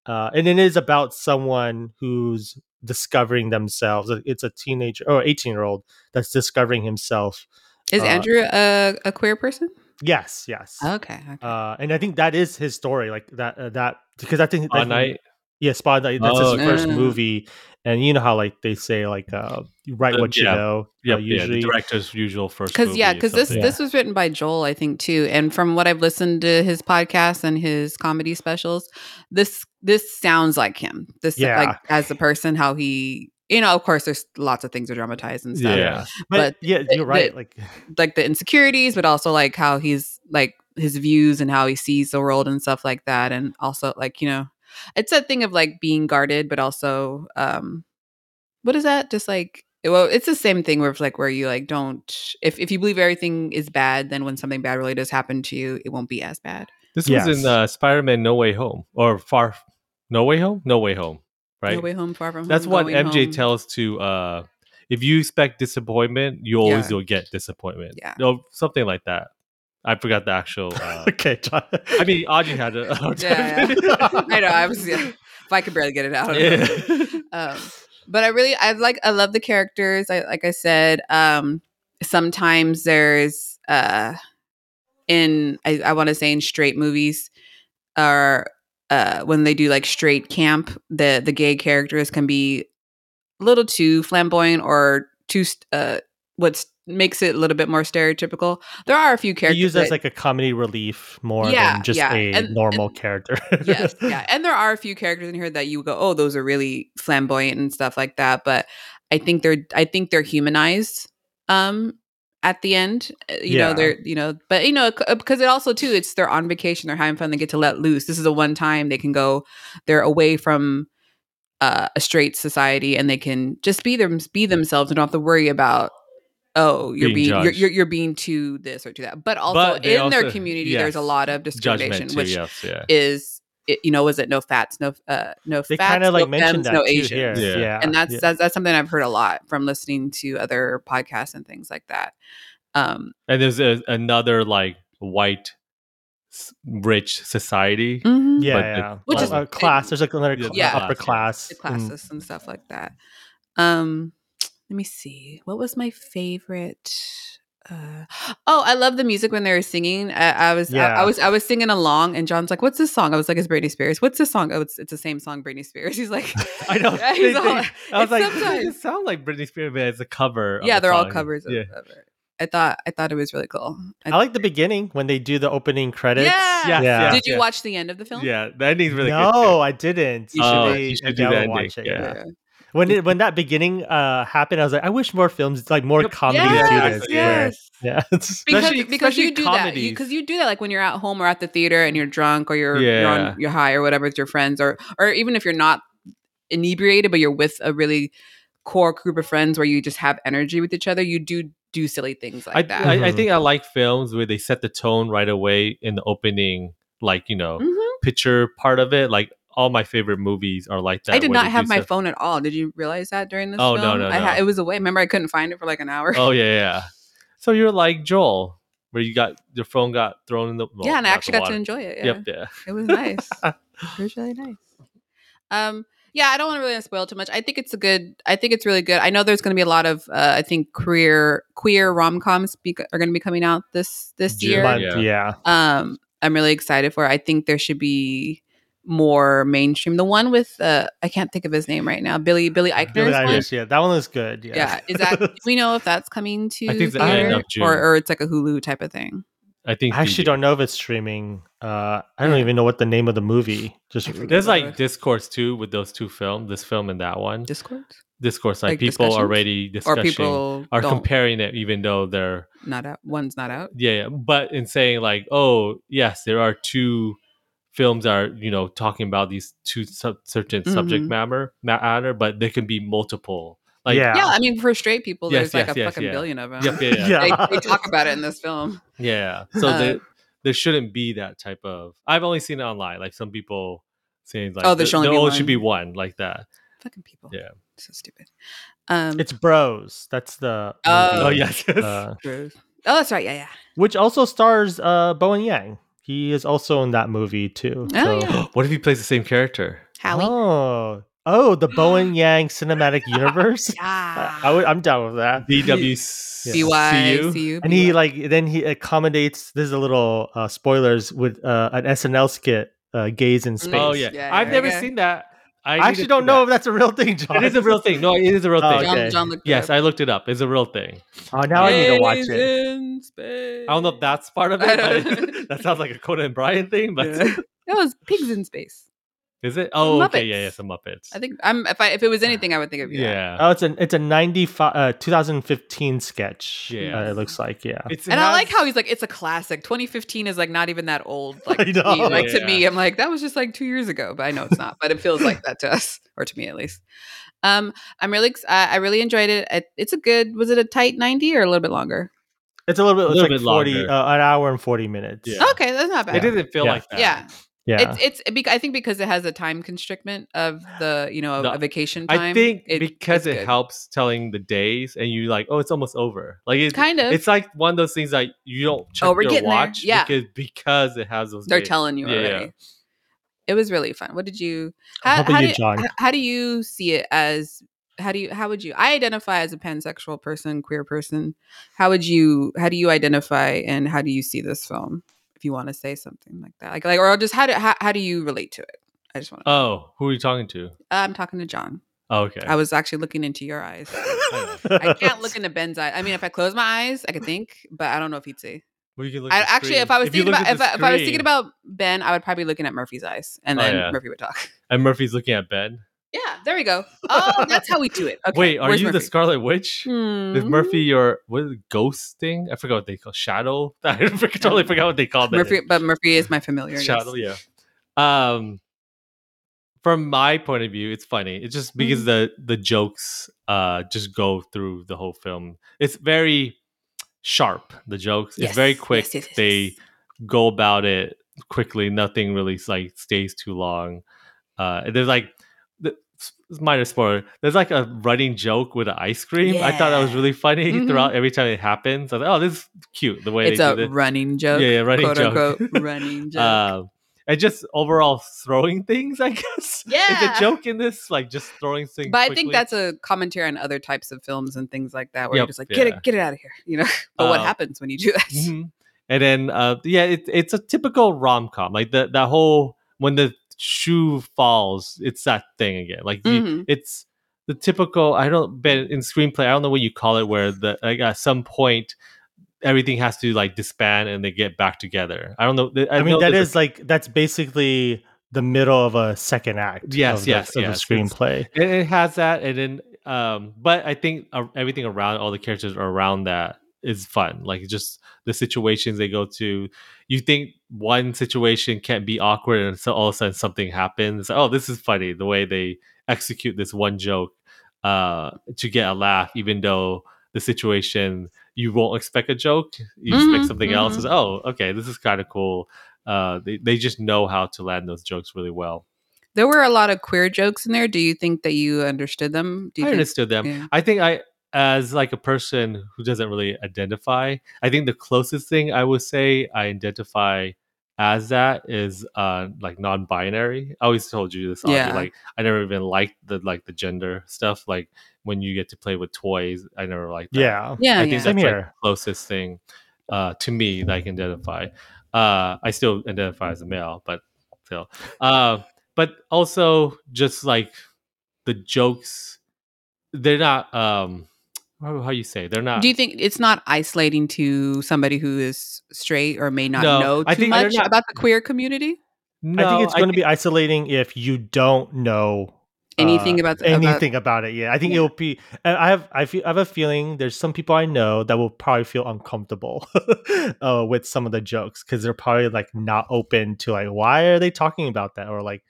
Speaker 1: uh, and it is about someone who's discovering themselves. It's a teenager or eighteen year old that's discovering himself.
Speaker 2: Is
Speaker 1: Uh,
Speaker 2: Andrew a, a queer person?
Speaker 1: Yes, yes.
Speaker 2: Okay. okay.
Speaker 1: Uh, and I think that is his story, like that. Uh, that because I think
Speaker 3: Spawn
Speaker 1: I think-
Speaker 3: Night.
Speaker 1: Yeah, Spotlight. That's his
Speaker 3: Oh, okay.
Speaker 1: first
Speaker 2: Mm.
Speaker 1: movie, and you know how like they say like uh, you write
Speaker 3: Uh,
Speaker 1: what you
Speaker 3: yeah.
Speaker 1: know.
Speaker 3: Yep,
Speaker 1: uh,
Speaker 3: yeah, the
Speaker 1: usually.
Speaker 3: director's usual first.
Speaker 2: because yeah
Speaker 3: movie or
Speaker 2: because this
Speaker 3: something.
Speaker 2: this was written by joel i think too and from what i've listened to his podcast and his comedy specials this this sounds like him this
Speaker 1: Yeah.
Speaker 2: like as a person how he you know of course there's lots of things are dramatized and stuff
Speaker 3: yeah,
Speaker 1: but,
Speaker 2: but
Speaker 1: yeah, you're right. like
Speaker 2: like the insecurities but also like how he's like his views and how he sees the world and stuff like that and also like you know it's a thing of like being guarded but also um what is that just like well it's the same thing where it's like where you like don't if, if you believe everything is bad then when something bad really does happen to you it won't be as bad
Speaker 3: this was
Speaker 1: Yes.
Speaker 3: in uh, Spider-Man: No Way Home or Far, No Way Home, No Way Home, right?
Speaker 2: no way home far from
Speaker 3: That's
Speaker 2: home,
Speaker 3: what
Speaker 2: going
Speaker 3: MJ
Speaker 2: home.
Speaker 3: tells to. uh If you expect disappointment, you always
Speaker 2: Yeah.
Speaker 3: will get disappointment.
Speaker 2: Yeah.
Speaker 3: no, something like that. I forgot the actual. Uh,
Speaker 1: okay, John.
Speaker 3: I mean, Audrey had a. a hard
Speaker 2: Yeah,
Speaker 3: time.
Speaker 2: i know i was yeah, if i could barely get it out I don't know.
Speaker 3: Yeah.
Speaker 2: um, but I really I like I love the characters. I like I said, um, sometimes there's uh in I, I want to say in straight movies are uh when they do like straight camp, the the gay characters can be a little too flamboyant or too st- uh what's makes it a little bit more stereotypical. There are a few
Speaker 1: You
Speaker 2: characters
Speaker 1: use as
Speaker 2: that-
Speaker 1: like a comedy relief more
Speaker 2: Yeah,
Speaker 1: than just
Speaker 2: yeah,
Speaker 1: a
Speaker 2: and-
Speaker 1: normal character.
Speaker 2: yes, yeah. And there are a few characters in here that you go, oh, those are really flamboyant and stuff like that. But I think they're I think they're humanized. Um, at the end, Uh, you
Speaker 1: Yeah.
Speaker 2: know they're you know, but you know c- uh, because it also too it's they're on vacation, they're having fun, they get to let loose. This is the one time they can go, they're away from uh, a straight society and they can just be them be themselves and don't have to worry about. Oh, you're
Speaker 3: Being
Speaker 2: being, you're,
Speaker 3: judged.
Speaker 2: you're you're being too this or too that, but also
Speaker 3: But they
Speaker 2: in their
Speaker 3: also-
Speaker 2: community,
Speaker 3: yes.
Speaker 2: there's a lot of discrimination,
Speaker 3: Judgment too.
Speaker 2: which
Speaker 3: yes, yeah.
Speaker 2: is it, you know was it no fats no uh no
Speaker 1: they
Speaker 2: fats
Speaker 1: kind of like
Speaker 2: no
Speaker 1: mentioned
Speaker 2: femmes,
Speaker 1: that
Speaker 2: no
Speaker 1: too
Speaker 2: Asians
Speaker 1: here. Yeah,
Speaker 3: Yeah.
Speaker 2: and that's,
Speaker 1: yeah.
Speaker 2: that's that's something I've heard a lot from listening to other podcasts and things like that um
Speaker 3: and there's a, another like white, s- rich society.
Speaker 2: mhm,
Speaker 1: yeah,
Speaker 3: but the-
Speaker 1: yeah.
Speaker 2: Which
Speaker 1: Well,
Speaker 2: is-
Speaker 1: a class. There's like another
Speaker 3: Yeah,
Speaker 1: cl-
Speaker 2: yeah.
Speaker 1: upper class.
Speaker 2: the
Speaker 1: and-
Speaker 2: classes and stuff like that um let me see what was my favorite uh, oh, I love the music when they were singing. I, I was, I,
Speaker 1: Yeah.
Speaker 2: I was, I was singing along, and John's like, "What's this song?" I was like, "It's Britney Spears." What's this song? Oh, it's, it's the same song, Britney Spears. He's like,
Speaker 3: I know.
Speaker 2: Yeah,
Speaker 3: they-
Speaker 2: he's all-
Speaker 3: they- I was
Speaker 2: it's
Speaker 3: like,
Speaker 2: sometimes-
Speaker 3: it sounds like Britney Spears, but it's a cover. of
Speaker 2: yeah,
Speaker 3: a
Speaker 2: they're all
Speaker 3: song.
Speaker 2: covers of,
Speaker 3: Yeah.
Speaker 2: of it. I thought, I thought it was really cool. I,
Speaker 1: I like the beginning when they do the opening credits.
Speaker 2: Yeah.
Speaker 3: Yes,
Speaker 1: Yeah.
Speaker 3: yes,
Speaker 2: Did you
Speaker 3: yes.
Speaker 2: watch the end of the film?
Speaker 3: Yeah, the ending's really
Speaker 1: no,
Speaker 3: good. too.
Speaker 1: I didn't.
Speaker 2: You
Speaker 3: should-
Speaker 1: I
Speaker 3: Oh, you should
Speaker 1: I
Speaker 3: do
Speaker 1: gotta
Speaker 3: that
Speaker 1: watch
Speaker 3: ending,
Speaker 1: it,
Speaker 3: yeah.
Speaker 1: When it, when that beginning uh, happened, I was like, I wish more films like more
Speaker 3: Yep.
Speaker 1: comedies
Speaker 3: Yes,
Speaker 1: do this. where-
Speaker 2: yes.
Speaker 1: Yeah. it's-
Speaker 2: Because,
Speaker 3: Especially-
Speaker 2: because you
Speaker 3: especially
Speaker 2: do that
Speaker 3: comedies.
Speaker 2: because you, do that like when you're at home or at the theater and you're drunk or you're you're,
Speaker 3: Yeah.
Speaker 2: on, you're high or whatever with your friends or or even if you're not inebriated but you're with a really core group of friends where you just have energy with each other you do do silly things like
Speaker 3: I,
Speaker 2: that
Speaker 3: I, I
Speaker 1: Mm-hmm.
Speaker 3: think I like films where they set the tone right away in the opening, like you know,
Speaker 2: Mhm.
Speaker 3: picture part of it. Like all my favorite movies are like that.
Speaker 2: I did
Speaker 3: where
Speaker 2: not
Speaker 3: they
Speaker 2: have
Speaker 3: do
Speaker 2: my
Speaker 3: stuff-
Speaker 2: phone at all did you realize that during this
Speaker 3: Oh, no,
Speaker 2: film?
Speaker 3: no,
Speaker 2: I ha-
Speaker 3: no.
Speaker 2: it was away remember I couldn't find it for like an hour
Speaker 3: Oh yeah, yeah. So you're like Joel, where you got your phone got thrown in the well,
Speaker 2: yeah and I
Speaker 3: not
Speaker 2: actually
Speaker 3: the
Speaker 2: got to
Speaker 3: water.
Speaker 2: enjoy it yeah.
Speaker 3: Yep, yeah.
Speaker 2: It was nice. it was really nice. Um, yeah, I don't want to really spoil too much. I think it's a good. I think it's really good. I know there's going to be a lot of. Uh, I think queer queer rom coms be- are going to be coming out this this
Speaker 3: June.
Speaker 2: year.
Speaker 1: Month, yeah.
Speaker 3: Yeah.
Speaker 2: Um, I'm really excited for. it. I think there should be more mainstream. The one with uh, I can't think of his name right now. Billy Billy
Speaker 3: Uh,
Speaker 2: Eichner's
Speaker 1: Billie
Speaker 2: one.
Speaker 1: Eilish, yeah, that one was good. Yeah,
Speaker 2: Yeah, is that? do we know if that's coming to
Speaker 3: I think the
Speaker 1: end
Speaker 2: theater?
Speaker 1: of
Speaker 3: June.
Speaker 2: or or it's like a Hulu type of thing.
Speaker 3: I think
Speaker 1: I
Speaker 3: the-
Speaker 1: actually don't know if it's streaming. Uh, I don't even know what the name of the movie. Just
Speaker 3: There's like discourse too with those two films, this film and that one.
Speaker 2: Discord
Speaker 3: discourse, like,
Speaker 2: like
Speaker 3: people
Speaker 2: discussions?
Speaker 3: already
Speaker 2: or
Speaker 3: discussing
Speaker 2: people
Speaker 3: are
Speaker 2: don't,
Speaker 3: comparing it, even though they're
Speaker 2: not out. One's not out.
Speaker 3: yeah, yeah, but in saying like, oh yes, there are two films that are you know talking about these two sub- certain subject
Speaker 2: Mhm.
Speaker 3: matter matter, but there can be multiple. Like
Speaker 1: yeah,
Speaker 2: Yeah, I mean, for straight people, there's
Speaker 3: Yes,
Speaker 2: like
Speaker 3: yes,
Speaker 2: a
Speaker 3: yes,
Speaker 2: fucking
Speaker 3: yeah.
Speaker 2: billion of them.
Speaker 3: Yep, yeah, yeah, yeah.
Speaker 2: They, they talk about it in this film.
Speaker 3: So
Speaker 2: Uh,
Speaker 3: there, there shouldn't be that type of. I've only seen it online. Like some people saying like
Speaker 2: Oh, there should only be
Speaker 3: only
Speaker 2: one.
Speaker 3: should be one like that.
Speaker 2: Fucking people.
Speaker 3: Yeah.
Speaker 2: So stupid. Um,
Speaker 1: It's Bros. That's the
Speaker 2: Oh.
Speaker 3: Oh
Speaker 1: movie.
Speaker 3: yes, yes.
Speaker 1: Uh,
Speaker 2: true. Oh, that's right. Yeah, yeah.
Speaker 1: which also stars uh, Bowen Yang. He is also in that movie too.
Speaker 2: Oh,
Speaker 1: so-
Speaker 2: yeah.
Speaker 3: what if he plays the same character?
Speaker 2: Howie.
Speaker 1: Oh, oh, the Bowen Yang cinematic universe.
Speaker 2: Yeah.
Speaker 1: I I would, I'm down with that.
Speaker 2: BY,
Speaker 3: BYCU.
Speaker 1: And he like then he accommodates. There's a little uh, spoilers with uh, an SNL skit, uh, "Gays in Space."
Speaker 3: Oh yeah,
Speaker 2: Yeah,
Speaker 3: I've
Speaker 2: yeah,
Speaker 3: never
Speaker 2: yeah.
Speaker 3: seen that. I,
Speaker 1: I
Speaker 3: need
Speaker 1: actually
Speaker 3: to
Speaker 1: don't
Speaker 3: see
Speaker 1: know if that's a real thing,
Speaker 3: that.
Speaker 1: John.
Speaker 3: It is a real thing. No, it is a real
Speaker 1: Oh,
Speaker 3: thing.
Speaker 1: okay.
Speaker 2: John, John looked it
Speaker 3: Yes,
Speaker 2: up.
Speaker 3: I looked it up. It's a real thing.
Speaker 1: Oh, now I need to watch
Speaker 2: Gays
Speaker 1: it.
Speaker 2: in space.
Speaker 3: I don't know if that's part of
Speaker 2: I
Speaker 3: it.
Speaker 2: don't-
Speaker 3: but that sounds like a Conan O'Brien thing, but
Speaker 2: Yeah. That was pigs in space.
Speaker 3: is it? Oh, okay,
Speaker 2: Muppets.
Speaker 3: yeah, yeah, some Muppets.
Speaker 2: I think I'm if I if it was anything I would think of you.
Speaker 3: yeah.
Speaker 1: Oh, it's an it's a 95 uh, 2015 sketch.
Speaker 3: Yeah.
Speaker 1: uh, it looks like yeah.
Speaker 3: It's- it
Speaker 2: And I like
Speaker 3: has-
Speaker 2: how he's like, it's a classic. 2015 is like not even that old. Like,
Speaker 1: I
Speaker 2: to
Speaker 1: know.
Speaker 2: me. like to
Speaker 3: Yeah.
Speaker 2: me, I'm like that was just like two years ago. But I know it's not. but it feels like that to us, or to me at least. Um, I'm really, ex- I, I really enjoyed it. I, it's a good. Was it a tight 90 or a little bit longer?
Speaker 1: It's a little bit,
Speaker 3: A little
Speaker 1: it's like
Speaker 3: bit
Speaker 1: 40,
Speaker 3: longer.
Speaker 1: uh, an hour and 40 minutes.
Speaker 3: Yeah.
Speaker 2: Okay, that's not bad.
Speaker 3: it doesn't feel
Speaker 1: Yeah.
Speaker 3: like that.
Speaker 2: Yeah,
Speaker 1: Yeah.
Speaker 2: it's it's. bec- I think because it has a time constrictment of the you know of
Speaker 3: The-
Speaker 2: a vacation time.
Speaker 3: I think
Speaker 2: it-
Speaker 3: because
Speaker 2: it's
Speaker 3: it
Speaker 2: good.
Speaker 3: helps telling the days, and you like, oh, it's almost over. Like it's
Speaker 2: Kind of.
Speaker 3: It's like one of those things like you don't check
Speaker 2: Oh, we're
Speaker 3: your
Speaker 2: getting there.
Speaker 3: watch,
Speaker 2: Yeah.
Speaker 3: because because it has those.
Speaker 2: they're
Speaker 3: days.
Speaker 2: telling you
Speaker 3: Yeah, yeah.
Speaker 2: already. It was really fun. What did you?
Speaker 1: How about you,
Speaker 2: did-
Speaker 1: John?
Speaker 2: h- How do you see it as? How do you? How would you? I identify as a pansexual person, queer person. How would you? How do you identify, and how do you see this film? If you want to say something like that, like like, or just how do how, how do you relate to it? I just want. to.
Speaker 3: Oh, who are you talking to?
Speaker 2: I'm talking to John.
Speaker 3: Oh, okay.
Speaker 2: I was actually looking into your eyes. I can't look into Ben's eyes. I mean, if I close my eyes, I could think, but I don't know if he'd see.
Speaker 3: Well, you can look
Speaker 2: I,
Speaker 3: at the
Speaker 2: actually, if
Speaker 3: screen.
Speaker 2: I was
Speaker 3: you
Speaker 2: thinking
Speaker 3: look
Speaker 2: about
Speaker 3: at
Speaker 2: if,
Speaker 3: the
Speaker 2: I, if I was
Speaker 3: screen
Speaker 2: thinking about Ben, I would probably be looking at Murphy's eyes, and
Speaker 3: Oh,
Speaker 2: then
Speaker 3: yeah.
Speaker 2: Murphy would talk.
Speaker 3: and Murphy's looking at Ben.
Speaker 2: Yeah, there we go. Oh, that's how we do it. Okay,
Speaker 3: Wait, are
Speaker 2: where's
Speaker 3: you the
Speaker 2: Murphy?
Speaker 3: Scarlet Witch? Is
Speaker 2: Hmm.
Speaker 3: Murphy your what is it, ghost thing? I forgot what they call shadow. I forgot- totally forgot what they called that.
Speaker 2: Murphy, but Murphy is my familiar. yes.
Speaker 3: shadow. Yeah. Um, from my point of view, it's funny. It's just because
Speaker 2: Mm-hmm.
Speaker 3: the the jokes uh just go through the whole film. It's very sharp. The jokes.
Speaker 2: Yes,
Speaker 3: It's very
Speaker 2: yes,
Speaker 3: quick.
Speaker 2: yes, yes,
Speaker 3: They
Speaker 2: yes.
Speaker 3: go about it quickly. Nothing really like stays too long. Uh, there's like the s- minor spoiler. There's like a running joke with the ice cream. I thought that was
Speaker 2: Yeah.
Speaker 3: really funny
Speaker 2: Mhm.
Speaker 3: throughout every time it happens. I was like, oh, this is cute. The way
Speaker 2: it's
Speaker 3: they
Speaker 2: a
Speaker 3: do this.
Speaker 2: running joke.
Speaker 3: Yeah, yeah, running
Speaker 2: quote
Speaker 3: joke.
Speaker 2: unquote running joke.
Speaker 3: Um, and just overall throwing things, I guess. It's
Speaker 2: Yeah.
Speaker 3: a joke in this, like just throwing things.
Speaker 2: but I
Speaker 3: quickly.
Speaker 2: think that's a commentary on other types of films and things like that, where you're
Speaker 3: Yep,
Speaker 2: just like, get
Speaker 3: yeah.
Speaker 2: it, get it out of here, you know. But what
Speaker 3: Uh,
Speaker 2: happens when you do that?
Speaker 3: Mhm. And then, uh, yeah, it, it's a typical rom com. Like the that whole when the shoe falls, it's that thing again. Like you-
Speaker 2: Mhm.
Speaker 3: it's the typical. I don't Ben in screenplay. I don't know what you call it, where the like at some point everything has to like disband and they get back together. I don't know.
Speaker 1: I mean,
Speaker 3: know
Speaker 1: that
Speaker 3: there's a-
Speaker 1: is like, that's basically the middle of a second act.
Speaker 3: Yes,
Speaker 1: of the,
Speaker 3: yes,
Speaker 1: of the
Speaker 3: yes.
Speaker 1: screenplay.
Speaker 3: it, it has that and then um but i think uh, everything around all the characters around that is fun like it's just the situations they go to you think one situation can't be awkward and so all of a sudden something happens oh this is funny the way they execute this one joke uh to get a laugh even though the situation you won't expect a joke you expect
Speaker 2: Mhm,
Speaker 3: something else It's, oh okay this is kind of cool uh they, they just know how to land those jokes really well
Speaker 2: There were a lot of queer jokes in there. Do you think that you understood them? Do you
Speaker 3: i
Speaker 2: think-
Speaker 3: understood them
Speaker 2: Yeah.
Speaker 3: I think I, as like a person who doesn't really identify, I think the closest thing I would say I identify as that is uh like non-binary. I always told you this, Audrey,
Speaker 2: Yeah.
Speaker 3: Like I never even liked the like the gender stuff. Like when you get to play with toys, I never liked. That.
Speaker 1: Yeah.
Speaker 2: Yeah,
Speaker 3: I
Speaker 2: yeah.
Speaker 3: think that's like
Speaker 1: Same
Speaker 3: the closest thing uh, to me that I can identify. Uh, I still identify as a male, but still. Uh, but also just like the jokes, they're not. Um, how how you say they're not.
Speaker 2: Do you think it's not isolating to somebody who is straight or may not
Speaker 3: No,
Speaker 2: know too
Speaker 3: I think they're
Speaker 2: much
Speaker 3: not- Mm.
Speaker 2: about the queer community?
Speaker 3: no,
Speaker 1: I think it's going to be isolating if you don't know
Speaker 2: Anything
Speaker 1: uh,
Speaker 2: about the,
Speaker 1: anything about, it. Yeah, I think
Speaker 2: Yeah.
Speaker 1: it'll be. and I have I feel I have a feeling there's some people I know that will probably feel uncomfortable uh, with some of the jokes because they're probably like not open to like why are they talking about that or like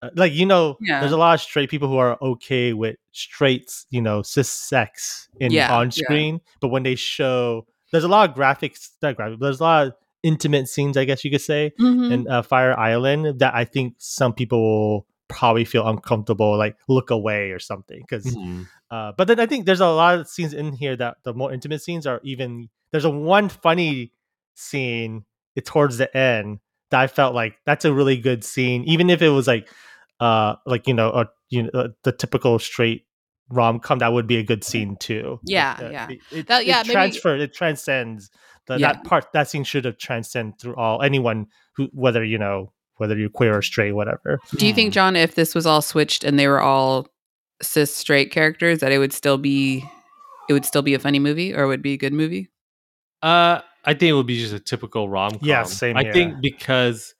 Speaker 1: uh, like you know
Speaker 2: Yeah.
Speaker 1: there's a lot of straight people who are okay with straights you know cis sex in
Speaker 2: Yeah, yeah.
Speaker 1: on screen but when they show there's a lot of graphics not graphic but there's a lot of intimate scenes, I guess you could say,
Speaker 2: Mhm.
Speaker 1: in uh, Fire Island that I think some people will probably feel uncomfortable, like look away or something. Because,
Speaker 2: Hmm.
Speaker 1: uh, but then I think there's a lot of scenes in here that the more intimate scenes are even. There's a one funny scene it, towards the end that I felt like that's a really good scene, even if it was like, uh, like you know, a, you know, uh, the typical straight rom com that would be a good scene too. Like,
Speaker 2: Yeah,
Speaker 1: uh,
Speaker 2: yeah.
Speaker 1: It, it,
Speaker 2: That-
Speaker 1: it
Speaker 2: yeah, maybe-
Speaker 1: transferred. It transcends that
Speaker 2: Yeah.
Speaker 1: that part that scene should have transcended through all anyone who whether you know whether you're queer or straight whatever
Speaker 2: Do you
Speaker 3: Mm.
Speaker 2: think, John, if this was all switched and they were all cis straight characters, that it would still be it would still be a funny movie or would be a good movie?
Speaker 3: Uh, I think it would be just a typical rom com.
Speaker 1: Yeah, same
Speaker 3: I
Speaker 1: here.
Speaker 3: think because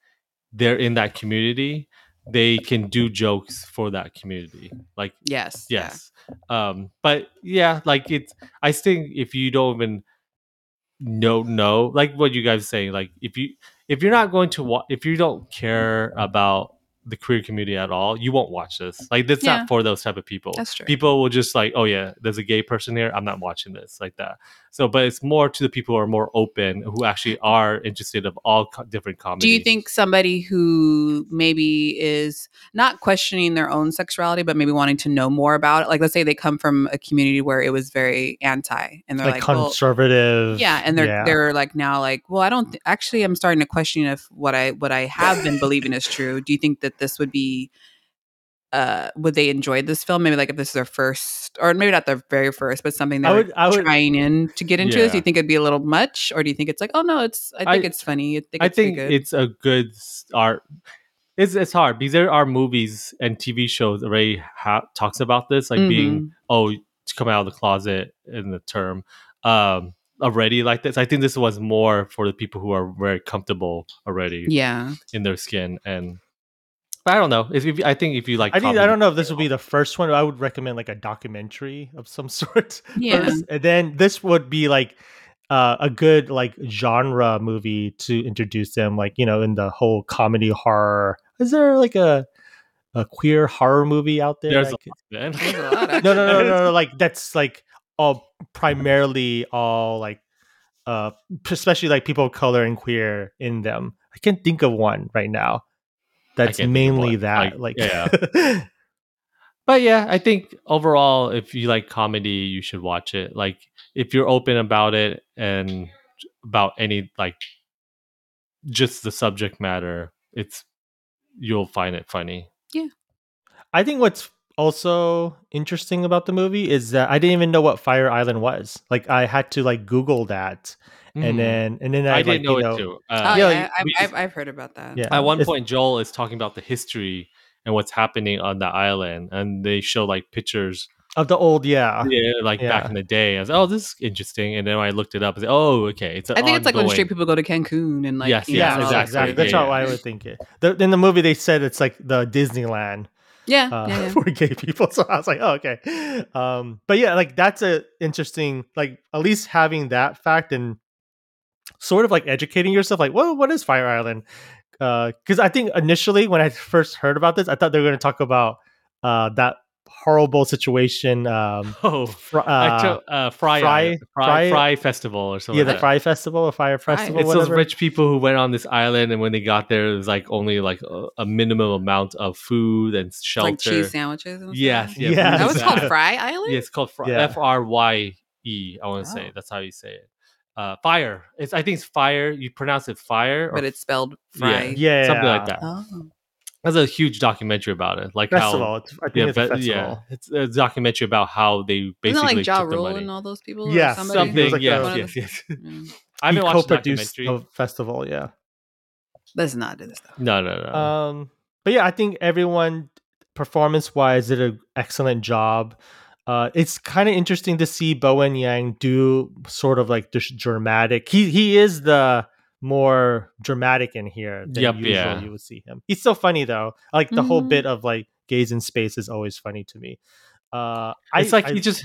Speaker 3: they're in that community, they can do jokes for that community. Like,
Speaker 2: Yes. yeah.
Speaker 3: yes, um, but yeah, like it's. I think if you don't even know, know, like what you guys say, like if you if you're not going to watch, if you don't care about the queer community at all, you won't watch this. Like, that's
Speaker 2: Yeah.
Speaker 3: not for those type of people
Speaker 2: That's true.
Speaker 3: people will just like, oh yeah, there's a gay person here. I'm not watching this like that. So, but it's more to the people who are more open, who actually are interested of all co- different comedy.
Speaker 2: Do you think somebody who maybe is not questioning their own sexuality, but maybe wanting to know more about it? Like, let's say they come from a community where it was very anti, and they're
Speaker 1: like,
Speaker 2: like, well,
Speaker 1: conservative
Speaker 2: yeah, and they're they're like now like, well, I don't th- actually. I'm starting to question if what I what I have been believing is true. Do you think that this would be? Uh, would they enjoy this film? Maybe like if this is their first, or maybe not their very first, but something
Speaker 1: I
Speaker 2: they're
Speaker 1: would- I would-
Speaker 2: trying in to get into.
Speaker 3: Yeah.
Speaker 2: Do you think it'd be a little much, or do you think it's like, oh no, it's I think
Speaker 3: I-
Speaker 2: it's funny. I think,
Speaker 3: I
Speaker 2: it's pretty
Speaker 3: think
Speaker 2: good.
Speaker 3: it's a good start. It's it's hard because there are movies and TV shows already ha- talks about this, like
Speaker 2: Mm-hmm.
Speaker 3: being oh to come out of the closet in the term um already like this. I think this was more for the people who are very comfortable already
Speaker 2: yeah,
Speaker 3: in their skin and. But I don't know. If, if I think if you like,
Speaker 1: I think I
Speaker 3: comedy-
Speaker 1: don't know if this would be the first one. I would recommend like a documentary of some sort.
Speaker 2: yeah.
Speaker 3: uh,
Speaker 1: first, and then this would be like uh, a good like genre movie to introduce them, like you know, in the whole comedy horror. Is there like a a queer horror movie out there?
Speaker 3: There's
Speaker 1: that
Speaker 3: a
Speaker 1: could-
Speaker 3: man.
Speaker 2: There's a lot,
Speaker 1: no, no, no, no, no, like that's like all primarily all like uh especially like people of color and queer in them. I can't think of one right now. That's
Speaker 3: can't think of
Speaker 1: mainly
Speaker 3: one.
Speaker 1: that.
Speaker 3: I-
Speaker 1: like
Speaker 3: But yeah, I think overall, if you like comedy, you should watch it. Like, if you're open about it and about any, like, just the subject matter, it's, you'll find it funny.
Speaker 1: I think what's also interesting about the movie is that I didn't even know what Fire Island was. Like I had to like Google that
Speaker 3: Mhm.
Speaker 1: and then and then I,
Speaker 3: I,
Speaker 1: like,
Speaker 3: didn't know
Speaker 1: you
Speaker 3: it too.
Speaker 2: Oh,
Speaker 3: Uh,
Speaker 1: yeah,
Speaker 2: yeah, I've,
Speaker 3: we just-
Speaker 2: I've, I've heard about that.
Speaker 1: Yeah.
Speaker 3: At one
Speaker 1: It's-
Speaker 3: point, Joel is talking about the history and what's happening on the island, and they show like pictures
Speaker 1: Of the old yeah.
Speaker 3: yeah, like
Speaker 1: Ah, yeah.
Speaker 3: back in the day. I was oh, this is interesting. And then I looked it up and said, oh, okay. It's an
Speaker 2: I think it's like when
Speaker 3: ongoing-
Speaker 2: straight people go to Cancun and like
Speaker 3: Yes,
Speaker 2: you
Speaker 1: Yeah,
Speaker 2: know,
Speaker 1: exactly.
Speaker 3: exactly.
Speaker 1: That's
Speaker 3: Yeah,
Speaker 1: how
Speaker 3: yeah.
Speaker 1: I would think it. The, in the movie, they said it's like the Disneyland
Speaker 2: yeah,
Speaker 1: uh,
Speaker 2: yeah, yeah.
Speaker 1: for gay people. So I was like, oh, okay. Um, but yeah, like that's a interesting, like at least having that fact and sort of like educating yourself, like, well, what is Fire Island? Because I think initially when I first heard about this, I thought they were going to talk about uh, that horrible situation. Um,
Speaker 3: Oh,
Speaker 1: fr-
Speaker 3: I
Speaker 1: uh,
Speaker 3: took, uh, Fry,
Speaker 1: Fry-
Speaker 3: Fry,
Speaker 1: Fry-
Speaker 3: Fry, Festival or something.
Speaker 1: yeah, the
Speaker 3: like
Speaker 1: Fry Festival or Fire
Speaker 2: Fry.
Speaker 1: Festival.
Speaker 3: that. It's those
Speaker 1: whatever.
Speaker 3: rich people who went on this island, and when they got there, it was like only like a, a minimum amount of food and shelter.
Speaker 2: like cheese sandwiches. And stuff.
Speaker 3: Yes, yeah,
Speaker 1: Yes.
Speaker 2: that was called
Speaker 3: Yeah.
Speaker 2: Fry Island.
Speaker 3: Yeah, it's called Fry,
Speaker 1: Yeah.
Speaker 3: F R Y E. I want to
Speaker 2: Oh.
Speaker 3: say that's how you say it. Uh, fire. It's I think it's fire. You pronounce it fire, or
Speaker 2: but it's spelled
Speaker 3: Yeah.
Speaker 2: Fry.
Speaker 1: yeah,
Speaker 3: something like that.
Speaker 2: Oh.
Speaker 3: There's a huge documentary about it. Like
Speaker 1: Festival.
Speaker 3: how.
Speaker 1: It's, I think
Speaker 3: Yeah,
Speaker 1: it's
Speaker 3: but-
Speaker 1: festival.
Speaker 3: yeah, it's a documentary about how they
Speaker 2: Isn't
Speaker 3: basically
Speaker 2: that like Ja
Speaker 3: took the
Speaker 2: Rule
Speaker 3: money.
Speaker 2: and all those people? or
Speaker 1: Yeah,
Speaker 2: somebody?
Speaker 1: He
Speaker 3: Something,
Speaker 1: was like
Speaker 3: yes,
Speaker 1: the-
Speaker 2: One of
Speaker 3: yes, yes.
Speaker 2: the- Mm.
Speaker 3: I haven't
Speaker 1: He
Speaker 3: watched the
Speaker 1: co-produced
Speaker 3: documentary.
Speaker 1: the festival. Yeah.
Speaker 2: Let's not do this stuff.
Speaker 3: No, no, no.
Speaker 1: Um, but yeah, I think everyone performance wise did an excellent job. Uh, it's kind of interesting to see Bowen Yang do sort of like this dramatic. He he is the more dramatic in here than
Speaker 3: Yep,
Speaker 1: usual
Speaker 3: yeah.
Speaker 1: you would see him. He's still funny though. I Like the whole
Speaker 2: Mhm.
Speaker 1: bit of like gays in space is always funny to me. Uh, I-
Speaker 3: it's like
Speaker 1: I,
Speaker 3: he's just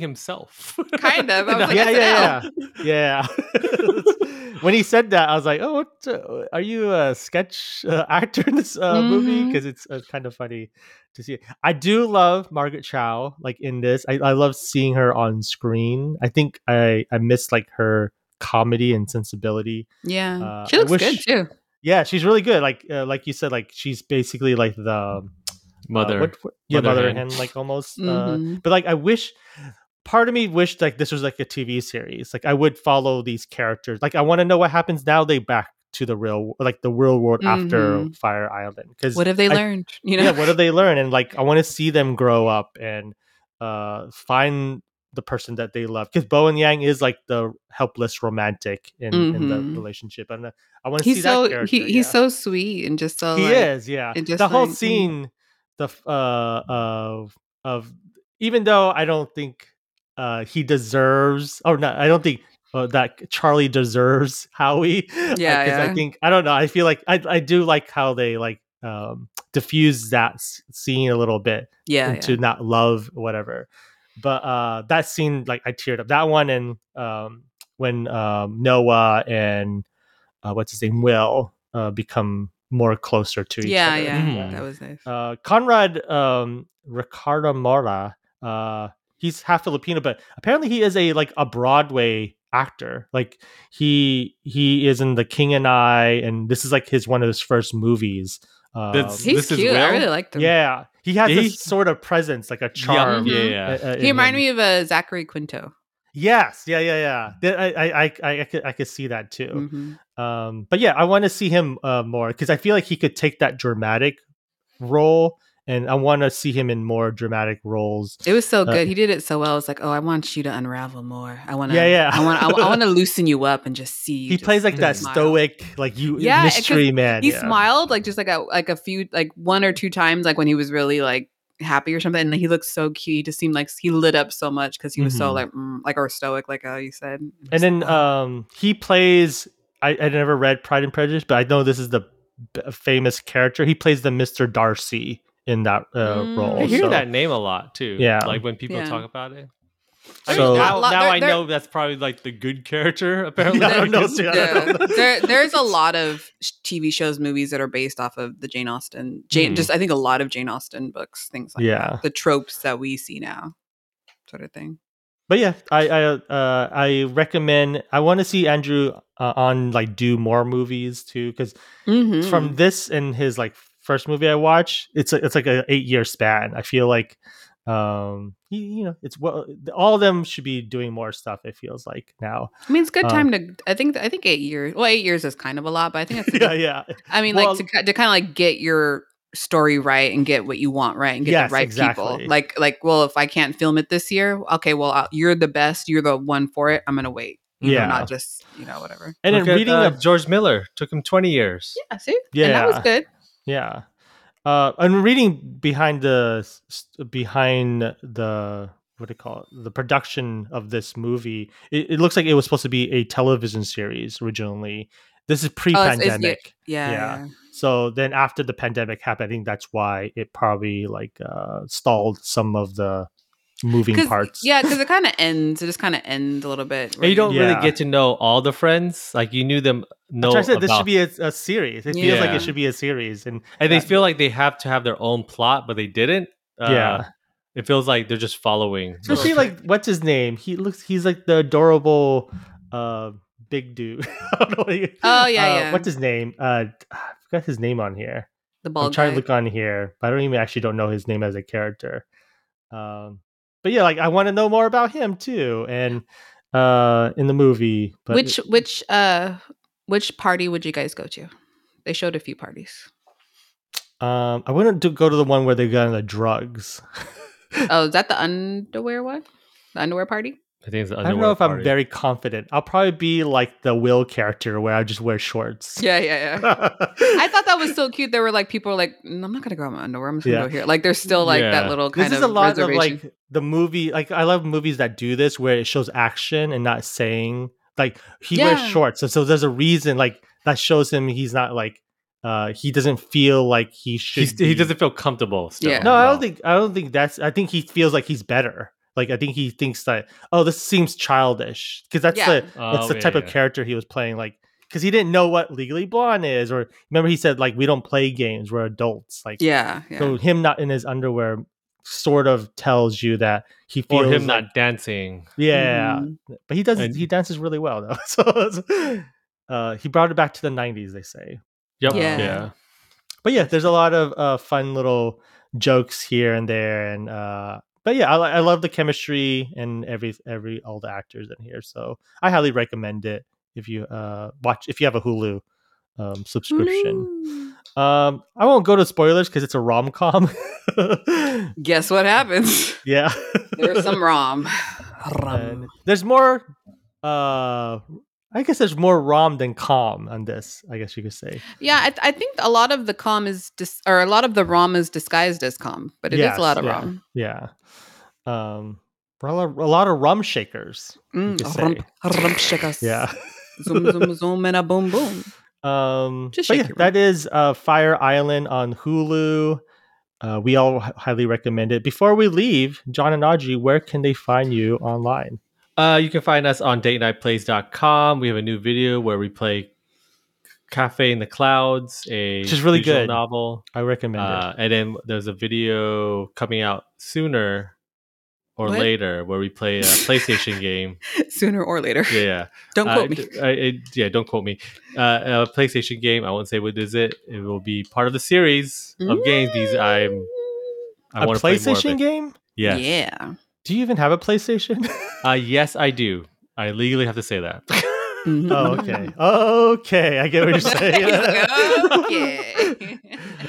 Speaker 3: himself.
Speaker 2: Kind of. I "Oh." was like,
Speaker 1: yeah, yeah,
Speaker 2: SNL.
Speaker 1: yeah, yeah. when he said that, I was like, "Oh, what, uh, are you a sketch uh, actor in this uh, movie?"
Speaker 2: Mhm.
Speaker 1: Because it's uh, kind of funny to see. I do love Margaret Chow, like in this. I, I love seeing her on screen. I think I I miss like her comedy and sensibility.
Speaker 2: Yeah.
Speaker 1: Uh,
Speaker 2: she
Speaker 1: I
Speaker 2: looks
Speaker 1: wish-
Speaker 2: good too.
Speaker 1: Yeah, she's really good. Like uh, like you said, like she's basically like the uh,
Speaker 3: Mother.
Speaker 1: what- what- yeah,
Speaker 3: Mother
Speaker 1: mother
Speaker 3: hen.
Speaker 1: hen, like almost. Uh,
Speaker 2: Mhm.
Speaker 1: but like I wish part of me wished like this was like a TV series. Like I would follow these characters. Like I want to know what happens now they back to the real like the real world after
Speaker 2: Mhm.
Speaker 1: Fire Island cuz
Speaker 2: what have they
Speaker 1: I-
Speaker 2: learned? you know?
Speaker 1: yeah, what do they learn and like I want to see them grow up and uh find the person that they love cuz Bo and Yang is like the helpless romantic in, in the
Speaker 2: Mhm.
Speaker 1: relationship and uh, I want to see
Speaker 2: he's so
Speaker 1: that character.
Speaker 2: he, he's
Speaker 1: yeah.
Speaker 2: so sweet and just so
Speaker 1: he
Speaker 2: like,
Speaker 1: is yeah
Speaker 2: and just
Speaker 1: the whole
Speaker 2: like, mm.
Speaker 1: scene the f- uh of of even though i don't think uh he deserves or not i don't think uh, that charlie deserves howie yeah, i
Speaker 2: yeah.
Speaker 1: think i don't know i feel like i, I do like how they like um diffuse that s- scene a little bit
Speaker 2: yeah,
Speaker 1: into
Speaker 2: yeah.
Speaker 1: not love whatever but uh that scene like i teared up that one and um when um noah and uh what's his name will uh become more closer to each
Speaker 2: yeah,
Speaker 1: other
Speaker 2: yeah.
Speaker 3: Mm.
Speaker 2: That was nice.
Speaker 1: uh conrad um ricardo mora uh he's half filipino but apparently he is a like a broadway actor like he he is in the king and i and this is like his one of his first movies um,
Speaker 3: That's-
Speaker 2: He's
Speaker 3: this is
Speaker 2: cute. I
Speaker 3: Will?
Speaker 2: really liked him.
Speaker 1: yeah, he has
Speaker 3: He-
Speaker 1: this sort of presence, like a charm.
Speaker 3: Yeah,
Speaker 2: Mhm.
Speaker 3: yeah.
Speaker 1: uh, uh,
Speaker 2: He
Speaker 1: in
Speaker 2: reminded
Speaker 1: him.
Speaker 2: me of uh, Zachary Quinto.
Speaker 1: Yes, yeah, yeah, yeah. Th- I, I, I, I, I could, I could see that too.
Speaker 2: Mhm.
Speaker 1: Um, but yeah, I want to see him uh, more because I feel like he could take that dramatic role, and I want to see him in more dramatic roles.
Speaker 2: It was so
Speaker 1: Uh,
Speaker 2: good. he did it so well. It's like, oh, I want you to unravel more. I want to.
Speaker 1: Yeah, yeah.
Speaker 2: I want. I, want to loosen you up and just see. You
Speaker 1: he
Speaker 2: just
Speaker 1: plays like that
Speaker 2: smile.
Speaker 1: stoic, like you
Speaker 2: Yeah, 'cause
Speaker 1: mystery man.
Speaker 2: He
Speaker 1: yeah.
Speaker 2: smiled like just like a like a few like one or two times like when he was really like happy or something. And he looked so cute. He just seemed like he lit up so much because he was so
Speaker 1: Mhm.
Speaker 2: like mm, like or stoic like uh, you said.
Speaker 1: And then
Speaker 2: Wow.
Speaker 1: um, he plays. I, I never read Pride and Prejudice, but I know this is the b- famous character. He plays the Mister Darcy in that uh,
Speaker 2: Mm.
Speaker 1: role.
Speaker 3: I hear
Speaker 1: so-
Speaker 3: that name a lot too.
Speaker 1: Yeah.
Speaker 3: like when people
Speaker 2: Yeah.
Speaker 3: talk about it.
Speaker 1: I mean,
Speaker 3: So
Speaker 1: not
Speaker 3: now,
Speaker 2: lot-
Speaker 3: now
Speaker 2: there-
Speaker 3: I
Speaker 2: there-
Speaker 3: know that's probably like the good character. Apparently,
Speaker 1: Yeah, I don't know,
Speaker 3: because-
Speaker 1: too. I don't
Speaker 2: Yeah.
Speaker 1: know.
Speaker 2: there, there's a lot of sh- TV shows, movies that are based off of the Jane Austen. Jane,
Speaker 3: Mhm.
Speaker 2: just I think a lot of Jane Austen books, things like
Speaker 1: Mm-hmm. Yeah.
Speaker 2: that. the tropes that we see now, sort of thing.
Speaker 1: but yeah, I I uh, I recommend. I want to see Andrew uh, on like do more movies too, because
Speaker 2: Mm-hmm.
Speaker 1: from this and his like first movie I watched, it's a, it's like a eight year span. I feel like um he, you know it's well all of them should be doing more stuff. It feels like now.
Speaker 2: I mean, it's a good
Speaker 1: uh,
Speaker 2: time to. I think I think eight years. Well, eight years is kind of a lot, but I think that's. a
Speaker 1: yeah,
Speaker 2: good-
Speaker 1: yeah.
Speaker 2: I mean,
Speaker 1: Well-
Speaker 2: like to, ki- to kind of like get your story right and get what you want right and get
Speaker 1: Yes,
Speaker 2: the right
Speaker 1: exactly.
Speaker 2: people. Like like well, if I can't film it this year, okay, well I'll, you're the best, you're the one for it. I'm gonna wait. You
Speaker 1: Yeah.
Speaker 2: know, not just you know whatever.
Speaker 1: And
Speaker 3: Look
Speaker 1: then
Speaker 3: at,
Speaker 1: reading a
Speaker 3: uh, George Miller took him twenty years.
Speaker 2: Yeah, see,
Speaker 1: yeah,
Speaker 2: and that was good.
Speaker 1: Yeah. Uh, and reading behind the s- s- behind the what do you call it the production of this movie, it, it looks like it was supposed to be a television series originally. This is
Speaker 2: Oh, it's-
Speaker 1: pre-pandemic,
Speaker 2: it's- Yeah,
Speaker 1: Yeah.
Speaker 2: yeah.
Speaker 1: so then after the pandemic happened, I think that's why it probably like uh, stalled some of the moving
Speaker 2: 'Cause-
Speaker 1: parts.
Speaker 2: Yeah, because it kind of ends. It just kind of ends a little bit.
Speaker 3: And you don't
Speaker 1: Yeah.
Speaker 3: really get to know all the friends. Like you knew them. No,
Speaker 1: Which I said this
Speaker 3: about
Speaker 1: should be a, a series. It feels like
Speaker 3: Yeah.
Speaker 1: it should be a series, and
Speaker 3: and they
Speaker 1: that-
Speaker 3: feel like they have to have their own plot, but they didn't. Uh,
Speaker 1: Yeah.
Speaker 3: it feels like they're just following.
Speaker 1: Especially
Speaker 3: those-
Speaker 1: like what's his name? He looks he's like the adorable uh big dude. I don't know what he-
Speaker 2: Oh, yeah,
Speaker 1: uh,
Speaker 2: yeah.
Speaker 1: What's his name? Uh I forgot his name on here.
Speaker 2: the
Speaker 1: I'm
Speaker 2: bald
Speaker 1: trying
Speaker 2: guy.
Speaker 1: to look on here, but I don't even actually don't know his name as a character. Um but yeah, like I want to know more about him too. And uh in the movie. But
Speaker 2: which which uh which party would you guys go to? They showed a few parties.
Speaker 1: um I wouldn't do, go to the one where they got on the drugs.
Speaker 2: Oh, is that the underwear one? The underwear party?
Speaker 3: I think it's the
Speaker 1: I don't know
Speaker 3: underwear
Speaker 1: if I'm
Speaker 3: party.
Speaker 1: very confident. I'll probably be like the Will character where I just wear shorts.
Speaker 2: Yeah, yeah, yeah. I thought that was so cute. There were like people like, "Mm, I'm not gonna go out in my underwear. I'm just gonna
Speaker 1: Yeah.
Speaker 2: go here. Like there's still like
Speaker 3: Yeah.
Speaker 2: that little kind
Speaker 1: this is
Speaker 2: of
Speaker 1: a lot of
Speaker 2: reservation.
Speaker 1: like the movie like i love movies that do this where it shows action and not saying like he wears
Speaker 2: Yeah.
Speaker 1: shorts so, so there's a reason like that shows him he's not like uh he doesn't feel like he should
Speaker 3: He's, he
Speaker 1: be-
Speaker 3: doesn't feel comfortable. Still.
Speaker 2: Yeah.
Speaker 1: no i don't think i don't think that's i think he feels like he's better like i think he thinks that oh this seems childish because that's
Speaker 2: Yeah.
Speaker 1: the
Speaker 3: Oh,
Speaker 1: that's the
Speaker 3: yeah,
Speaker 1: type
Speaker 3: yeah.
Speaker 1: of character he was playing like because he didn't know what legally blonde is or remember he said like we don't play games we're adults like
Speaker 2: yeah, yeah.
Speaker 1: so him not in his underwear sort of tells you that he feels
Speaker 3: or him
Speaker 1: like-
Speaker 3: not dancing.
Speaker 1: yeah,
Speaker 2: Mhm.
Speaker 1: but he does
Speaker 3: And-
Speaker 1: he dances really well though. So it's- uh, he brought it back to the '90s, they say.
Speaker 3: Yep.
Speaker 2: Yeah.
Speaker 1: But yeah, there's a lot of uh, fun little jokes here and there, and uh, but yeah, I, li- I love the chemistry and every every all the actors in here. So I highly recommend it if you uh, watch if you have a Hulu um, subscription.
Speaker 2: Hulu.
Speaker 1: Um, I won't go to spoilers because it's a rom com.
Speaker 2: Guess what happens?
Speaker 1: yeah,
Speaker 2: There's some rom.
Speaker 1: And
Speaker 2: rom.
Speaker 1: there's more. Uh, I guess there's more rom than com on this. I guess you could say.
Speaker 2: Yeah, I, I think a lot of the com is dis- or a lot of the rom is disguised as com, but it is
Speaker 1: Yes,
Speaker 2: a lot of
Speaker 1: yeah.
Speaker 2: rom.
Speaker 1: Yeah. Um, a lot of- a lot of rum shakers.
Speaker 2: Mm,
Speaker 1: could
Speaker 2: rump, rump shakas.
Speaker 1: Yeah.
Speaker 2: zoom, zoom, zoom, and a boom, boom.
Speaker 1: Um,
Speaker 2: Just
Speaker 1: but yeah,
Speaker 2: shake it, right?
Speaker 1: that is uh, Fire Island on Hulu. Uh, we all h- highly recommend it. Before we leave, John and Audrey, where can they find you online?
Speaker 3: Uh, you can find us on datenightplays.com. We have a new video where we play Cafe in the Clouds, a
Speaker 1: Which is really
Speaker 3: visual
Speaker 1: good.
Speaker 3: novel.
Speaker 1: I recommend
Speaker 3: Uh, and then there's a video coming out sooner or
Speaker 2: What?
Speaker 3: later where we play a PlayStation game.
Speaker 2: Sooner or later.
Speaker 3: Yeah, yeah.
Speaker 2: Don't
Speaker 3: Uh,
Speaker 2: quote me.
Speaker 3: d- I, I- yeah, don't quote me. Uh, a PlayStation game. I won't say what is it. It will be part of the series of games. These I'm. I
Speaker 1: it. A
Speaker 3: want to play more of
Speaker 1: PlayStation
Speaker 3: it.
Speaker 1: game?
Speaker 3: Yes.
Speaker 2: Mm. Yeah.
Speaker 1: Do you even have a PlayStation?
Speaker 3: Uh, yes, I do. I legally have to say that.
Speaker 2: Mhm.
Speaker 3: Mm-hmm.
Speaker 1: oh, okay. Okay, I get what you're saying.
Speaker 2: okay.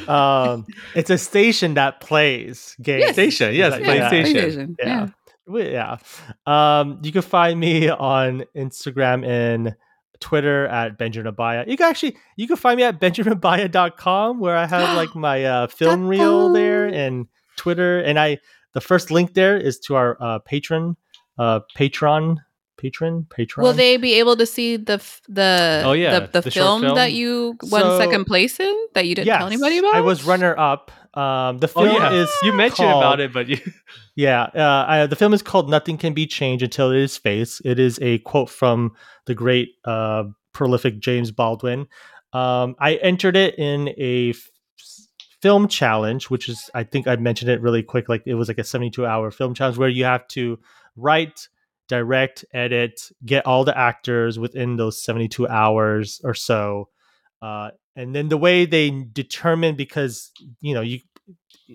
Speaker 1: um, it's a station that plays games.
Speaker 2: Yes.
Speaker 3: PlayStation, yes,
Speaker 1: Like,
Speaker 3: PlayStation.
Speaker 2: PlayStation.
Speaker 1: yeah. Well, yeah. Um, you can find me on Instagram and Twitter at Benjamin Abaya. You can actually you can find me at benjaminabaya.com where I have like my uh, film reel there and Twitter and I the first link there is to our uh, patron uh patron patron patron.
Speaker 2: Will they be able to see the f- the
Speaker 3: Oh, yeah,
Speaker 2: the, the,
Speaker 3: the short
Speaker 2: film,
Speaker 3: film.
Speaker 2: that you won
Speaker 1: So-
Speaker 2: second place in that you didn't tell
Speaker 1: Yes,
Speaker 2: anybody about?
Speaker 1: I was runner up. Um, the
Speaker 3: Oh
Speaker 1: film
Speaker 3: yeah,
Speaker 1: is
Speaker 3: you mentioned
Speaker 1: called-
Speaker 3: about it, but you
Speaker 1: Yeah, uh, I, the film is called "Nothing Can Be Changed Until It Is Faced." It is a quote from the great, uh, prolific James Baldwin. Um, I entered it in a f- film challenge, which is I think I mentioned it really quick. Like it was like a seventy-two hour film challenge where you have to write, direct, edit, get all the actors within those seventy-two hours or so. Uh, and then the way they determine because you know you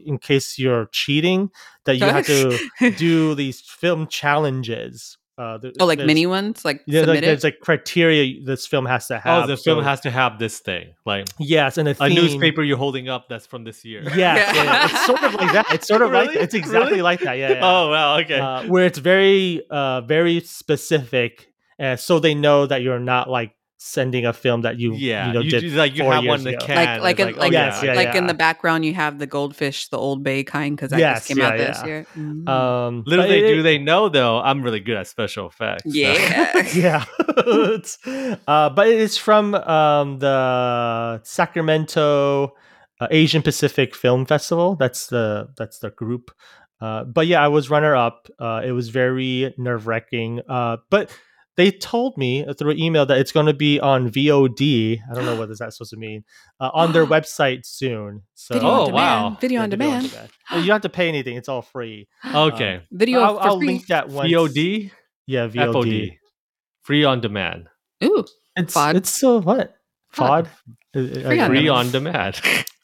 Speaker 1: in case you're cheating that you have to do these film challenges. Uh, th-
Speaker 2: oh, like
Speaker 1: there's-
Speaker 2: mini ones, like
Speaker 1: Yeah, like,
Speaker 2: submitted.
Speaker 1: there's like criteria this film has to have.
Speaker 3: oh, the film
Speaker 1: so-
Speaker 3: has to have this thing, like
Speaker 1: yes, and a,
Speaker 3: a
Speaker 1: theme.
Speaker 3: newspaper you're holding up that's from this year.
Speaker 1: Yes, yeah,
Speaker 2: Yeah.
Speaker 1: yeah, it's sort of like that. It's sort of like
Speaker 3: Really?
Speaker 1: it's exactly
Speaker 3: Really?
Speaker 1: like that. Yeah. yeah.
Speaker 3: Oh wow, okay.
Speaker 1: Uh, where it's very, uh, very specific, uh, so they know that you're not like sending a film that you,
Speaker 3: yeah,
Speaker 1: you know, did
Speaker 3: like you
Speaker 1: four
Speaker 3: have
Speaker 1: years
Speaker 3: one in the
Speaker 1: ago.
Speaker 2: like
Speaker 3: can.
Speaker 2: like
Speaker 3: it's
Speaker 2: in,
Speaker 3: oh,
Speaker 2: like,
Speaker 1: Yes, yeah,
Speaker 2: like in
Speaker 1: yeah.
Speaker 2: the background you have the goldfish, the old bay kind, because that
Speaker 1: Yes,
Speaker 2: just came
Speaker 1: yeah,
Speaker 2: out this
Speaker 1: yeah.
Speaker 2: year. Mm.
Speaker 1: Um, but
Speaker 3: Little they
Speaker 1: it-
Speaker 3: do they know though. I'm really good at special effects. so-
Speaker 2: yeah.
Speaker 1: yeah It's- uh, but it's from um, the sacramento uh, asian pacific film festival that's the that's the group uh, but yeah i was runner up uh, it was very nerve wracking uh, but they told me through email that it's going to be on VOD. I don't know what is that supposed to mean. Uh, on their website soon. So
Speaker 2: Video
Speaker 3: Oh,
Speaker 2: on demand.
Speaker 3: wow.
Speaker 2: Video
Speaker 1: Yeah,
Speaker 2: on demand.
Speaker 1: You don't have to pay anything. It's all free. Uh,
Speaker 3: Okay.
Speaker 2: Video
Speaker 1: I'll,
Speaker 2: for
Speaker 1: I'll
Speaker 2: free.
Speaker 1: link that one.
Speaker 3: VOD,
Speaker 1: Yeah, VOD.
Speaker 3: FOD, free on demand,
Speaker 2: Ooh.
Speaker 1: It's
Speaker 2: Fod.
Speaker 1: it's still what Fod.
Speaker 2: Fod.
Speaker 1: Uh, uh,
Speaker 2: Free on
Speaker 3: free
Speaker 2: demand.
Speaker 3: on demand.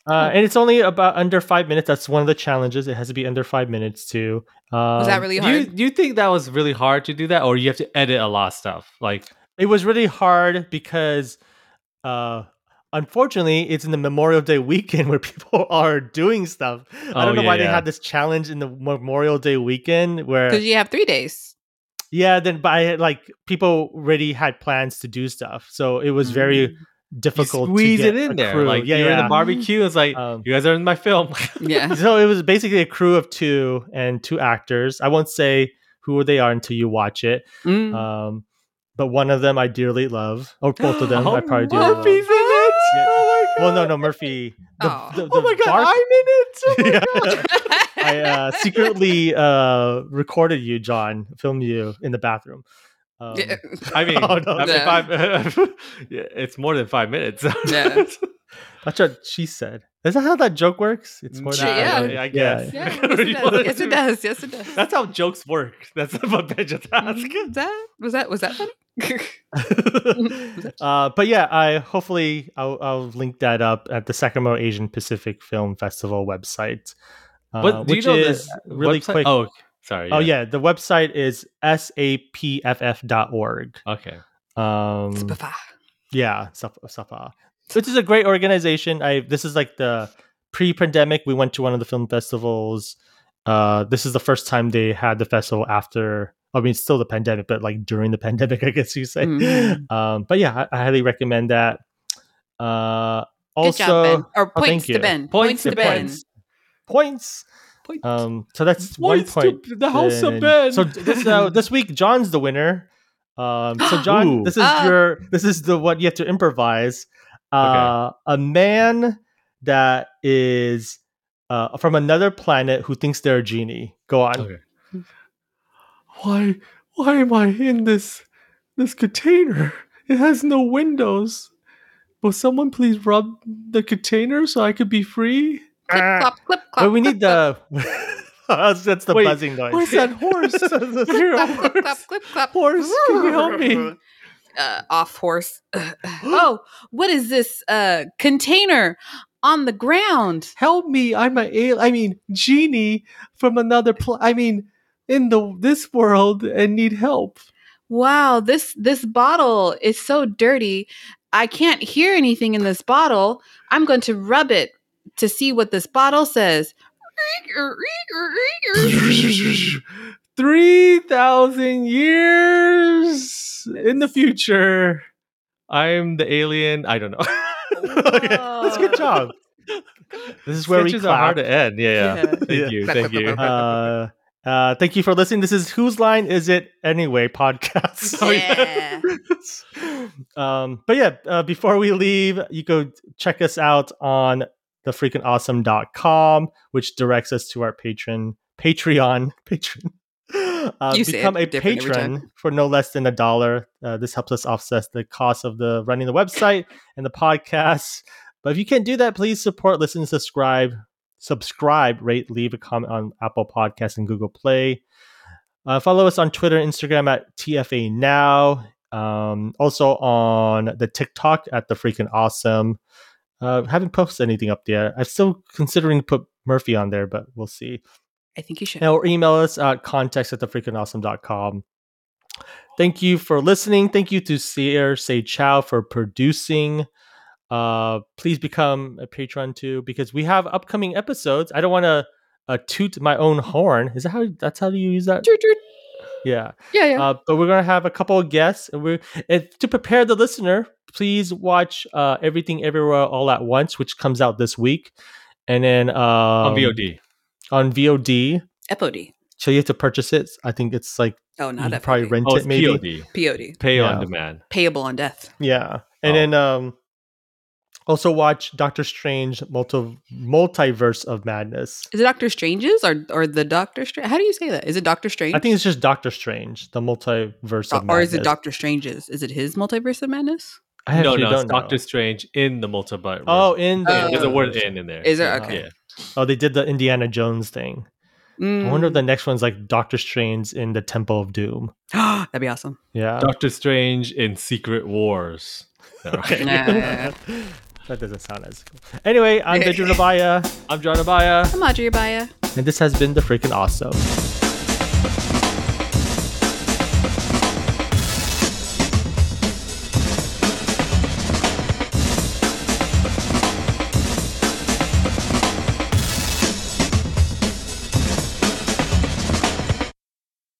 Speaker 1: Uh, and it's only about under five minutes. That's one of the challenges. It has to be under five minutes too. Um,
Speaker 2: Was that really
Speaker 3: do you
Speaker 2: hard?
Speaker 3: do you think that was really hard to do that, or you have to edit a lot of stuff? Like
Speaker 1: It was really hard because, uh, unfortunately, it's in the Memorial Day weekend where people are doing stuff. I
Speaker 3: Oh,
Speaker 1: don't know
Speaker 3: yeah,
Speaker 1: why they
Speaker 3: yeah.
Speaker 1: had this challenge in the Memorial Day weekend where
Speaker 2: Because you have three days.
Speaker 1: yeah, then by like people already had plans to do stuff, so it was very
Speaker 3: Mm. you
Speaker 1: difficult.
Speaker 3: squeeze
Speaker 1: to get
Speaker 3: it in
Speaker 1: a
Speaker 3: there,
Speaker 1: crew.
Speaker 3: like
Speaker 1: yeah,
Speaker 3: you're
Speaker 1: yeah.
Speaker 3: in a barbecue. It's like
Speaker 1: Um,
Speaker 3: you guys are in my film.
Speaker 2: Yeah.
Speaker 1: so it was basically a crew of two and two actors. I won't say who they are until you watch it.
Speaker 3: Mm-hmm.
Speaker 2: Mm.
Speaker 1: Um, but one of them I dearly love, or both of
Speaker 3: Oh,
Speaker 1: them I probably do.
Speaker 3: Murphy's in it.
Speaker 1: love. Yeah.
Speaker 3: Oh my god.
Speaker 1: Well, no, no, Murphy. The,
Speaker 2: Oh.
Speaker 1: the-
Speaker 3: Oh
Speaker 1: the
Speaker 3: my god,
Speaker 1: bark-
Speaker 3: I'm in it. Oh my
Speaker 1: Yeah.
Speaker 3: god.
Speaker 1: I uh, secretly uh, recorded you, John, filmed you in the bathroom. Um,
Speaker 2: Yeah.
Speaker 3: I mean,
Speaker 1: Oh, no.
Speaker 3: after
Speaker 2: Yeah.
Speaker 3: five, yeah, it's more than five minutes.
Speaker 2: Yeah.
Speaker 1: That's what she said. Is that how that joke works? It's more
Speaker 3: Nah,
Speaker 1: that.
Speaker 2: Yeah.
Speaker 1: way, I guess.
Speaker 2: Yeah, yes, it does. Yes, it does. Yes, it does.
Speaker 3: That's how jokes work. That's what Benja
Speaker 2: Mhm. Is that was that was that funny?
Speaker 1: uh, but yeah, I hopefully I'll, I'll link that up at the Sacramento Asian Pacific Film Festival website. Uh,
Speaker 3: But do you
Speaker 1: which
Speaker 3: know the
Speaker 1: is really
Speaker 3: website?
Speaker 1: quick?
Speaker 3: Oh, sorry.
Speaker 1: Oh, yeah, the website is sapff.org.
Speaker 3: Okay.
Speaker 1: Um,
Speaker 2: Spotify.
Speaker 1: yeah, Saf- Safa, which is a great organization. I this is like the pre-pandemic. We went to one of the film festivals. Uh, this is the first time they had the festival after. I mean, it's still the pandemic, but like during the pandemic, I guess you say.
Speaker 2: Mhm.
Speaker 1: Um, but yeah, I, I highly recommend that. Uh,
Speaker 2: Good
Speaker 1: also,
Speaker 2: job, Ben. Or
Speaker 1: oh,
Speaker 2: points
Speaker 1: thank
Speaker 2: to
Speaker 1: you.
Speaker 2: Ben.
Speaker 3: Points
Speaker 2: to
Speaker 3: to
Speaker 2: Ben.
Speaker 1: points. Points. Um, so that's one
Speaker 3: Points to
Speaker 1: point.
Speaker 3: the house of
Speaker 1: Then-
Speaker 3: Ben.
Speaker 1: So this uh, this week, John's the winner. Um, so John,
Speaker 3: Ooh.
Speaker 1: this is
Speaker 2: Ah.
Speaker 1: your this is the what you have to improvise. Uh, A man that is uh, from another planet who thinks they're a genie. Go on.
Speaker 3: Okay. Why? Why am I in this this container? It has no windows. Will someone please rub the container so I could be free?
Speaker 2: Clip, clop, clip, clop.
Speaker 1: but we need
Speaker 2: clip,
Speaker 1: the that's, that's the
Speaker 3: Wait,
Speaker 1: buzzing noise.
Speaker 3: Where's that horse? I hear a
Speaker 2: Clip, clop, clip,
Speaker 3: horse.
Speaker 2: clop, clip, clop.
Speaker 3: Horse, can you help me?
Speaker 2: Uh, off horse. oh, what is this uh, container on the ground?
Speaker 3: Help me! I'm a al- I mean genie from another. Pl- I mean in the this world and need help.
Speaker 2: wow this this bottle is so dirty i can't hear anything in this bottle i'm going to rub it to see what this bottle says
Speaker 3: Three thousand years in the future. I'm the alien. I don't know. okay.
Speaker 1: That's a
Speaker 3: Oh.
Speaker 1: good job. This is where
Speaker 3: Sketches
Speaker 1: we
Speaker 3: are hard
Speaker 1: clap.
Speaker 3: to end. Yeah, yeah.
Speaker 2: Yeah.
Speaker 3: Thank
Speaker 1: Yeah.
Speaker 3: you. Thank you.
Speaker 1: Uh, uh, thank you for listening. This is whose line is it anyway? Podcast.
Speaker 2: yeah
Speaker 1: um, but yeah, uh, before we leave, you go check us out on thefreakingawesome.com, which directs us to our patron, Patreon, patron. Uh,
Speaker 2: You say
Speaker 1: become
Speaker 2: it
Speaker 1: a
Speaker 2: different every time.
Speaker 1: patron for no less than a dollar. Uh, this helps us offset the cost of the running the website and the podcast. But if you can't do that, please support, listen, subscribe, subscribe, rate, leave a comment on Apple Podcasts and Google Play. Uh, follow us on Twitter and Instagram at TFA Now. Um, also on the TikTok at the freaking awesome. Uh, haven't posted anything up there. I'm still considering to put Murphy on there, but we'll see.
Speaker 2: i think you should
Speaker 1: And or email us at context at thefreakingawesome.com. Thank you for listening. Thank you to Sierra Say Chow for producing. Uh, please become a patron too, because we have upcoming episodes. I don't want to uh, toot my own horn. Is that how? That's how you use that?
Speaker 2: Toot, toot.
Speaker 1: Yeah.
Speaker 2: yeah yeah
Speaker 1: Uh, but we're gonna have a couple of guests, and we're and to prepare the listener. Please watch uh, everything everywhere all at once, which comes out this week, and then um,
Speaker 3: On VOD.
Speaker 1: On VOD,
Speaker 2: epod
Speaker 1: so you have to purchase it. I think it's like
Speaker 2: oh
Speaker 1: you
Speaker 2: not
Speaker 1: can
Speaker 2: FOD.
Speaker 1: probably rent
Speaker 3: Oh,
Speaker 1: it,
Speaker 3: it's
Speaker 1: maybe.
Speaker 3: POD.
Speaker 2: pod
Speaker 3: Pay
Speaker 1: Yeah.
Speaker 3: on demand.
Speaker 2: payable on death
Speaker 1: Yeah, and
Speaker 3: Oh.
Speaker 1: then um, also watch Doctor Strange multi- multiverse of madness.
Speaker 2: is it Doctor Strange's or or the Doctor Strange? How do you say that? Is it Doctor Strange?
Speaker 1: I think it's just Doctor Strange, the multiverse
Speaker 2: or,
Speaker 1: of madness.
Speaker 2: or is it Doctor Strange's? Is it his multiverse of madness?
Speaker 1: I
Speaker 3: no,
Speaker 1: actually
Speaker 3: no, it's
Speaker 1: don't know.
Speaker 3: Doctor Strange in the multiverse.
Speaker 1: Oh, in
Speaker 2: Yeah,
Speaker 1: the,
Speaker 3: Yeah, there's a word in in there.
Speaker 2: Uh, Is there
Speaker 1: Yeah.
Speaker 2: okay?
Speaker 3: Yeah.
Speaker 1: Oh, they did the Indiana Jones thing. I wonder if the next one's like Doctor Strange in the Temple of Doom.
Speaker 2: Mm. That'd be awesome.
Speaker 1: Yeah.
Speaker 3: Doctor Strange in Secret Wars.
Speaker 1: Okay.
Speaker 2: Nah.
Speaker 1: that doesn't sound as cool. Anyway, I'm Benjamin Abaya,
Speaker 3: I'm John Abaya.
Speaker 2: I'm Audrey Abaya.
Speaker 1: and this has been the freaking awesome.